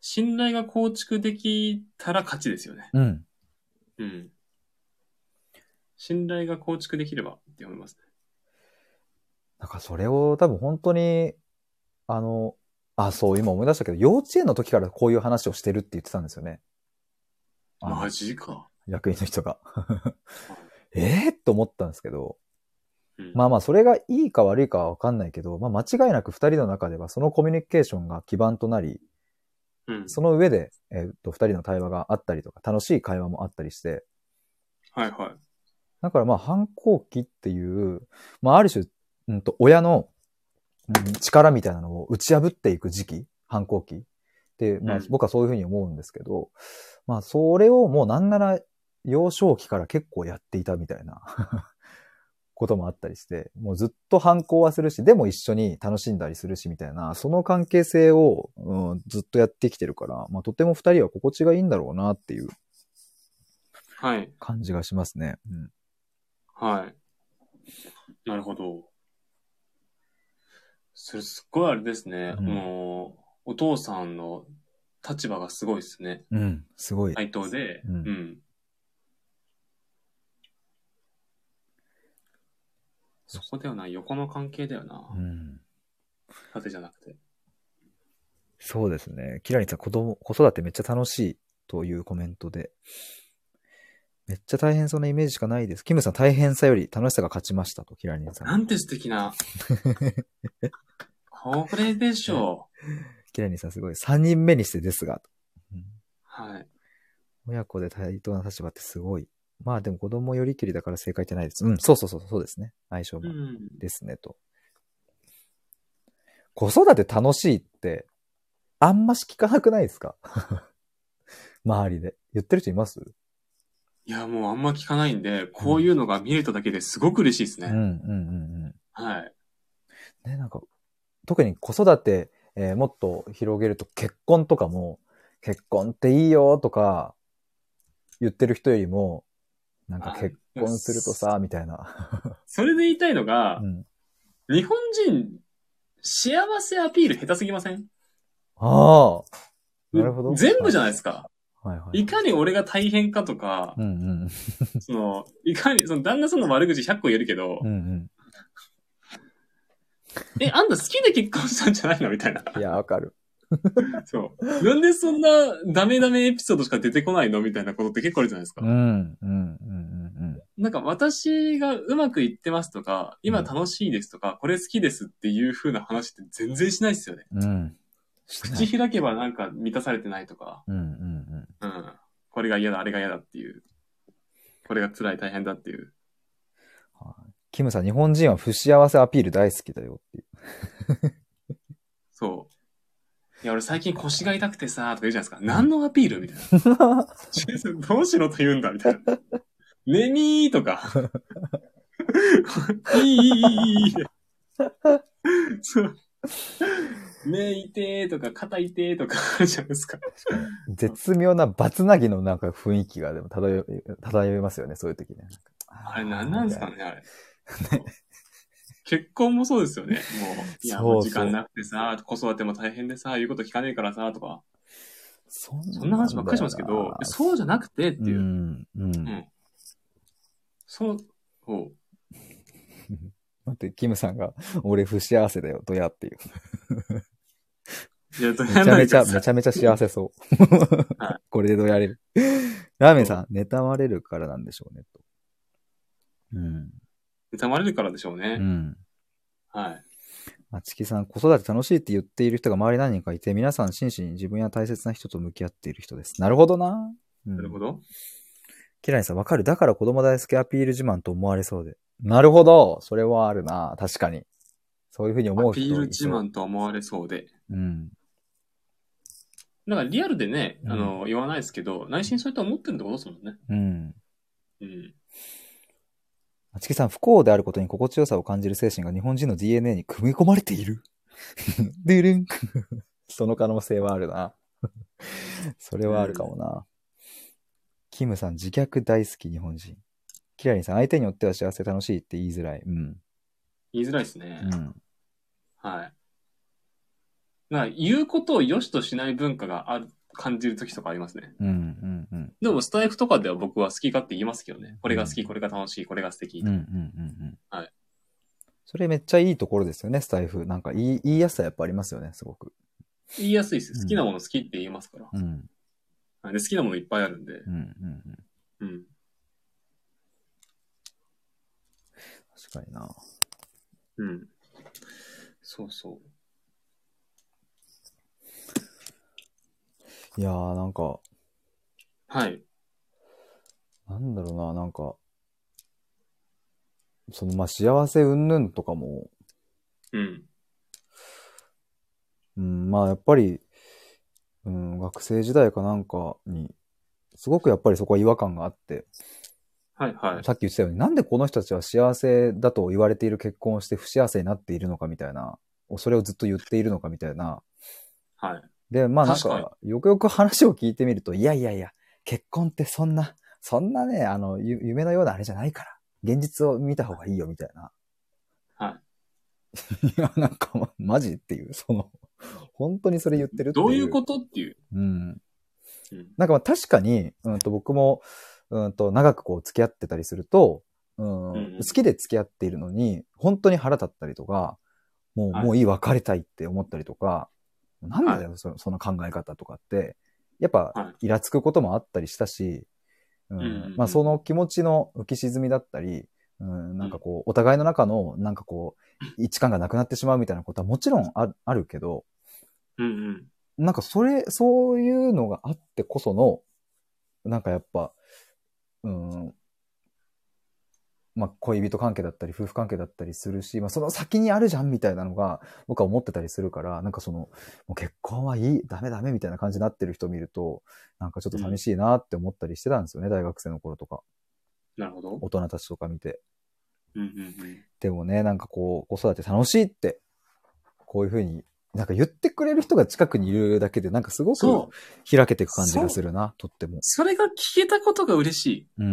Speaker 2: 信頼が構築できたら勝ちですよね。
Speaker 1: うん。
Speaker 2: うん。信頼が構築できればって思いますね。
Speaker 1: なんかそれを多分本当に、あの、あ、そう、今思い出したけど、幼稚園の時からこういう話をしてるって言ってたんですよね。あの
Speaker 2: マジか。
Speaker 1: 役員の人 が。ええと思ったんですけど、
Speaker 2: うん、
Speaker 1: まあまあ、それがいいか悪いかはわかんないけど、まあ間違いなく二人の中ではそのコミュニケーションが基盤となり、
Speaker 2: うん。
Speaker 1: その上で、えっと、二人の対話があったりとか、楽しい会話もあったりして、
Speaker 2: はいはい。
Speaker 1: だからまあ反抗期っていう、まあある種、うんと親の、うん力みたいなのを打ち破っていく時期、反抗期って、まあ
Speaker 2: うん
Speaker 1: 僕はそういうふうに思うんですけど、まあそれをもうなんなら幼少期から結構やっていたみたいな こともあったりして、もうずっと反抗はするし、でも一緒に楽しんだりするしみたいな、その関係性を、うん、ずっとやってきてるから、まあとても二人は心地がいいんだろうなっていう
Speaker 2: はい。
Speaker 1: 感じがしますね。うん
Speaker 2: はい。なるほど。それすっごいあれですね。
Speaker 1: うん
Speaker 2: もう、お父さんの立場がすごいですね。
Speaker 1: うん、すごい。
Speaker 2: 対等で。
Speaker 1: うん
Speaker 2: そこだよな。横の関係だよな
Speaker 1: う。ん
Speaker 2: 縦じゃなくて。
Speaker 1: そうですね。キラリンさん、子供、子育てめっちゃ楽しいというコメントで。めっちゃ大変そうなイメージしかないです。キムさん、大変さより楽しさが勝ちましたと、キラリンさ。
Speaker 2: なんんて素 敵な。これでしょう。
Speaker 1: キラリンさん、すごい。3人目にしてですが。うん
Speaker 2: はい。
Speaker 1: 親子で対等な立場ってすごい。まあでも子供よりきりだから正解じゃないです。うん、そうそうそう、そうですね。相性
Speaker 2: う
Speaker 1: も
Speaker 2: ん。
Speaker 1: ですね、と。子育て楽しいって、あんまし聞かなくないですか 周りで。言ってる人います
Speaker 2: いや、もうあんま聞かないんで、こういうのが見れただけですごく嬉しいで
Speaker 1: う
Speaker 2: すね。
Speaker 1: ん、うん、うん、
Speaker 2: はい。
Speaker 1: うん。ね、なんか、特に子育て、えーもっと広げると結婚とかも、結婚っていいよとか、言ってる人よりも、なんか
Speaker 2: あ
Speaker 1: 結婚するとさ、みたいな。
Speaker 2: それで言いたいのが
Speaker 1: う、ん。
Speaker 2: 日本人、幸せアピール下手すぎません
Speaker 1: ああ。なるほど。
Speaker 2: 全部じゃないですか。
Speaker 1: はいはい。
Speaker 2: いかに俺が大変かとか
Speaker 1: う、んうん。
Speaker 2: その、いかに、その旦那さんの悪口100個言えるけど
Speaker 1: う、ん
Speaker 2: え、あんた好きで結婚したんじゃないのみたいな。
Speaker 1: うん。いや、わかる。
Speaker 2: そう。なんでそんなダメダメエピソードしか出てこないのみたいなことって結構あるじゃないですか
Speaker 1: う。ん、うん、うん、うん、
Speaker 2: なんか私がうまくいってますとか、今
Speaker 1: うん
Speaker 2: 楽しいですとか、これ好きですっていう風な話って全然しないですよね。
Speaker 1: うん。うん。してない
Speaker 2: 口開けばなんか満たされてないとか、
Speaker 1: うん、うん、
Speaker 2: うん。これが嫌だ、あれが嫌だっていう。これが辛い、大変だっていう。
Speaker 1: うん。はいキムさん、日本人は不幸せアピール大好きだよっていう。
Speaker 2: そう。いや、俺最近腰が痛くてさ、とか言うじゃないですか。何のアピールみたいな。どうしろと言うんだみたいな。 ねみーとか。 いい、いい、いい、いい。そう。目痛えとか、肩痛えとかあるじゃないですか。
Speaker 1: 絶妙なバツナギのなんか雰囲気がでも漂い、漂いますよね、そういう時ね。なんか
Speaker 2: あれ何なんですか ね、あれ。結婚もそうですよね。もう、いや、
Speaker 1: そうそう
Speaker 2: もう時間なくてさ、子育ても大変でさ、言うこと聞かねえからさ、とか。
Speaker 1: そん
Speaker 2: そんな話ばっかりしますけど、
Speaker 1: う
Speaker 2: そうじゃなくてって
Speaker 1: う
Speaker 2: いう。
Speaker 1: ん、うん。
Speaker 2: んそう、そう。
Speaker 1: だって、キムさんが、俺不幸せだよ、どやって いう。
Speaker 2: いや、め
Speaker 1: めちゃめちゃ、めちゃめちゃ幸せそう
Speaker 2: はい。
Speaker 1: これでどうやれる。ラーメンさん、妬まれるからなんでしょうね、と。うん。
Speaker 2: 妬まれるからでしょう
Speaker 1: う
Speaker 2: ね。
Speaker 1: ん。
Speaker 2: はい。
Speaker 1: あちきさん、子育て楽しいって言っている人が周り何人かいて、皆さん真摯に自分や大切な人と向き合っている人です。なるほどな。うん
Speaker 2: なるほど。
Speaker 1: キラリさん、わかる。だから子供大好きアピール自慢と思われそうで。なるほど。それはあるな。確かに。そういうふうに思う人
Speaker 2: アピール
Speaker 1: いそ
Speaker 2: 自
Speaker 1: う。
Speaker 2: 慢と思われそうで。
Speaker 1: うん。
Speaker 2: だからリアルでね、
Speaker 1: うん
Speaker 2: あの、言わないですけど、内心そうやって思ってるってことですもんね。
Speaker 1: うん。
Speaker 2: うん。
Speaker 1: あちきさん、不幸であることに心地よさを感じる精神が日本人の DNA に組み込まれている。 でるん。 その可能性はあるな。 それはあるかもな。キムさん、自虐大好き日本人。キラリンさん、相手によっては幸せ楽しいって言いづらい。うん。
Speaker 2: 言いづらいですね。
Speaker 1: うん。
Speaker 2: はい。だから言うことを良しとしない文化がある、感じる時とかありますね。
Speaker 1: うん。うん。うん。
Speaker 2: でも、スタイフとかでは僕は好き勝手言いますけどね。これが好き、これが楽しい、これが素敵
Speaker 1: うん。うんうんうん。
Speaker 2: はい。
Speaker 1: それめっちゃいいところですよね、スタイフ。なんか言い言いやすさやっぱありますよね、すごく。
Speaker 2: 言いやすいで
Speaker 1: うん
Speaker 2: す。好きなもの好きって言いますから。
Speaker 1: うん。うん
Speaker 2: はいで好きなものいっぱいあるんで。
Speaker 1: うんうん。
Speaker 2: うん。
Speaker 1: 確かにな。
Speaker 2: うん。そうそう。
Speaker 1: いやーなんか、
Speaker 2: はい。
Speaker 1: なんだろうな、なんか、そのまあ幸せ云々とかも、
Speaker 2: うん。
Speaker 1: うん、まあやっぱり、うん、学生時代かなんかに、すごくやっぱりそこは違和感があって、
Speaker 2: はいはい。
Speaker 1: さっき言ってたように、なんでこの人たちは幸せだと言われている結婚をして不幸せになっているのかみたいな、それをずっと言っているのかみたいな、
Speaker 2: はい。
Speaker 1: で、まあなん
Speaker 2: 確か
Speaker 1: か、よくよく話を聞いてみると、いやいやいや、結婚ってそんな、そんなね、あの、ゆ夢のようなあれじゃないから、現実を見た方がいいよ、みたいな。。
Speaker 2: は い
Speaker 1: いや、なんか、まマジっていう、その、本当にそれ言ってるっていう。
Speaker 2: どういうことっていう。
Speaker 1: うん。
Speaker 2: うん。
Speaker 1: なんかまあ確かに、うんと僕も、うんと長くこう付き合ってたりすると、うん
Speaker 2: うんうん
Speaker 1: 好きで付き合っているのに、本当に腹立ったりとか、もう、
Speaker 2: はい
Speaker 1: もういい別れたいって思ったりとか、なんだよ、そその考え方とかって、やっ
Speaker 2: は
Speaker 1: ぱ、イラつくこともあったりしたし、うん
Speaker 2: うんうん
Speaker 1: まあ、その気持ちの浮き沈みだったり、うん、なんかこう、お互いの中の、なんかこう、一致感がなくなってしまうみたいなことはもちろんあるあるけど、
Speaker 2: うんうん。
Speaker 1: なんかそれ、そういうのがあってこその、なんかやっぱ、うん、まあ恋人関係だったり夫婦関係だったりするし、まあその先にあるじゃんみたいなのが僕は思ってたりするから、なんかその、もう結婚はいい、ダメダメみたいな感じになってる人見ると、なんかちょっと寂しいなって思ったりしてたんですよね、大学生の頃とか、
Speaker 2: なるほど。
Speaker 1: 大人たちとか見て。
Speaker 2: うんうん
Speaker 1: でもね、なんかこう、子育て楽しいって、こういうふうに、なんか言ってくれる人が近くにいるだけで、なんかすごく
Speaker 2: そう。
Speaker 1: 開けていく感じがするな、とっても。
Speaker 2: それが聞けたことが嬉しい。
Speaker 1: うん、う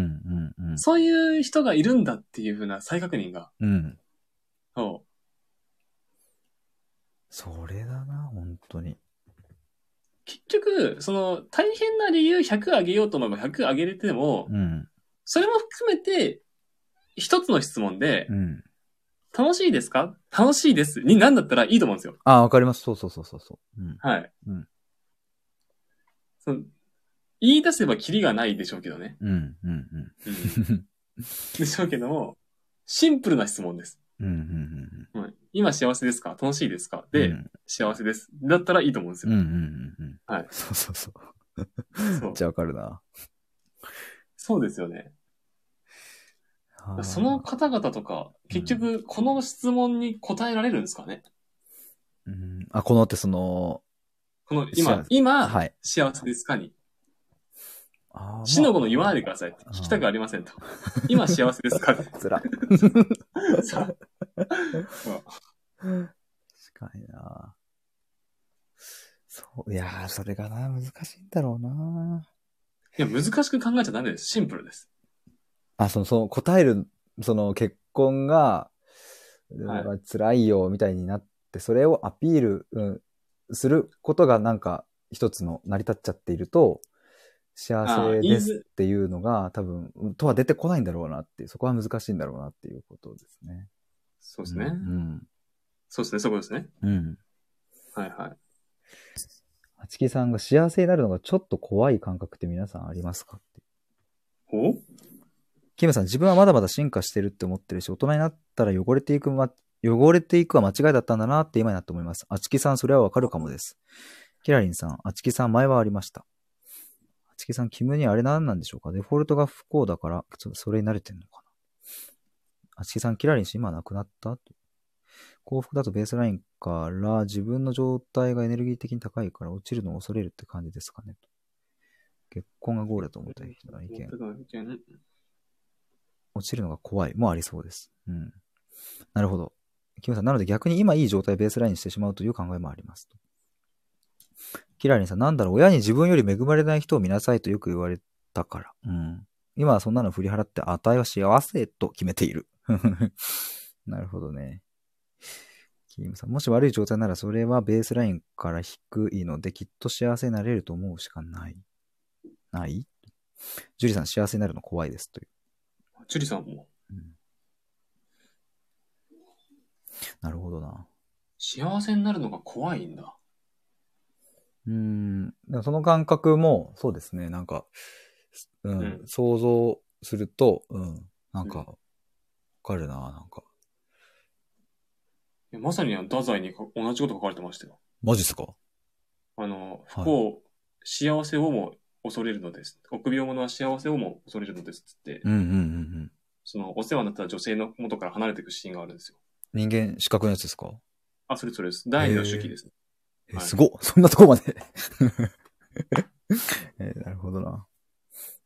Speaker 1: ん、うん。
Speaker 2: そういう人がいるんだっていうふうな再確認が。
Speaker 1: うん。
Speaker 2: そ
Speaker 1: それだな、本当に。
Speaker 2: う。結局、その、大変な理由100あげようと思えば100あげれても、
Speaker 1: うん、
Speaker 2: それも含めて、一つの質問で、
Speaker 1: うん。
Speaker 2: 楽しいですか楽しいです。になんだったらいいと思うんですよ。
Speaker 1: あ、わかります。そうそうそうそうそう。うん。
Speaker 2: はい。
Speaker 1: うん
Speaker 2: その言い出せばキリがないでしょうけどね。
Speaker 1: うん、うん、うん。
Speaker 2: うん でしょうけども、シンプルな質問です。
Speaker 1: うん、うん、うん。
Speaker 2: うん今幸せですか楽しいですかで、
Speaker 1: うん、
Speaker 2: 幸せです。だったらいいと思うんです
Speaker 1: うん、
Speaker 2: よ。
Speaker 1: うん、うん。
Speaker 2: はい。
Speaker 1: そうそうそう。
Speaker 2: そ
Speaker 1: め
Speaker 2: う
Speaker 1: っちゃわかるな。
Speaker 2: そうですよね。
Speaker 1: あー
Speaker 2: その、方々とか、結局、この質問に答えられるんですかね
Speaker 1: うん、あ、このってその、
Speaker 2: この、
Speaker 1: 幸
Speaker 2: 今
Speaker 1: せ、
Speaker 2: 今、
Speaker 1: はい。
Speaker 2: 幸せですかに。
Speaker 1: あ
Speaker 2: 死の子の言わない
Speaker 1: い
Speaker 2: でください。聞きたくありませんと。今幸せですか
Speaker 1: つら。
Speaker 2: そう
Speaker 1: 確かにな。そう、いやー、それがな、難しいんだろうな。
Speaker 2: いや、難しく考えちゃダメです。シンプルです。
Speaker 1: あ、その、その答える、その結婚が、
Speaker 2: はい
Speaker 1: うん辛いよみたいになって、それをアピール、うん、することがなんか一つの成り立っちゃっていると、幸
Speaker 2: あ
Speaker 1: せ
Speaker 2: 言
Speaker 1: で
Speaker 2: い
Speaker 1: す
Speaker 2: ず
Speaker 1: っていうのが多分、とは出てこないんだろうなっていう、そこは難しいんだろうなっていうことですね。
Speaker 2: そうですね。
Speaker 1: うん。
Speaker 2: そうですね、そういうことですね。
Speaker 1: うん。
Speaker 2: はいはい。
Speaker 1: あちきさんが幸せになるのがちょっと怖い感覚って皆さんありますかって
Speaker 2: お
Speaker 1: キムさん、自分はまだまだ進化してるって思ってるし、大人になったら汚れていく、ま、汚れていくは間違いだったんだなって今になって思います。あちきさん、それはわかるかもです。キラリンさん、あちきさん、前はありました。あちきさん、キムにあれ何なんでしょうかデフォルトが不幸だから、そそれに慣れてんのかなあちきさん、キラリン氏、今なくなったと幸福だとベースラインから自分の状態がエネルギー的に高いから落ちるのを恐れるって感じですかねと結婚がゴールだと思った人の意見。落ちるのが怖いもありそうです。うん。なるほど。キムさん、なので逆に今いい状態をベースラインにしてしまうという考えもありますと。キラリンさん、なんだろう、親に自分より恵まれない人を見なさいとよく言われたから。うん。今はそんなの振り払って、値は幸せと決めている。 なるほどね。キムさん、もし悪い状態ならそれはベースラインから低いので、きっと幸せになれると思うしかない。ないジュリさん、幸せになるの怖いですという。
Speaker 2: ジュリさんも、
Speaker 1: うんなるほどな。
Speaker 2: 幸せになるのが怖いんだ。
Speaker 1: うん。でもその感覚も、そうですね、なんか、うん、
Speaker 2: うん
Speaker 1: 想像すると、うん、なんか、
Speaker 2: う
Speaker 1: わ
Speaker 2: ん、
Speaker 1: かるな、なんか。
Speaker 2: いやまさにあの太宰にか同じこと書かれてましたよ。
Speaker 1: マジっすか
Speaker 2: あの、
Speaker 1: はい
Speaker 2: 不幸、幸せをも恐れるのです。臆病者は幸せをも恐れるのですっつって、
Speaker 1: うんうんうんうん。
Speaker 2: その、お世話になった女性の元から離れていくシーンがあるんですよ。
Speaker 1: 人間四角のやつですか
Speaker 2: あ、それそれです。第二の主義ですね。
Speaker 1: え、
Speaker 2: はい
Speaker 1: すごっ そんなとこまでえーなるほどな。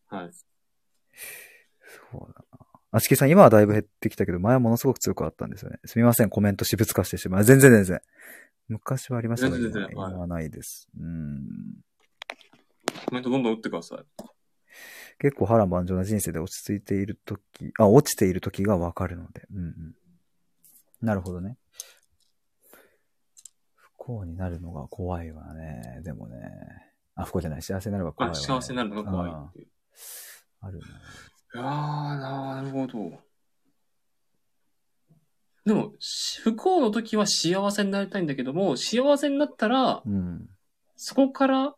Speaker 2: はい。
Speaker 1: そうだな。あちきさん、今はだいぶ減ってきたけど、前はものすごく強くあったんですよね。すみません、コメント私物化してしまう。全然全然。昔はありましたけど、
Speaker 2: 全然
Speaker 1: 今
Speaker 2: 全然はい
Speaker 1: はないです。うん。
Speaker 2: コメントどんどん打ってください。
Speaker 1: 結構波乱万丈な人生で落ち着いているとき、あ、落ちているときがわかるので。うんうん。なるほどね。不幸になるのが怖いわね。でもね。あ、不幸じゃない。幸せになるのが怖い
Speaker 2: あ、
Speaker 1: わ、ね。
Speaker 2: 幸せになるのが怖いっていう。
Speaker 1: あるな。
Speaker 2: いやー、なるほど。でも、し不幸の時は幸せになりたいんだけども、幸せになったら、
Speaker 1: うん。
Speaker 2: そこから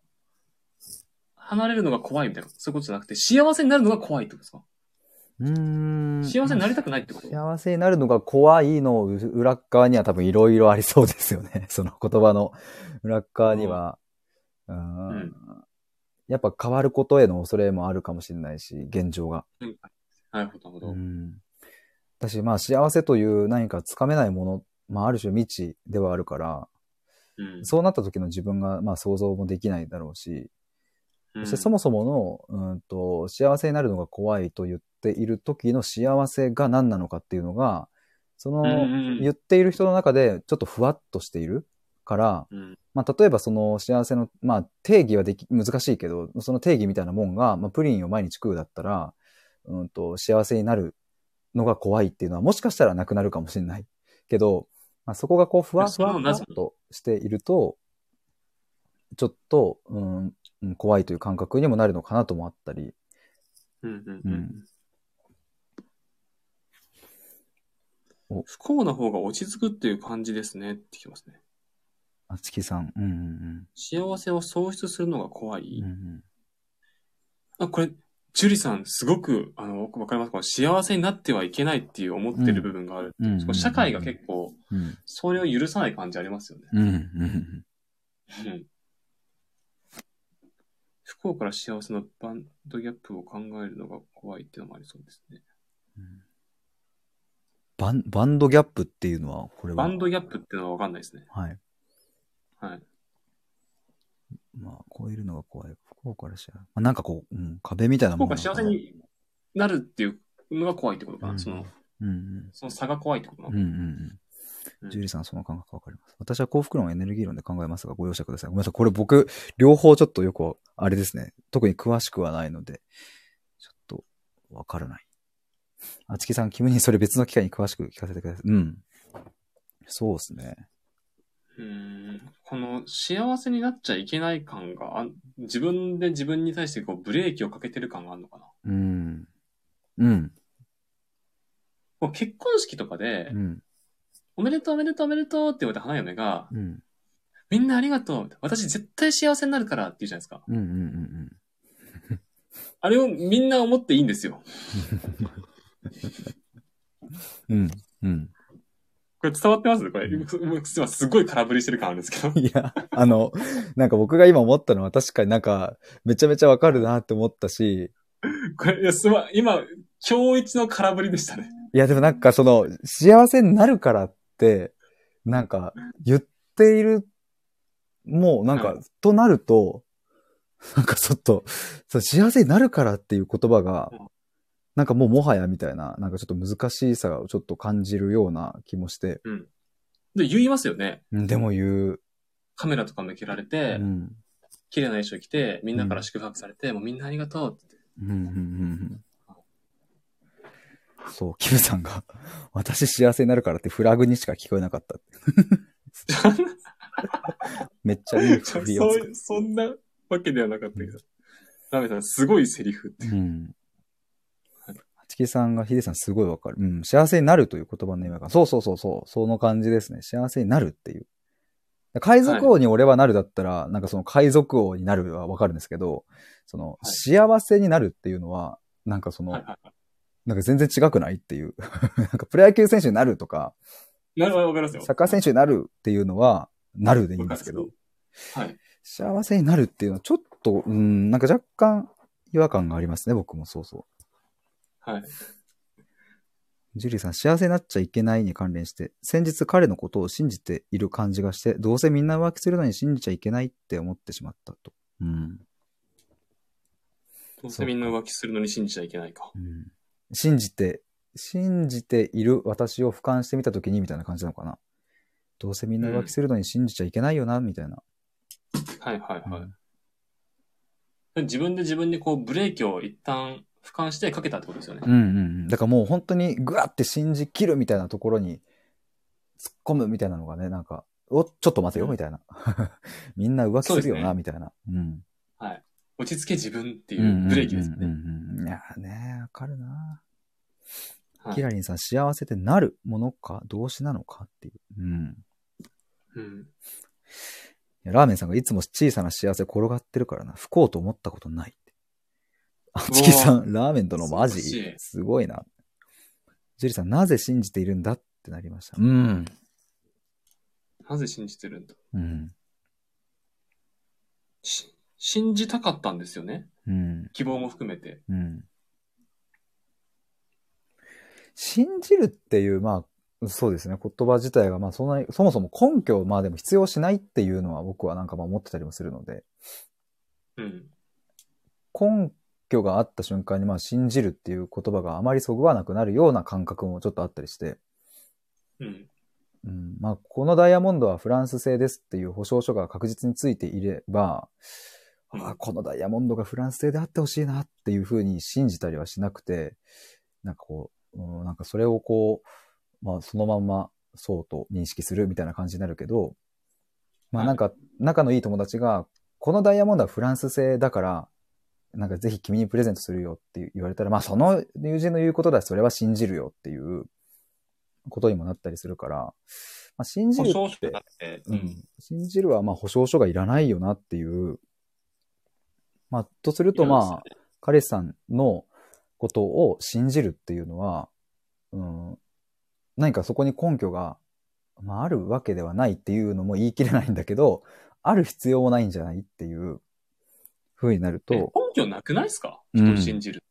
Speaker 2: 離れるのが怖いみたいな、そういうことじゃなくて、幸せになるのが怖いってことですか
Speaker 1: うーん。
Speaker 2: 幸せになりたくないってこと
Speaker 1: 幸せになるのが怖いの裏っ側には多分いろいろありそうですよね。 その言葉の裏っ側には。うーん
Speaker 2: うん
Speaker 1: やっぱ変わることへの恐れもあるかもしれないし、現状が。
Speaker 2: なるほど、なるほど。
Speaker 1: うん。だし、まあ幸せという何かつかめないもの、まあある種未知ではあるから、
Speaker 2: うん。
Speaker 1: そうなった時の自分がまあ想像もできないだろうし、
Speaker 2: う
Speaker 1: そ
Speaker 2: ん
Speaker 1: してそもそもの、うんと、幸せになるのが怖いと言っている時の幸せが何なのかっていうのが、その、
Speaker 2: うんうん
Speaker 1: 言っている人の中でちょっとふわっとしているから、
Speaker 2: うん。
Speaker 1: まあ、例えばその幸せの、まあ、定義はでき、難しいけど、その定義みたいなもんが、まあ、プリンを毎日食うだったら、うんと、幸せになるのが怖いっていうのは、もしかしたらなくなるかもしれないけど、まあ、そこがこう、ふわふ
Speaker 2: それ
Speaker 1: わ
Speaker 2: は
Speaker 1: ふ
Speaker 2: な
Speaker 1: わ
Speaker 2: ぜ
Speaker 1: っとしていると、ちょっと、うん、うん怖いという感覚にもなるのかなともあったり、
Speaker 2: うん。うん
Speaker 1: う
Speaker 2: うんん。
Speaker 1: お
Speaker 2: 不幸な方が落ち着くっていう感じですねってきますね。
Speaker 1: あつきさん。うんうん
Speaker 2: 幸せを喪失するのが怖
Speaker 1: う
Speaker 2: い。
Speaker 1: ん。うんうん
Speaker 2: あ、これ、ジュリさん、すごく、あの、わかりますこの幸せになってはいけないっていう思ってる部分がある。
Speaker 1: うんうんうんうん
Speaker 2: 社会が結構、
Speaker 1: うん。
Speaker 2: それを許さない感じありますよね。
Speaker 1: うんうん。
Speaker 2: うん不幸から幸せのバンドギャップを考えるのが怖いっていうのもありそうですね。
Speaker 1: バン、バンドギャップっていうのは、これは。
Speaker 2: バンドギャップっていうのはわかんないですね。
Speaker 1: はい。
Speaker 2: はい。
Speaker 1: まあ、超えるのが怖い。不幸から幸せ。まあ、なんかこう、うん、壁みたいな
Speaker 2: 不
Speaker 1: も
Speaker 2: 幸
Speaker 1: んな
Speaker 2: か
Speaker 1: のか
Speaker 2: ら
Speaker 1: な
Speaker 2: 幸せ。になるっていうのが怖いってことかな。
Speaker 1: うん
Speaker 2: その、
Speaker 1: うんうん。
Speaker 2: その差が怖いってことな
Speaker 1: うんう
Speaker 2: の
Speaker 1: ん
Speaker 2: か
Speaker 1: う。
Speaker 2: うんん
Speaker 1: ジュリーさん、その感覚わかります。私は幸福論をエネルギー論で考えますが、ご容赦ください。ごめんなさい。これ僕、両方ちょっとよく、あれですね。特に詳しくはないので、ちょっと、わからない。あつきさん、君にそれ別の機会に詳しく聞かせてください。うん。そうですね。
Speaker 2: うーんこの幸せになっちゃいけない感があん、自分で自分に対してこうブレーキをかけてる感があるのかな。
Speaker 1: うん。うん。
Speaker 2: もう結婚式とかで、
Speaker 1: うん。
Speaker 2: おめでとうおめでとうおめでとうって言われた花嫁が、
Speaker 1: うん。
Speaker 2: みんなありがとう私絶対幸せになるからって言うじゃないですか。
Speaker 1: うん。うん。うん。
Speaker 2: あれをみんな思っていいんですよ。
Speaker 1: うん。うん。
Speaker 2: これ伝わってますこれ。もうすいませんすごい空振りしてる感あるんですけど。
Speaker 1: いや、あの、なんか僕が今思ったのは確かになんか、めちゃめちゃわかるなって思ったし、
Speaker 2: これ、いや、すま、今、今日一の空振りでしたね。
Speaker 1: いやでもなんかその、幸せになるからって、なんか、言っている、もうなんか
Speaker 2: う、
Speaker 1: となると、なんかちょっと、そう幸せになるからっていう言葉が
Speaker 2: うん、
Speaker 1: なんかもうもはやみたいな、なんかちょっと難しさをちょっと感じるような気もして、
Speaker 2: で、言いますよね。
Speaker 1: うんでも言う。
Speaker 2: カメラとか向けられ
Speaker 1: う
Speaker 2: て、
Speaker 1: ん。
Speaker 2: 綺麗な衣装着て、みんなから祝福されて、もうみんなありがとうって。
Speaker 1: うんうんうんうんそう、キムさんが、 私幸せになるからってフラグにしか聞こえなかったって。めっちゃいい振
Speaker 2: そう
Speaker 1: りを作る。
Speaker 2: そんなわけではなかったけど。ラメさん、すごいセリフって。
Speaker 1: うん。八木さんが、ヒデさんすごいわかる。うん、幸せになるという言葉の意味が。そうそうそうそう、その感じですね。幸せになるっていう。海賊王に俺はなるだったら、なんかその海賊王になるはわかるんですけど、その、
Speaker 2: い
Speaker 1: 幸せになるっていうのは、なんかその、
Speaker 2: はいは
Speaker 1: なんか全然違くないっていう。 なんかプロ野球選手になるとか、
Speaker 2: い。なるほど、わかりますよ。
Speaker 1: サッカー選手になるっていうのは、なるでいいんですけど、
Speaker 2: はい。
Speaker 1: 幸せになるっていうのはちょっと、うん、なんか若干違和感がありますね、僕もそうそ
Speaker 2: はい。
Speaker 1: う。ジュリーさん、幸せになっちゃいけないに関連して、先日彼のことを信じている感じがして、どうせみんな浮気するのに信じちゃいけないって思ってしまったと。うん。
Speaker 2: どうせみんな浮気するのに信じちゃいけないか。
Speaker 1: うん、信じて、信じている私を俯瞰してみたときに、みたいな感じなのかな。どうせみんな浮気するのに信じちゃいけないよな、みたいな。
Speaker 2: はいはいは
Speaker 1: う
Speaker 2: い
Speaker 1: ん。
Speaker 2: 自分で自分にこうブレーキを一旦俯瞰してかけたってことですよね。
Speaker 1: うんうんうん。だからもう本当にグワって信じ切るみたいなところに突っ込むみたいなのがね、なんか、お、ちょっと待てよ、
Speaker 2: うん
Speaker 1: みたいな。 みんな浮気するよ
Speaker 2: そうです
Speaker 1: な、みたいな。うん。
Speaker 2: 落ち着け自分って
Speaker 1: う
Speaker 2: い
Speaker 1: んうんうん
Speaker 2: うブレーキですよ
Speaker 1: うん
Speaker 2: ね。
Speaker 1: うんうんいやーね、わかるな
Speaker 2: はい
Speaker 1: キラリンさん、幸せってなるものか、動詞なのかっていう。うん。
Speaker 2: うん。
Speaker 1: いやラーメンさんがいつも小さな幸せ転がってるからな、不幸と思ったことないって。あちきさん、ラーメンとのマジ
Speaker 2: 素晴らしい
Speaker 1: すごいな。ジュリさん、なぜ信じているんだってなりました。うん。
Speaker 2: なぜ信じてるんだ
Speaker 1: うん。
Speaker 2: し信じたかったんですよね。
Speaker 1: うん。
Speaker 2: 希望も含めて。
Speaker 1: うん。信じるっていう、まあ、そうですね。言葉自体が、まあ、そんなに、そもそも根拠を、まあでも必要しないっていうのは僕はなんかまあ思ってたりもするので、
Speaker 2: うん。
Speaker 1: 根拠があった瞬間に、まあ、信じるっていう言葉があまりそぐわなくなるような感覚もちょっとあったりして、
Speaker 2: うん。
Speaker 1: うん、まあ、このダイヤモンドはフランス製ですっていう保証書が確実についていれば、
Speaker 2: うん
Speaker 1: ああこのダイヤモンドがフランス製であってほしいなっていうふうに信じたりはしなくて、なんかこう、うん、なんかそれをこう、まあ、そのまんまそうと認識するみたいな感じになるけど、まあ
Speaker 2: はい
Speaker 1: なんか、仲のいい友達が、このダイヤモンドはフランス製だから、なんかぜひ君にプレゼントするよって言われたら、まあその友人の言うことだし、それは信じるよっていうことにもなったりするから、まあ信じ
Speaker 2: 保
Speaker 1: る
Speaker 2: 証
Speaker 1: っ
Speaker 2: 書
Speaker 1: て
Speaker 2: な、くて。
Speaker 1: う。ん、信じるはまあ保証書がいらないよなっていう、まあとすると
Speaker 2: いら
Speaker 1: ま
Speaker 2: な
Speaker 1: あ、彼氏さんのことを信じるっていうのは、うん、何かそこに根拠が、まあ、あるわけではないっていうのも言い切れないんだけど、ある必要もないんじゃないっていう風になる
Speaker 2: え根
Speaker 1: と、
Speaker 2: 拠なくないですか
Speaker 1: うん
Speaker 2: 人を信じる。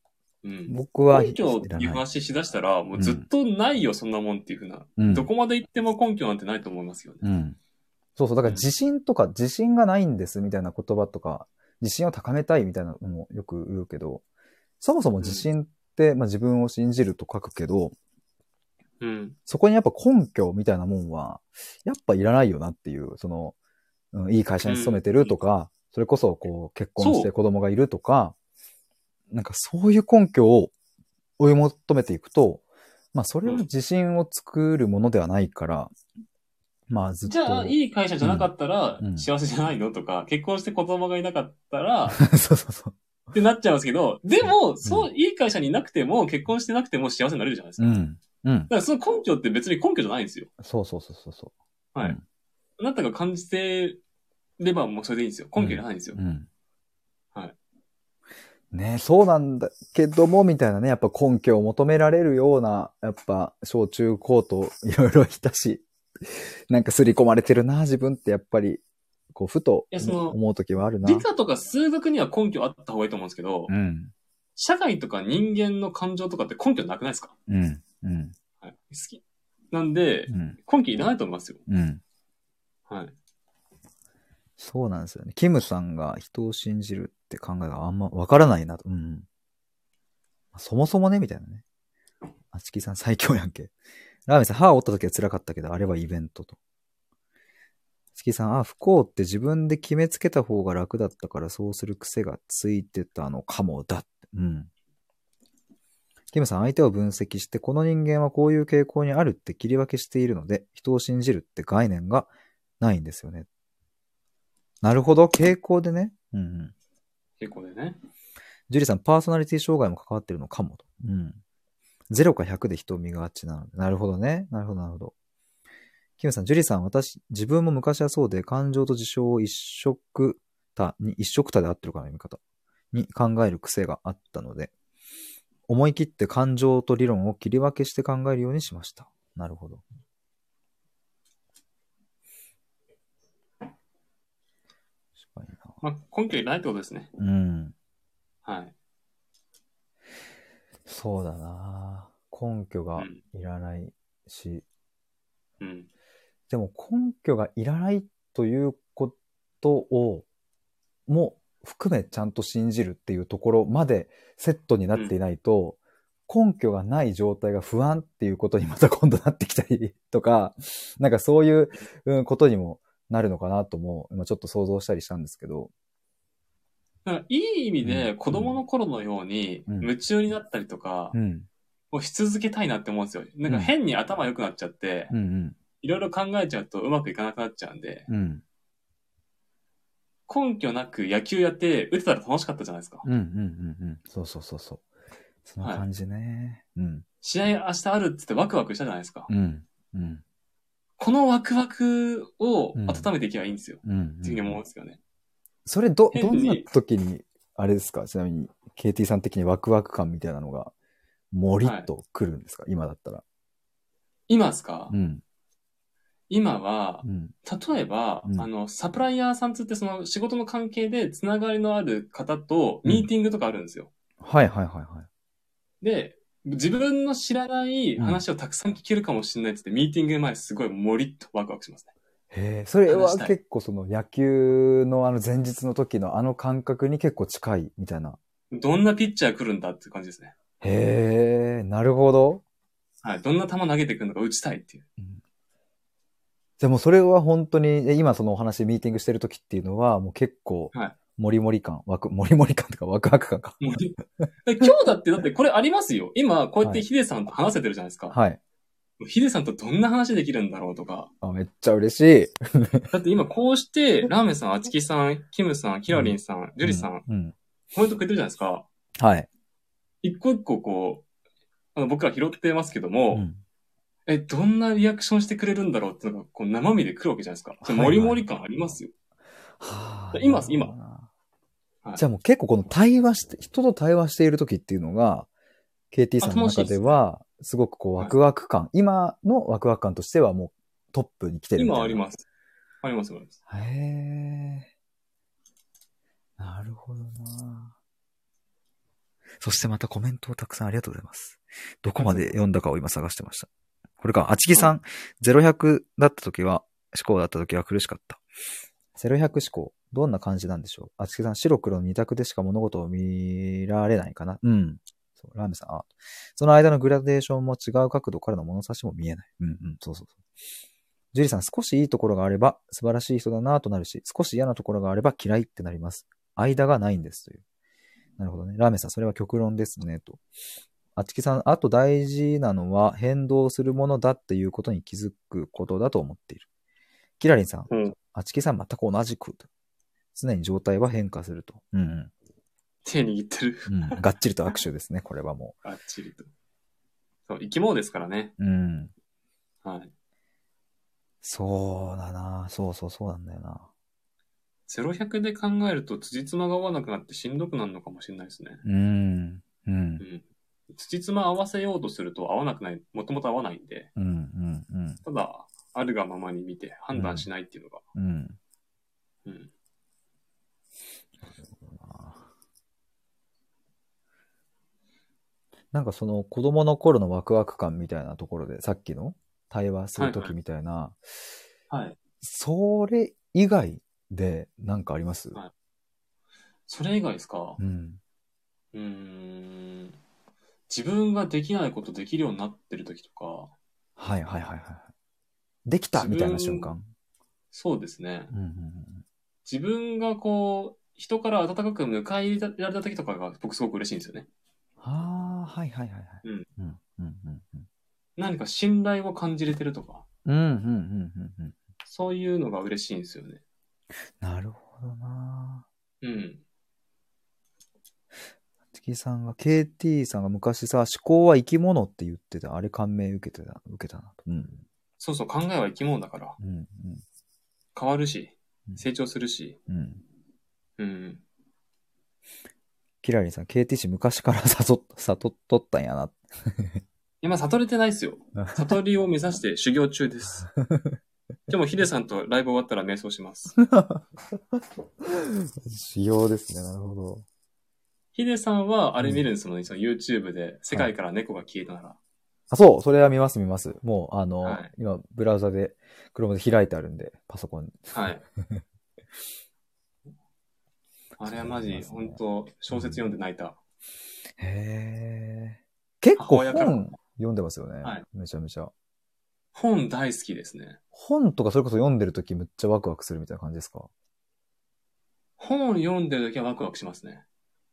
Speaker 2: うん。
Speaker 1: 僕は
Speaker 2: 根拠っ
Speaker 1: い
Speaker 2: て
Speaker 1: ら
Speaker 2: いう
Speaker 1: ない。
Speaker 2: 話しだしたら、もうずっとないよ、そんなもんっていうふうな。
Speaker 1: うん
Speaker 2: どこまで行っても根拠なんてないと思いますよね。
Speaker 1: うん。そうそう。だから自信とか、自信がないんですみたいな言葉とか、自信を高めたいみたいなのもよく言うけど、そもそも自信って、まあ自分を信じると書くけど、
Speaker 2: うん。
Speaker 1: そこにやっぱ根拠みたいなもんは、やっぱいらないよなっていう、その、うん、いい会社に勤めてるとか、それこそこう結婚し
Speaker 2: そう
Speaker 1: て子供がいるとか、なんかそういう根拠を追い求めていくと、まあそれは自信を作るものではないから、まあずっと。
Speaker 2: じゃあ、いい会社じゃなかったら
Speaker 1: うんう、ん
Speaker 2: 幸せじゃないのとか、結婚して子供がいなかったら、
Speaker 1: そうそうそう。
Speaker 2: ってなっちゃうんですけど、でも、そう、いい会社にいなくても、結婚してなくても幸せになれるじゃないですか。
Speaker 1: う
Speaker 2: だ
Speaker 1: ん。うん。
Speaker 2: からその根拠って別に根拠じゃないんですよ。
Speaker 1: そうそうそうそうそ
Speaker 2: はい。
Speaker 1: うん
Speaker 2: あなたが感じてればもうそれでいいんですよ。根拠いらないんですよ
Speaker 1: う。。うん。
Speaker 2: はい。
Speaker 1: ねそうなんだけども、みたいなね、やっぱ根拠を求められるような、やっぱ、小中高といろいろいたし、なんか刷り込まれてるな、自分ってやっぱり、こう、ふと
Speaker 2: いやその
Speaker 1: 思うときはあるな。
Speaker 2: 理科とか数学には根拠あった方がいいと思うんですけど、
Speaker 1: うん。
Speaker 2: 社会とか人間の感情とかって根拠なくないですか
Speaker 1: うん。うん。
Speaker 2: はい。好き。なんで
Speaker 1: う、ん。
Speaker 2: 根拠いらないと思いますよ。
Speaker 1: うん。
Speaker 2: はい。
Speaker 1: そうなんですよね。キムさんが人を信じるって考えがあんまわからないなと。うん。そもそもね、みたいなね。あちきさん最強やんけ。ラーメンさん、歯を折った時は辛かったけど、あれはイベントと。あちきさん、あ、不幸って自分で決めつけた方が楽だったから、そうする癖がついてたのかもだって。うん。キムさん、相手を分析して、この人間はこういう傾向にあるって切り分けしているので、人を信じるって概念がないんですよね。なるほど、傾向でね。うんうん。
Speaker 2: 結構でね。
Speaker 1: ジュリさん、パーソナリティ障害も関わってるのかもと。うん。0か100で人を見がちなので。なるほどね。なるほど、なるほど。キムさん、ジュリさん、私、自分も昔はそうで、感情と事象を一色たに、一色たで合ってるかな、読み方。に考える癖があったので、思い切って感情と理論を切り分けして考えるようにしました。なるほど。確か
Speaker 2: まあ、根拠いらないってことですね。
Speaker 1: にな。うん。
Speaker 2: はい。
Speaker 1: そうだな根拠
Speaker 2: う
Speaker 1: が
Speaker 2: ん。
Speaker 1: いらないし、
Speaker 2: うん。
Speaker 1: でも根拠がいらないということを、も含めちゃんと信じるっていうところまでセットになっていないと、根拠がない状態が不安っていうことにまた今度なってきたりとか、 なんかそういううんことにもなるのかなとも、今ちょっと想像したりしたんですけど、
Speaker 2: だからいい意味で
Speaker 1: うん
Speaker 2: 子供の頃のように
Speaker 1: うん
Speaker 2: 夢中になったりとか
Speaker 1: う、ん、
Speaker 2: をし続けたいなって思うんですよ。なんか変に頭良くなっちゃって
Speaker 1: う、ん、
Speaker 2: いろいろ考えちゃうとうまくいかなくなっちゃうんで、
Speaker 1: うん、うん、
Speaker 2: 根拠なく野球やって打てたら楽しかったじゃないですか。
Speaker 1: うん、うん、うん、そうそうそうそう。その感じね。うん、
Speaker 2: 試合明日あるっつってワクワクしたじゃないですか。
Speaker 1: うん。うん。
Speaker 2: このワクワクを
Speaker 1: うん
Speaker 2: 温めていけばいいんですよ。
Speaker 1: うん。
Speaker 2: 次に思うんですよね。
Speaker 1: それ、ど、ど
Speaker 2: 変
Speaker 1: ん
Speaker 2: に
Speaker 1: な時に、あれですかちなみに、KT さん的にワクワク感みたいなのが、もりっと来るんですか、今だったら。
Speaker 2: 今ですか、
Speaker 1: うん。
Speaker 2: 今は
Speaker 1: う、ん。
Speaker 2: 例えば、
Speaker 1: うん
Speaker 2: あの、サプライヤーさんつってその仕事の関係でつながりのある方と
Speaker 1: うん
Speaker 2: ミーティングとかあるんですよ。
Speaker 1: はいはいはいはい。
Speaker 2: で、自分の知らない話をたくさん聞けるかもしれないっつって、ミーティング前すごいもりっとワクワクしますね。
Speaker 1: へえ、それ
Speaker 2: 話
Speaker 1: は
Speaker 2: したい
Speaker 1: 結構その野球のあの前日の時のあの感覚に結構近いみたいな。
Speaker 2: どんなピッチャー来るんだって感じですね。
Speaker 1: へえ、なるほど。
Speaker 2: はい。どんな球投げてくるのか打ちたいっていう。
Speaker 1: でもそれは本当に、え今そのお話、ミーティングしてる時っていうのは、もう結構
Speaker 2: はい、
Speaker 1: もりもり感、 わく、もりもり感とかワクワク感か。
Speaker 2: もうで今日だって、だってこれありますよ。今、こうやってヒデさんと話せてるじゃないですか。
Speaker 1: はい。
Speaker 2: ヒデさんとどんな話できるんだろうとか。
Speaker 1: あ、めっちゃ嬉しい。
Speaker 2: だって今こうして、ラーメンさん、あちきさん、キムさん、キラリンさん、ジュリさん、
Speaker 1: うん。うん。
Speaker 2: コメントくれてるじゃないですか。
Speaker 1: はい。
Speaker 2: 一個一個こう、あの僕ら拾ってますけど
Speaker 1: う
Speaker 2: も、
Speaker 1: ん。
Speaker 2: え、どんなリアクションしてくれるんだろうっていうのが、こう生身で来るわけじゃないですか。
Speaker 1: はい
Speaker 2: もりもり感ありますよ。
Speaker 1: はあ
Speaker 2: 今今はい
Speaker 1: じゃあもう結構この対話して、人と対話している時っていうのが、KT さんの中では、すごくこうワクワク感、今のワクワク感としてはもうトップに来てるみたい
Speaker 2: 今
Speaker 1: な。
Speaker 2: あります。あります、あります。
Speaker 1: す。へー。なるほどなそしてまたコメントをたくさんありがとうございます。どこまで読んだかを今探してました。これか、あちきさん、0100だった時は、思考だった時は苦しかった。0100思考、どんな感じなんでしょうあつきさん、白黒の二択でしか物事を見られないかなうん。そう、ラーメンさん、あ、その間のグラデーションも違う角度からの物差しも見えない。うんうん、そうそうそう。ジュリーさん、少しいいところがあれば素晴らしい人だなぁとなるし、少し嫌なところがあれば嫌いってなります。間がないんですという。なるほどね。ラーメンさん、それは極論ですね、と。あつきさん、あと大事なのは変動するものだっていうことに気づくことだと思っている。キラリンさん、
Speaker 2: うん
Speaker 1: あちきさん全く同じく。常に状態は変化すると。うんうん。
Speaker 2: 手握ってる。
Speaker 1: うん、 がっちりと握手ですね、これはも
Speaker 2: あっちりと。そう、生き物ですからね。
Speaker 1: う。うん。
Speaker 2: はい。
Speaker 1: そうだなそうそうそうなんだよな。
Speaker 2: 0100で考えると、辻褄が合わなくなってしんどくなるのかもしれないですね。
Speaker 1: うん。うん
Speaker 2: う。ん。辻褄合わせようとすると合わなくない、もともと合わないんで、
Speaker 1: うん。うん。うん。
Speaker 2: ただ、あるがままに見て判断しないっていうのが、
Speaker 1: うん。
Speaker 2: うん。
Speaker 1: なんかその子供の頃のワクワク感みたいなところで、さっきの対話するときみたいな、
Speaker 2: はい。
Speaker 1: それ以外でなんかあります、
Speaker 2: はいそれ以外ですか
Speaker 1: うん。
Speaker 2: うーん。自分ができないことできるようになってる時とか、
Speaker 1: はいはいはいはい。できたみたいな瞬間。
Speaker 2: そうですね
Speaker 1: う。んうん
Speaker 2: 自分がこう、人から温かく迎え入れられた時とかが僕すごく嬉しいんですよね。
Speaker 1: ああー、はいはいはいはい。
Speaker 2: うん
Speaker 1: うんうんうんうん。
Speaker 2: 何か信頼を感じれてるとか、
Speaker 1: うんうんうんうんうん。
Speaker 2: そういうのが嬉しいんですよね。
Speaker 1: なるほどな
Speaker 2: うん。
Speaker 1: 月さんが、KT さんが昔さ、思考は生き物って言ってた。あれ感銘受けてた、受けたなと。うん。
Speaker 2: そうそう、考えは生き物だから、
Speaker 1: うん。
Speaker 2: 変わるし
Speaker 1: う、ん
Speaker 2: 成長するし、
Speaker 1: うん。うん。
Speaker 2: うん。
Speaker 1: キラリンさん、KT 氏昔から 悟っ、悟っとったんやな。
Speaker 2: 今、悟れてないですよ。悟りを目指して修行中 です。でも、ヒデさんとライブ終わったら瞑想します。
Speaker 1: 仕様ですね。なるほど。
Speaker 2: ヒデさんは、あれ見るんですもんね、その YouTube で、世界から猫が消えたなら。
Speaker 1: あ、そう、それは見ます見ます。もう、あの、
Speaker 2: はい
Speaker 1: 今、ブラウザで、クロームで開いてあるんで、パソコン。
Speaker 2: はい。あれはマジ、本当小説読んで泣いた。
Speaker 1: へえ。結
Speaker 2: 母
Speaker 1: 構
Speaker 2: 親から
Speaker 1: 本読んでますよね。
Speaker 2: はい
Speaker 1: めちゃめちゃ。
Speaker 2: 本大好きですね。
Speaker 1: 本とかそれこそ読んでるときむっちゃワクワクするみたいな感じですか
Speaker 2: 本読んでる時はワクワクしますね。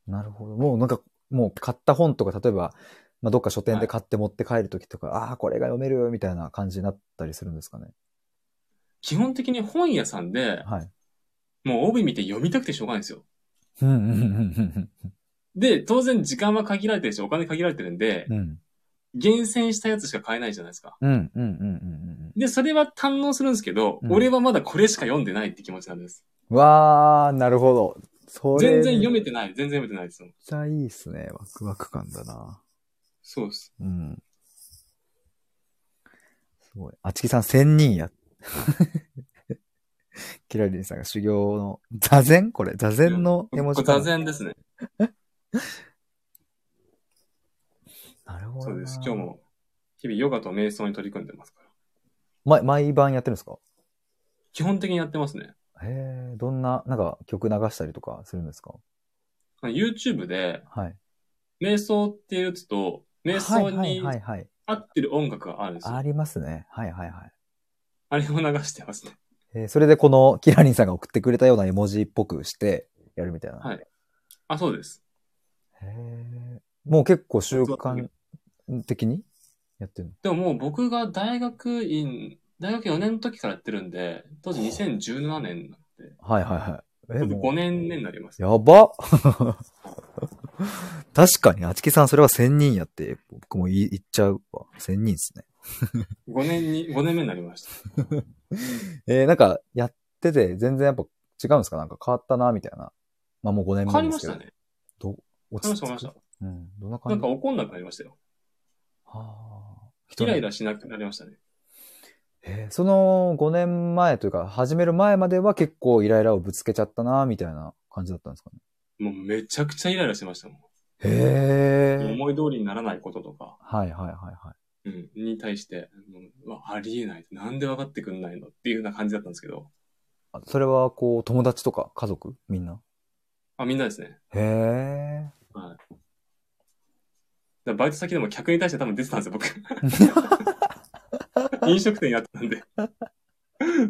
Speaker 1: なるほど。もうなんか、もう買った本とか、例えば、まあ、どっか書店で買って持って帰るときとか、ああ、これが読めるみたいな感じになったりするんですかね。
Speaker 2: 基本的に本屋さんで、
Speaker 1: はい。
Speaker 2: もう帯見て読みたくてしょうがないんですよ。
Speaker 1: うん、うん、うん、うん
Speaker 2: で、当然時間は限られてるし、お金限られてるんで
Speaker 1: うん。う、ん。
Speaker 2: 厳選したやつしか買えないじゃないですか。
Speaker 1: うん、うん、うん、うんうん
Speaker 2: で、それは堪能するんですけど、
Speaker 1: うん
Speaker 2: 俺はまだこれしか読んでないって気持ちなんです。
Speaker 1: うん。わー、なるほど。それ、
Speaker 2: 全然読めてない。全然読めてないですもん。
Speaker 1: めっちゃいいっすね。ワクワク感だな。
Speaker 2: そうです。
Speaker 1: うん。すごい。あちきさん1000人や。 キラリンさんが修行の、座禅これ、座禅の絵文字
Speaker 2: これ座禅ですね。
Speaker 1: なるほど。
Speaker 2: そうです。今日。も、日々ヨガと瞑想に取り組んでますから。
Speaker 1: ま、毎晩やってるんですか
Speaker 2: 基本的にやってますね。
Speaker 1: へえ、どんな、なんか曲流したりとかするんですか
Speaker 2: YouTube で、
Speaker 1: はい。
Speaker 2: 瞑想っていうやつと、瞑
Speaker 1: は
Speaker 2: 想
Speaker 1: いはい
Speaker 2: に
Speaker 1: はいはい。
Speaker 2: 合ってる音楽があるんですよ。
Speaker 1: ありますね。はいはいはい。
Speaker 2: あれを流してますね。
Speaker 1: えーそれでこのキラリンさんが送ってくれたような絵文字っぽくしてやるみたいな。
Speaker 2: はいあ、そうです。
Speaker 1: へえ。もう結構習慣的にやってるの
Speaker 2: でももう僕が大学院、大学4年の時からやってるんで、当時2017年になって、
Speaker 1: はいはいはい。え
Speaker 2: ちょっと
Speaker 1: もう
Speaker 2: 5年目になります。
Speaker 1: やば 確かに、あちきさんそれは1000人やって、僕も言い言っちゃうわ。1000人ですね。
Speaker 2: 5年に、5年目になりました。
Speaker 1: えーなんかやってて全然やっぱ違うんですかなんか変わったな、みたいな。まあもう5年
Speaker 2: 変
Speaker 1: 目
Speaker 2: わり
Speaker 1: で
Speaker 2: ますし
Speaker 1: けど。
Speaker 2: たね。
Speaker 1: ど落
Speaker 2: 変わ
Speaker 1: ち着く
Speaker 2: りました、変わりまし
Speaker 1: うん。どんな
Speaker 2: た。な
Speaker 1: 感
Speaker 2: ん
Speaker 1: じ
Speaker 2: か怒んなくなりましたよ。
Speaker 1: はあ
Speaker 2: イライラしなくなりましたね。
Speaker 1: えーその5年前というか、始める前までは結構イライラをぶつけちゃったな、みたいな感じだったんですかね。
Speaker 2: もうめちゃくちゃイライラしてましたもん。
Speaker 1: へえ。
Speaker 2: 思い通りにならないこととか、
Speaker 1: はいはいはいは
Speaker 2: うん、に対して、うんうわありえない。なんで分かってくんないのっていうような感じだったんですけど、
Speaker 1: い。それはこう、友達とか家族みんな
Speaker 2: あ、みんなですね。
Speaker 1: へえ。
Speaker 2: だからバイト先でも客に対して多分出てたんですよ、 僕。飲食店やってたんで。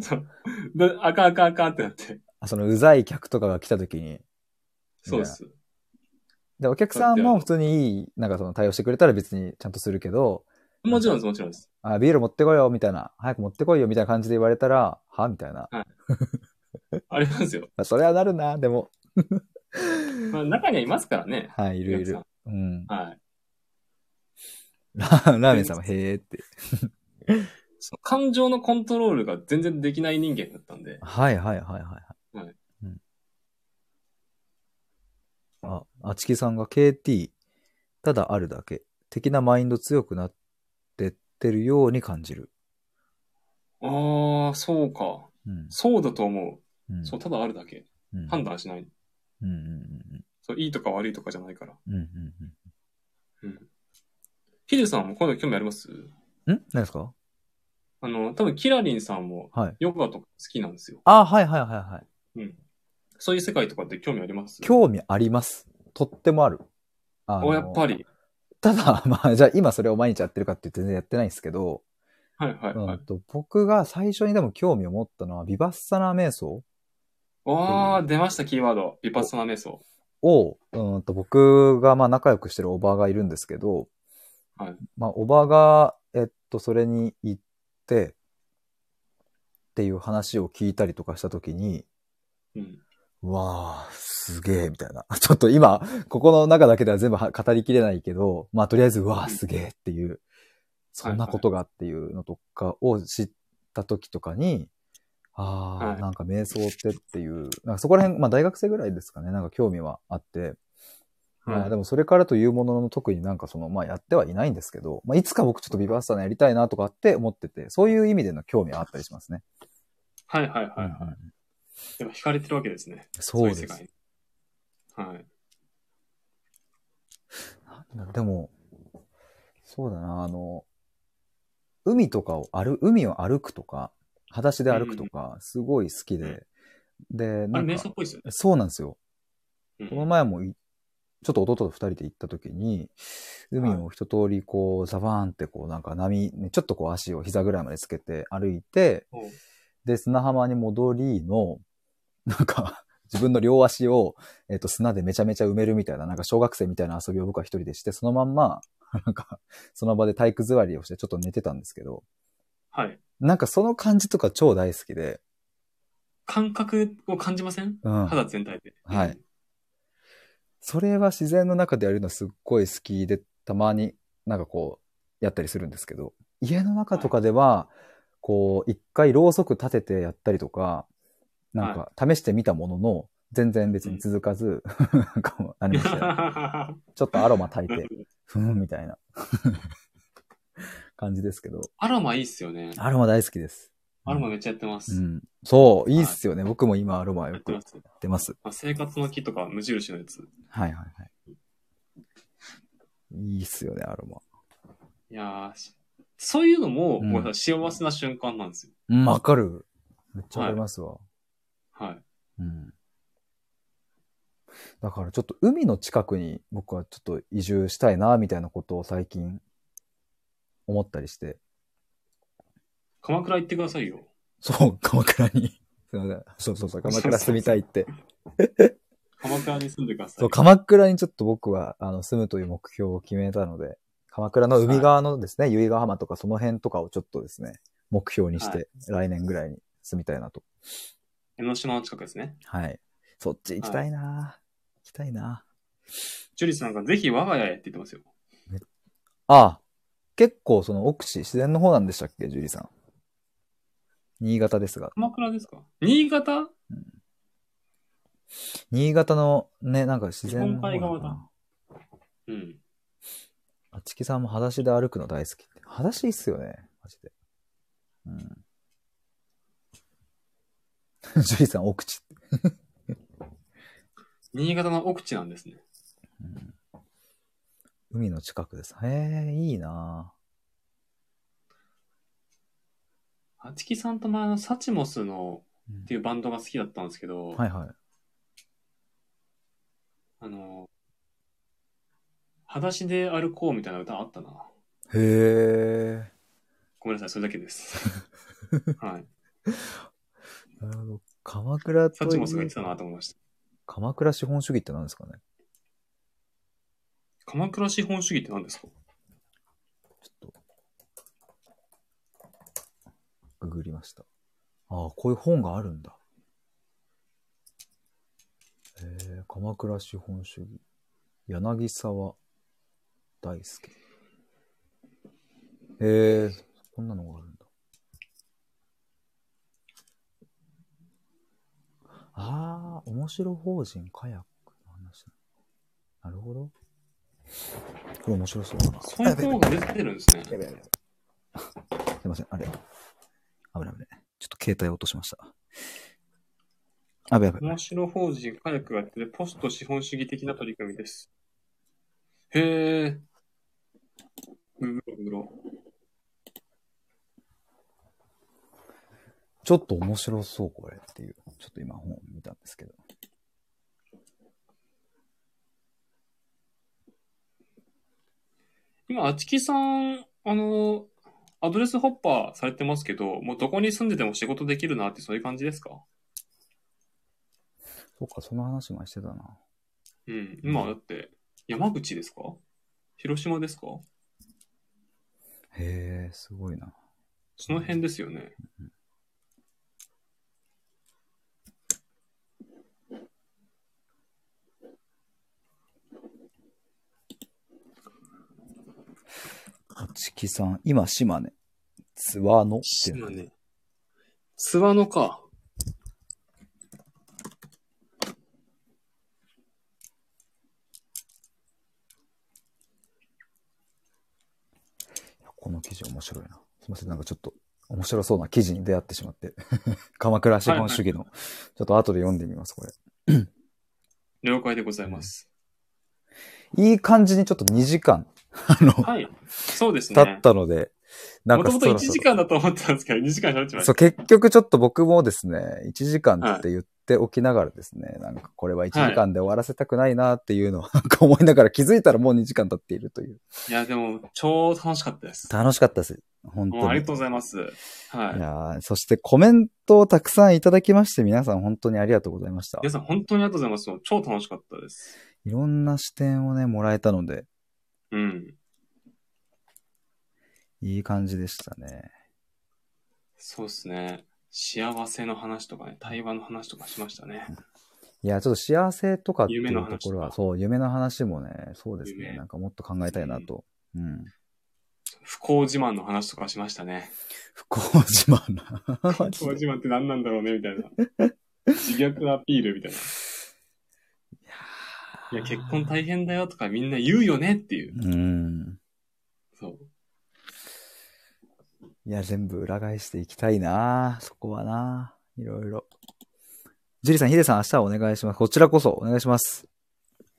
Speaker 2: そう。で、あかんあかんあかんってなって。
Speaker 1: あそのうざい客とかが来た時に、
Speaker 2: そうです。
Speaker 1: で、お客さんも普通にいい、なんかその対応してくれたら別にちゃんとするけど、
Speaker 2: もちろんです、もちろんです。
Speaker 1: あ、ビール持ってこいよ、みたいな、早く持ってこいよ、みたいな感じで言われたら、はみたいな。
Speaker 2: ありますよ。
Speaker 1: まあそれはなるな、でも。
Speaker 2: まあ、中にはいますからね。
Speaker 1: はい、いるいる
Speaker 2: お。
Speaker 1: うん。
Speaker 2: 客さん。はい。
Speaker 1: ラーメンさんも、へえって。
Speaker 2: その感情のコントロールが全然できない人間だったんで。
Speaker 1: はいはいはいはい。
Speaker 2: はい
Speaker 1: うん、あ、あちきさんが KT、ただあるだけ、的なマインド強くなってってるように感じる。
Speaker 2: ああ、そうか。
Speaker 1: うん。
Speaker 2: そうだと思
Speaker 1: うん
Speaker 2: う。そう、ただあるだけ。
Speaker 1: うん
Speaker 2: 判断しない。
Speaker 1: うんうんうん
Speaker 2: そう、いいとか悪いとかじゃないから。
Speaker 1: うん。うんうんうん。
Speaker 2: うん。ヒデさんもこういうの興味あります
Speaker 1: ん何ですか
Speaker 2: あの、多分キラリンさんも
Speaker 1: はい。
Speaker 2: ヨガとか好きなんですよ。
Speaker 1: あ、はいはいはいはい。
Speaker 2: そういう世界とかって興味あります
Speaker 1: 興味あります。とってもある。あの
Speaker 2: お、やっぱり。
Speaker 1: ただ、 まあ、じゃあ今それを毎日やってるかって言って全然やってないんですけど、
Speaker 2: はいはいは
Speaker 1: う
Speaker 2: い
Speaker 1: ん。と、僕が最初にでも興味を持ったのは、ビバッサナー瞑想
Speaker 2: わー、出ました、キーワード。ビパッサナ瞑想。
Speaker 1: を、うんと、僕がまあ仲良くしてるおばあがいるんですけど、
Speaker 2: はい
Speaker 1: まあ、おばあが、えっと、それに行って、っていう話を聞いたりとかしたときに、
Speaker 2: うん。
Speaker 1: わあ、すげえ、みたいな。 ちょっと今、ここの中だけでは全部は語りきれないけど、まあとりあえず、うわあ、すげえっていう、そんなことがっていうのとかを知った時とかに、ああ、
Speaker 2: はい
Speaker 1: なんか瞑想ってっていう、なんかそこら辺、まあ大学生ぐらいですかね、なんか興味はあって、まあでもそれからというものの特になんかその、まあやってはいないんですけど、まあいつか僕ちょっとビバッサナやりたいなとかって思ってて、そういう意味での興味はあったりしますね。
Speaker 2: はいはいはい
Speaker 1: うんう
Speaker 2: は
Speaker 1: ん
Speaker 2: い。でも惹かれてるわけですね。
Speaker 1: そうで
Speaker 2: い
Speaker 1: す
Speaker 2: 世界に。はい。
Speaker 1: でも、そうだな、あの、海とかを歩、海を歩くとか、裸足で歩くとか、すごい好きで、で、
Speaker 2: あ
Speaker 1: な
Speaker 2: れ、
Speaker 1: ん
Speaker 2: 瞑想
Speaker 1: か
Speaker 2: っ、ぽいですよね。
Speaker 1: そうなんですよ。
Speaker 2: うん
Speaker 1: この前もい、ちょっと弟と二人で行った時に、海を一通りこう、ザバーンってこう、なんか波、ね、ちょっとこう足を膝ぐらいまでつけて歩いて、
Speaker 2: お
Speaker 1: で、砂浜に戻りの、なんか、 自分の両足を、えっ、と、砂でめちゃめちゃ埋めるみたいな、なんか小学生みたいな遊びを僕は一人でして、そのまんま、 なんか、その場で体育座りをしてちょっと寝てたんですけど、
Speaker 2: はい。
Speaker 1: なんかその感じとか超大好きで、
Speaker 2: 感覚を感じません
Speaker 1: うん。
Speaker 2: 肌全体で。
Speaker 1: はいそれは自然の中でやるのすっごい好きで、たまになんかこやったりするんですけど、家の中とかでは、こう、一回ろうそく立ててやったりとか、なんか試してみたものの、全然別に続かず、 なんかもう何もしてないちょっとアロマ炊いて、ふーん、みたいな 感じですけど、
Speaker 2: アロマいいっすよね。
Speaker 1: アロマ大好きです。
Speaker 2: アロマめっちゃやってます。
Speaker 1: う
Speaker 2: や
Speaker 1: ん。そう、いいっすよね。僕も今アロマよ
Speaker 2: って
Speaker 1: くや
Speaker 2: ま
Speaker 1: っ
Speaker 2: す。
Speaker 1: てます。
Speaker 2: あ生活の木とか無印のやつ。
Speaker 1: はいはいはい。いいっすよね、アロマ。
Speaker 2: いやーしそういうの
Speaker 1: うん
Speaker 2: も、ごめんなさい幸せな瞬間なんですよ。
Speaker 1: うん、わかる。めっちゃわかりますわ。
Speaker 2: はい。
Speaker 1: うん。だからちょっと海の近くに僕はちょっと移住したいな、みたいなことを最近思ったりして。
Speaker 2: 鎌倉行ってくださいよ。
Speaker 1: そう、 鎌倉に。すいません。そう そうそう、鎌倉住みたいって。
Speaker 2: 鎌倉に住んでください。
Speaker 1: そう、鎌倉にちょっと僕はあの住むという目標を決めたので、鎌倉の海側のですね、由比ヶ浜とかその辺とかをちょっとですね、目標にして、来年ぐらいに住みたいなと。
Speaker 2: 江ノ島の近くですね。
Speaker 1: はい。そっち行きたいな、行きたいな
Speaker 2: ジュリスなんかぜひ我が家へって言ってますよ。
Speaker 1: ああ、結構その奥地、自然の方なんでしたっけ、ジュリーさん。新潟ですが。
Speaker 2: 鎌倉ですか新潟
Speaker 1: 新潟のね、なんか自然の方
Speaker 2: 日
Speaker 1: な
Speaker 2: 本
Speaker 1: の
Speaker 2: 海
Speaker 1: か
Speaker 2: 側
Speaker 1: な
Speaker 2: だ。うん。
Speaker 1: あちきさんも裸足で歩くの大好きって。裸足いいっすよね、マジで。うん。 ジュリーさん、奥地って。
Speaker 2: 新潟の奥地なんですね。
Speaker 1: うん海の近くです。へえ、いいな
Speaker 2: あちきさんと前のサチモスの
Speaker 1: うん
Speaker 2: っていうバンドが好きだったんですけど、
Speaker 1: はいはい。
Speaker 2: あの、裸足で歩こうみたいな歌あったな。
Speaker 1: へえ。
Speaker 2: ごめんなさい、それだけ です。はい。
Speaker 1: なるほど。鎌倉と
Speaker 2: サ
Speaker 1: い
Speaker 2: チモスが言
Speaker 1: え
Speaker 2: ってたなと思いました。
Speaker 1: 鎌倉資本主義って何ですかね
Speaker 2: 鎌倉資本主義って何ですか
Speaker 1: ちょっと、ググりました。ああ、こういう本があるんだ。えー、鎌倉資本主義。柳沢大輔。えー、こんなのがあるんだ。ああ、面白法人カヤックの話だなるほど。これ面白そうだな。
Speaker 2: そう いう方が出てるんですね。
Speaker 1: やべやべ。すいません、あれ。危ない危ない。ちょっと携帯落としました。あべやべ。
Speaker 2: 面白法人カヤックがやってるポスト資本主義的な取り組みです。へえ。ググろうググろう
Speaker 1: ちょっと面白そう、これっていう。ちょっと今本見たんですけど。
Speaker 2: 今、あちきさん、あの、アドレスホッパーされてますけど、もうどこに住んでても仕事できるなってそういう感じですか
Speaker 1: そうか、その話前してたな。
Speaker 2: うん。今、だって、山口ですか広島ですか
Speaker 1: へえ、すごいな。
Speaker 2: その辺ですよね。
Speaker 1: あちきさん、今、島根。津和野っていうの。
Speaker 2: 今ね。津和野か。
Speaker 1: この記事面白いな。すいません、なんかちょっと面白そうな記事に出会ってしまって。 鎌倉資本主義の。ちょっと後で読んでみます、これ。
Speaker 2: 了解でございます。
Speaker 1: いい感じにちょっと2時間、 あの、
Speaker 2: はい。そうです
Speaker 1: 経っ
Speaker 2: ね。
Speaker 1: たので、なん
Speaker 2: も
Speaker 1: か
Speaker 2: と
Speaker 1: そ
Speaker 2: もと1
Speaker 1: ろそろ
Speaker 2: 時間だと思ってたんですけど、2時間喋っちまいま
Speaker 1: そ
Speaker 2: し
Speaker 1: う、結局ちょっと僕もですね、1時間って言っておきながらですね、なんかこれは1時間で終わらせたくないなっていうのをなんか思いながら気づいたらもう2時間経っているという。
Speaker 2: た。いや、でも、超楽しかったです。
Speaker 1: 楽しかったです。本当に。
Speaker 2: もうありがとうございます。はい
Speaker 1: い。やーそしてコメントをたくさんいただきまして、皆さん本当にありがとうございました。
Speaker 2: 皆さん、本当にありがとうございます。超楽しかったです。
Speaker 1: いろんな視点をね、もらえたので、
Speaker 2: うん。
Speaker 1: いい感じでしたね。
Speaker 2: そうですね。幸せの話とかね、対話の話とかしましたね。
Speaker 1: いや、ちょっと幸せとかってい
Speaker 2: 夢の
Speaker 1: う
Speaker 2: 話
Speaker 1: と
Speaker 2: とか
Speaker 1: ころは、そう、夢の話もね、そうですね、
Speaker 2: 夢
Speaker 1: なんかもっと考えたいなと。うん。
Speaker 2: 不幸自慢の話とかしましたね。
Speaker 1: 不幸自慢な。マ
Speaker 2: 不
Speaker 1: ジ
Speaker 2: 幸
Speaker 1: で
Speaker 2: 自慢って何なんだろうねみたいな。自虐アピールみたいな。いや、結婚大変だよとかみんな言うよねっていう。
Speaker 1: うん。
Speaker 2: そう。
Speaker 1: いや、全部裏返していきたいなそこはないろいろ。ジュリさん、ヒデさん、明日はお願いします。こちらこそお願いします。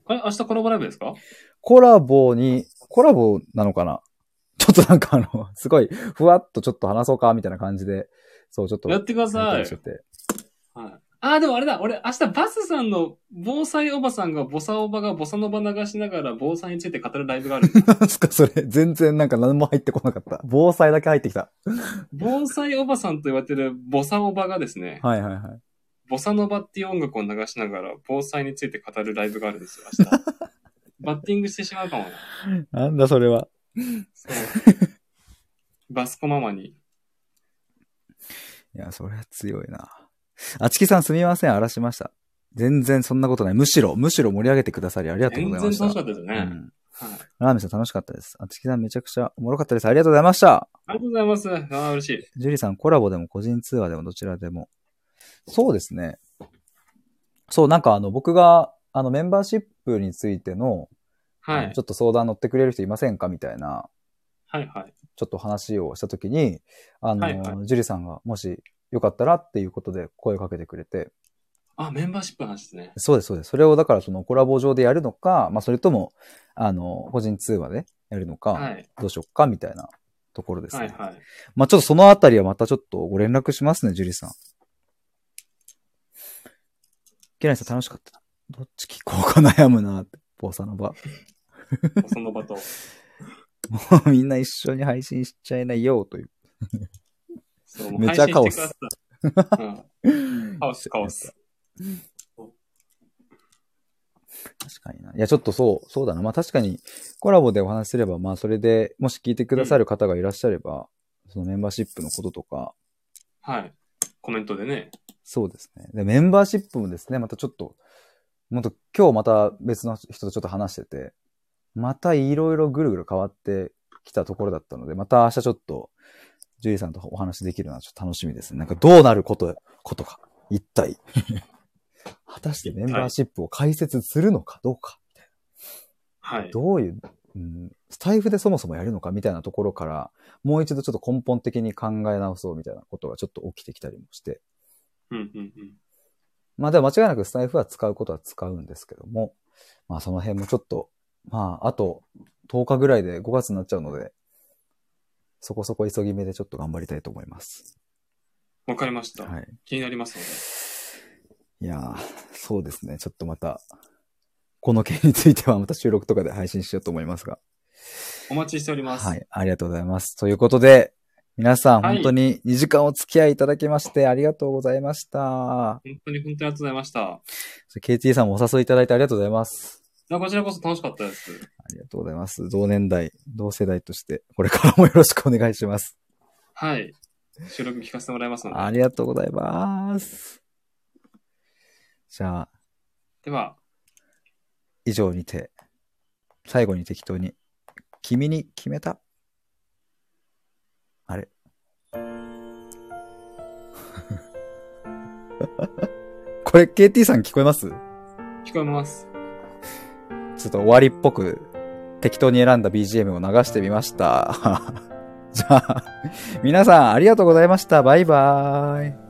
Speaker 2: あれ、明日コラボライブですか
Speaker 1: コラボに、コラボなのかなちょっとなんかあの、すごい、ふわっとちょっと話そうか、みたいな感じで、そう、ちょっと。
Speaker 2: やってくださ
Speaker 1: やり取
Speaker 2: い
Speaker 1: りし。てて
Speaker 2: はい。ああ、でもあれだ、俺、明日バスさんの防災おばさんが、ボサおばがボサノバ流しながら防災について語るライブがあ るんだ。
Speaker 1: なんすか、それ。全然なんか何も入ってこなかった。防災だけ入ってきた。
Speaker 2: 防災おばさんと言われてるボサおばがですね、
Speaker 1: はいはいはい。
Speaker 2: ボサノバっていう音楽を流しながら防災について語るライブがあるんですよ、 明日。バッティングしてしまうかもな。
Speaker 1: なんだそれは。
Speaker 2: そう。バスコママに。
Speaker 1: いや、それは強いな。あちきさんすみません、荒らしました。全然そんなことない。むしろ、むしろ盛り上げてくださりありがとう
Speaker 2: 全
Speaker 1: ご
Speaker 2: 然
Speaker 1: ざいまし。
Speaker 2: 楽したかったですね。
Speaker 1: う
Speaker 2: はい。
Speaker 1: ん。ラーメンさん楽しかったです。あちきさんめちゃくちゃおもろかったです。ありがとうございました。
Speaker 2: ありがとうございます。ああ、嬉しい。
Speaker 1: ジュリさんコラボでも個人通話でもどちらでも。そうですね。そう、なんかあの僕があのメンバーシップについての、
Speaker 2: はい
Speaker 1: ち。ょっと相談乗ってくれる人いませんかみたいな
Speaker 2: はいはい。
Speaker 1: ちょっと話をしたときに、あの、
Speaker 2: はいは
Speaker 1: ジュリさんがもしよかったらっていうことで声をかけてくれて、
Speaker 2: あ、メンバーシップの話ですね。
Speaker 1: そうです、そうです。それをだからそのコラボ上でやるのか、まあそれとも、あの、個人通話でやるのか、
Speaker 2: はい。
Speaker 1: どうしよっかみたいなところですね。
Speaker 2: はいはい。
Speaker 1: まあちょっとそのあたりはまたちょっとご連絡しますね、ジュリさん。ケライさん楽しかった。どっち聞こうか悩むなって、ボサノバ。
Speaker 2: ボサノバと。
Speaker 1: もう みんな一緒に配信しちゃいないよ、という。
Speaker 2: そ う
Speaker 1: めちゃカオス。
Speaker 2: もう配信してくださいうんカオス、カオス。
Speaker 1: 確かにな。いや、ちょっとそう、そうだな。まあ確かに、コラボでお話しすれば、まあそれでもし聞いてくださる方がいらっしゃれば、そのメンバーシップのこととか、
Speaker 2: はい。コメントでね。
Speaker 1: そうですね。で、メンバーシップもですね、またちょっと、もっと今日また別の人とちょっと話してて、またいろいろぐるぐる変わってきたところだったので、また明日ちょっと、ジュリーさんとお話できるのはちょっと楽しみですね。なんかどうなること、ことか。一 体。果たしてメンバーシップを解説するのかどうか。
Speaker 2: はい。
Speaker 1: どういう、うん、スタイフでそもそもやるのかみたいなところから、もう一度ちょっと根本的に考え直そうみたいなことがちょっと起きてきたりもして。
Speaker 2: うんうんうん。
Speaker 1: まあでも間違いなくスタイフは使うことは使うんですけども、まあその辺もちょっと、まああと10日ぐらいで5月になっちゃうので、そこそこ急ぎ目でちょっと頑張りたいと思います。
Speaker 2: わかりました。
Speaker 1: はい。
Speaker 2: 気になりますの
Speaker 1: い
Speaker 2: で。
Speaker 1: やー、そうですね。ちょっとまた、この件についてはまた収録とかで配信しようと思いますが。
Speaker 2: お待ちしております。
Speaker 1: はい、ありがとうございます。ということで、皆さん
Speaker 2: はい
Speaker 1: 本当に2時間お付き合いいただきましてありがとうございました。
Speaker 2: 本当に本当にありがとうございました。
Speaker 1: KT さんもお誘いいただいてありがとうございます。
Speaker 2: あこちらこそ楽しかったです。
Speaker 1: ありがとうございます。同年代、同世代として、これからもよろしくお願いします。
Speaker 2: はい。収録聞かせてもらいますので。
Speaker 1: ありがとうございます。じゃあ、
Speaker 2: では、
Speaker 1: 以上にて、最後に適当に、君に決めた。あれ これ KT さん聞こえますちょ
Speaker 2: 聞こえます。
Speaker 1: っと終わりっぽく適当に選んだ BGM を流してみま した。じゃあ、皆さんありがとうございました。バイバーイ。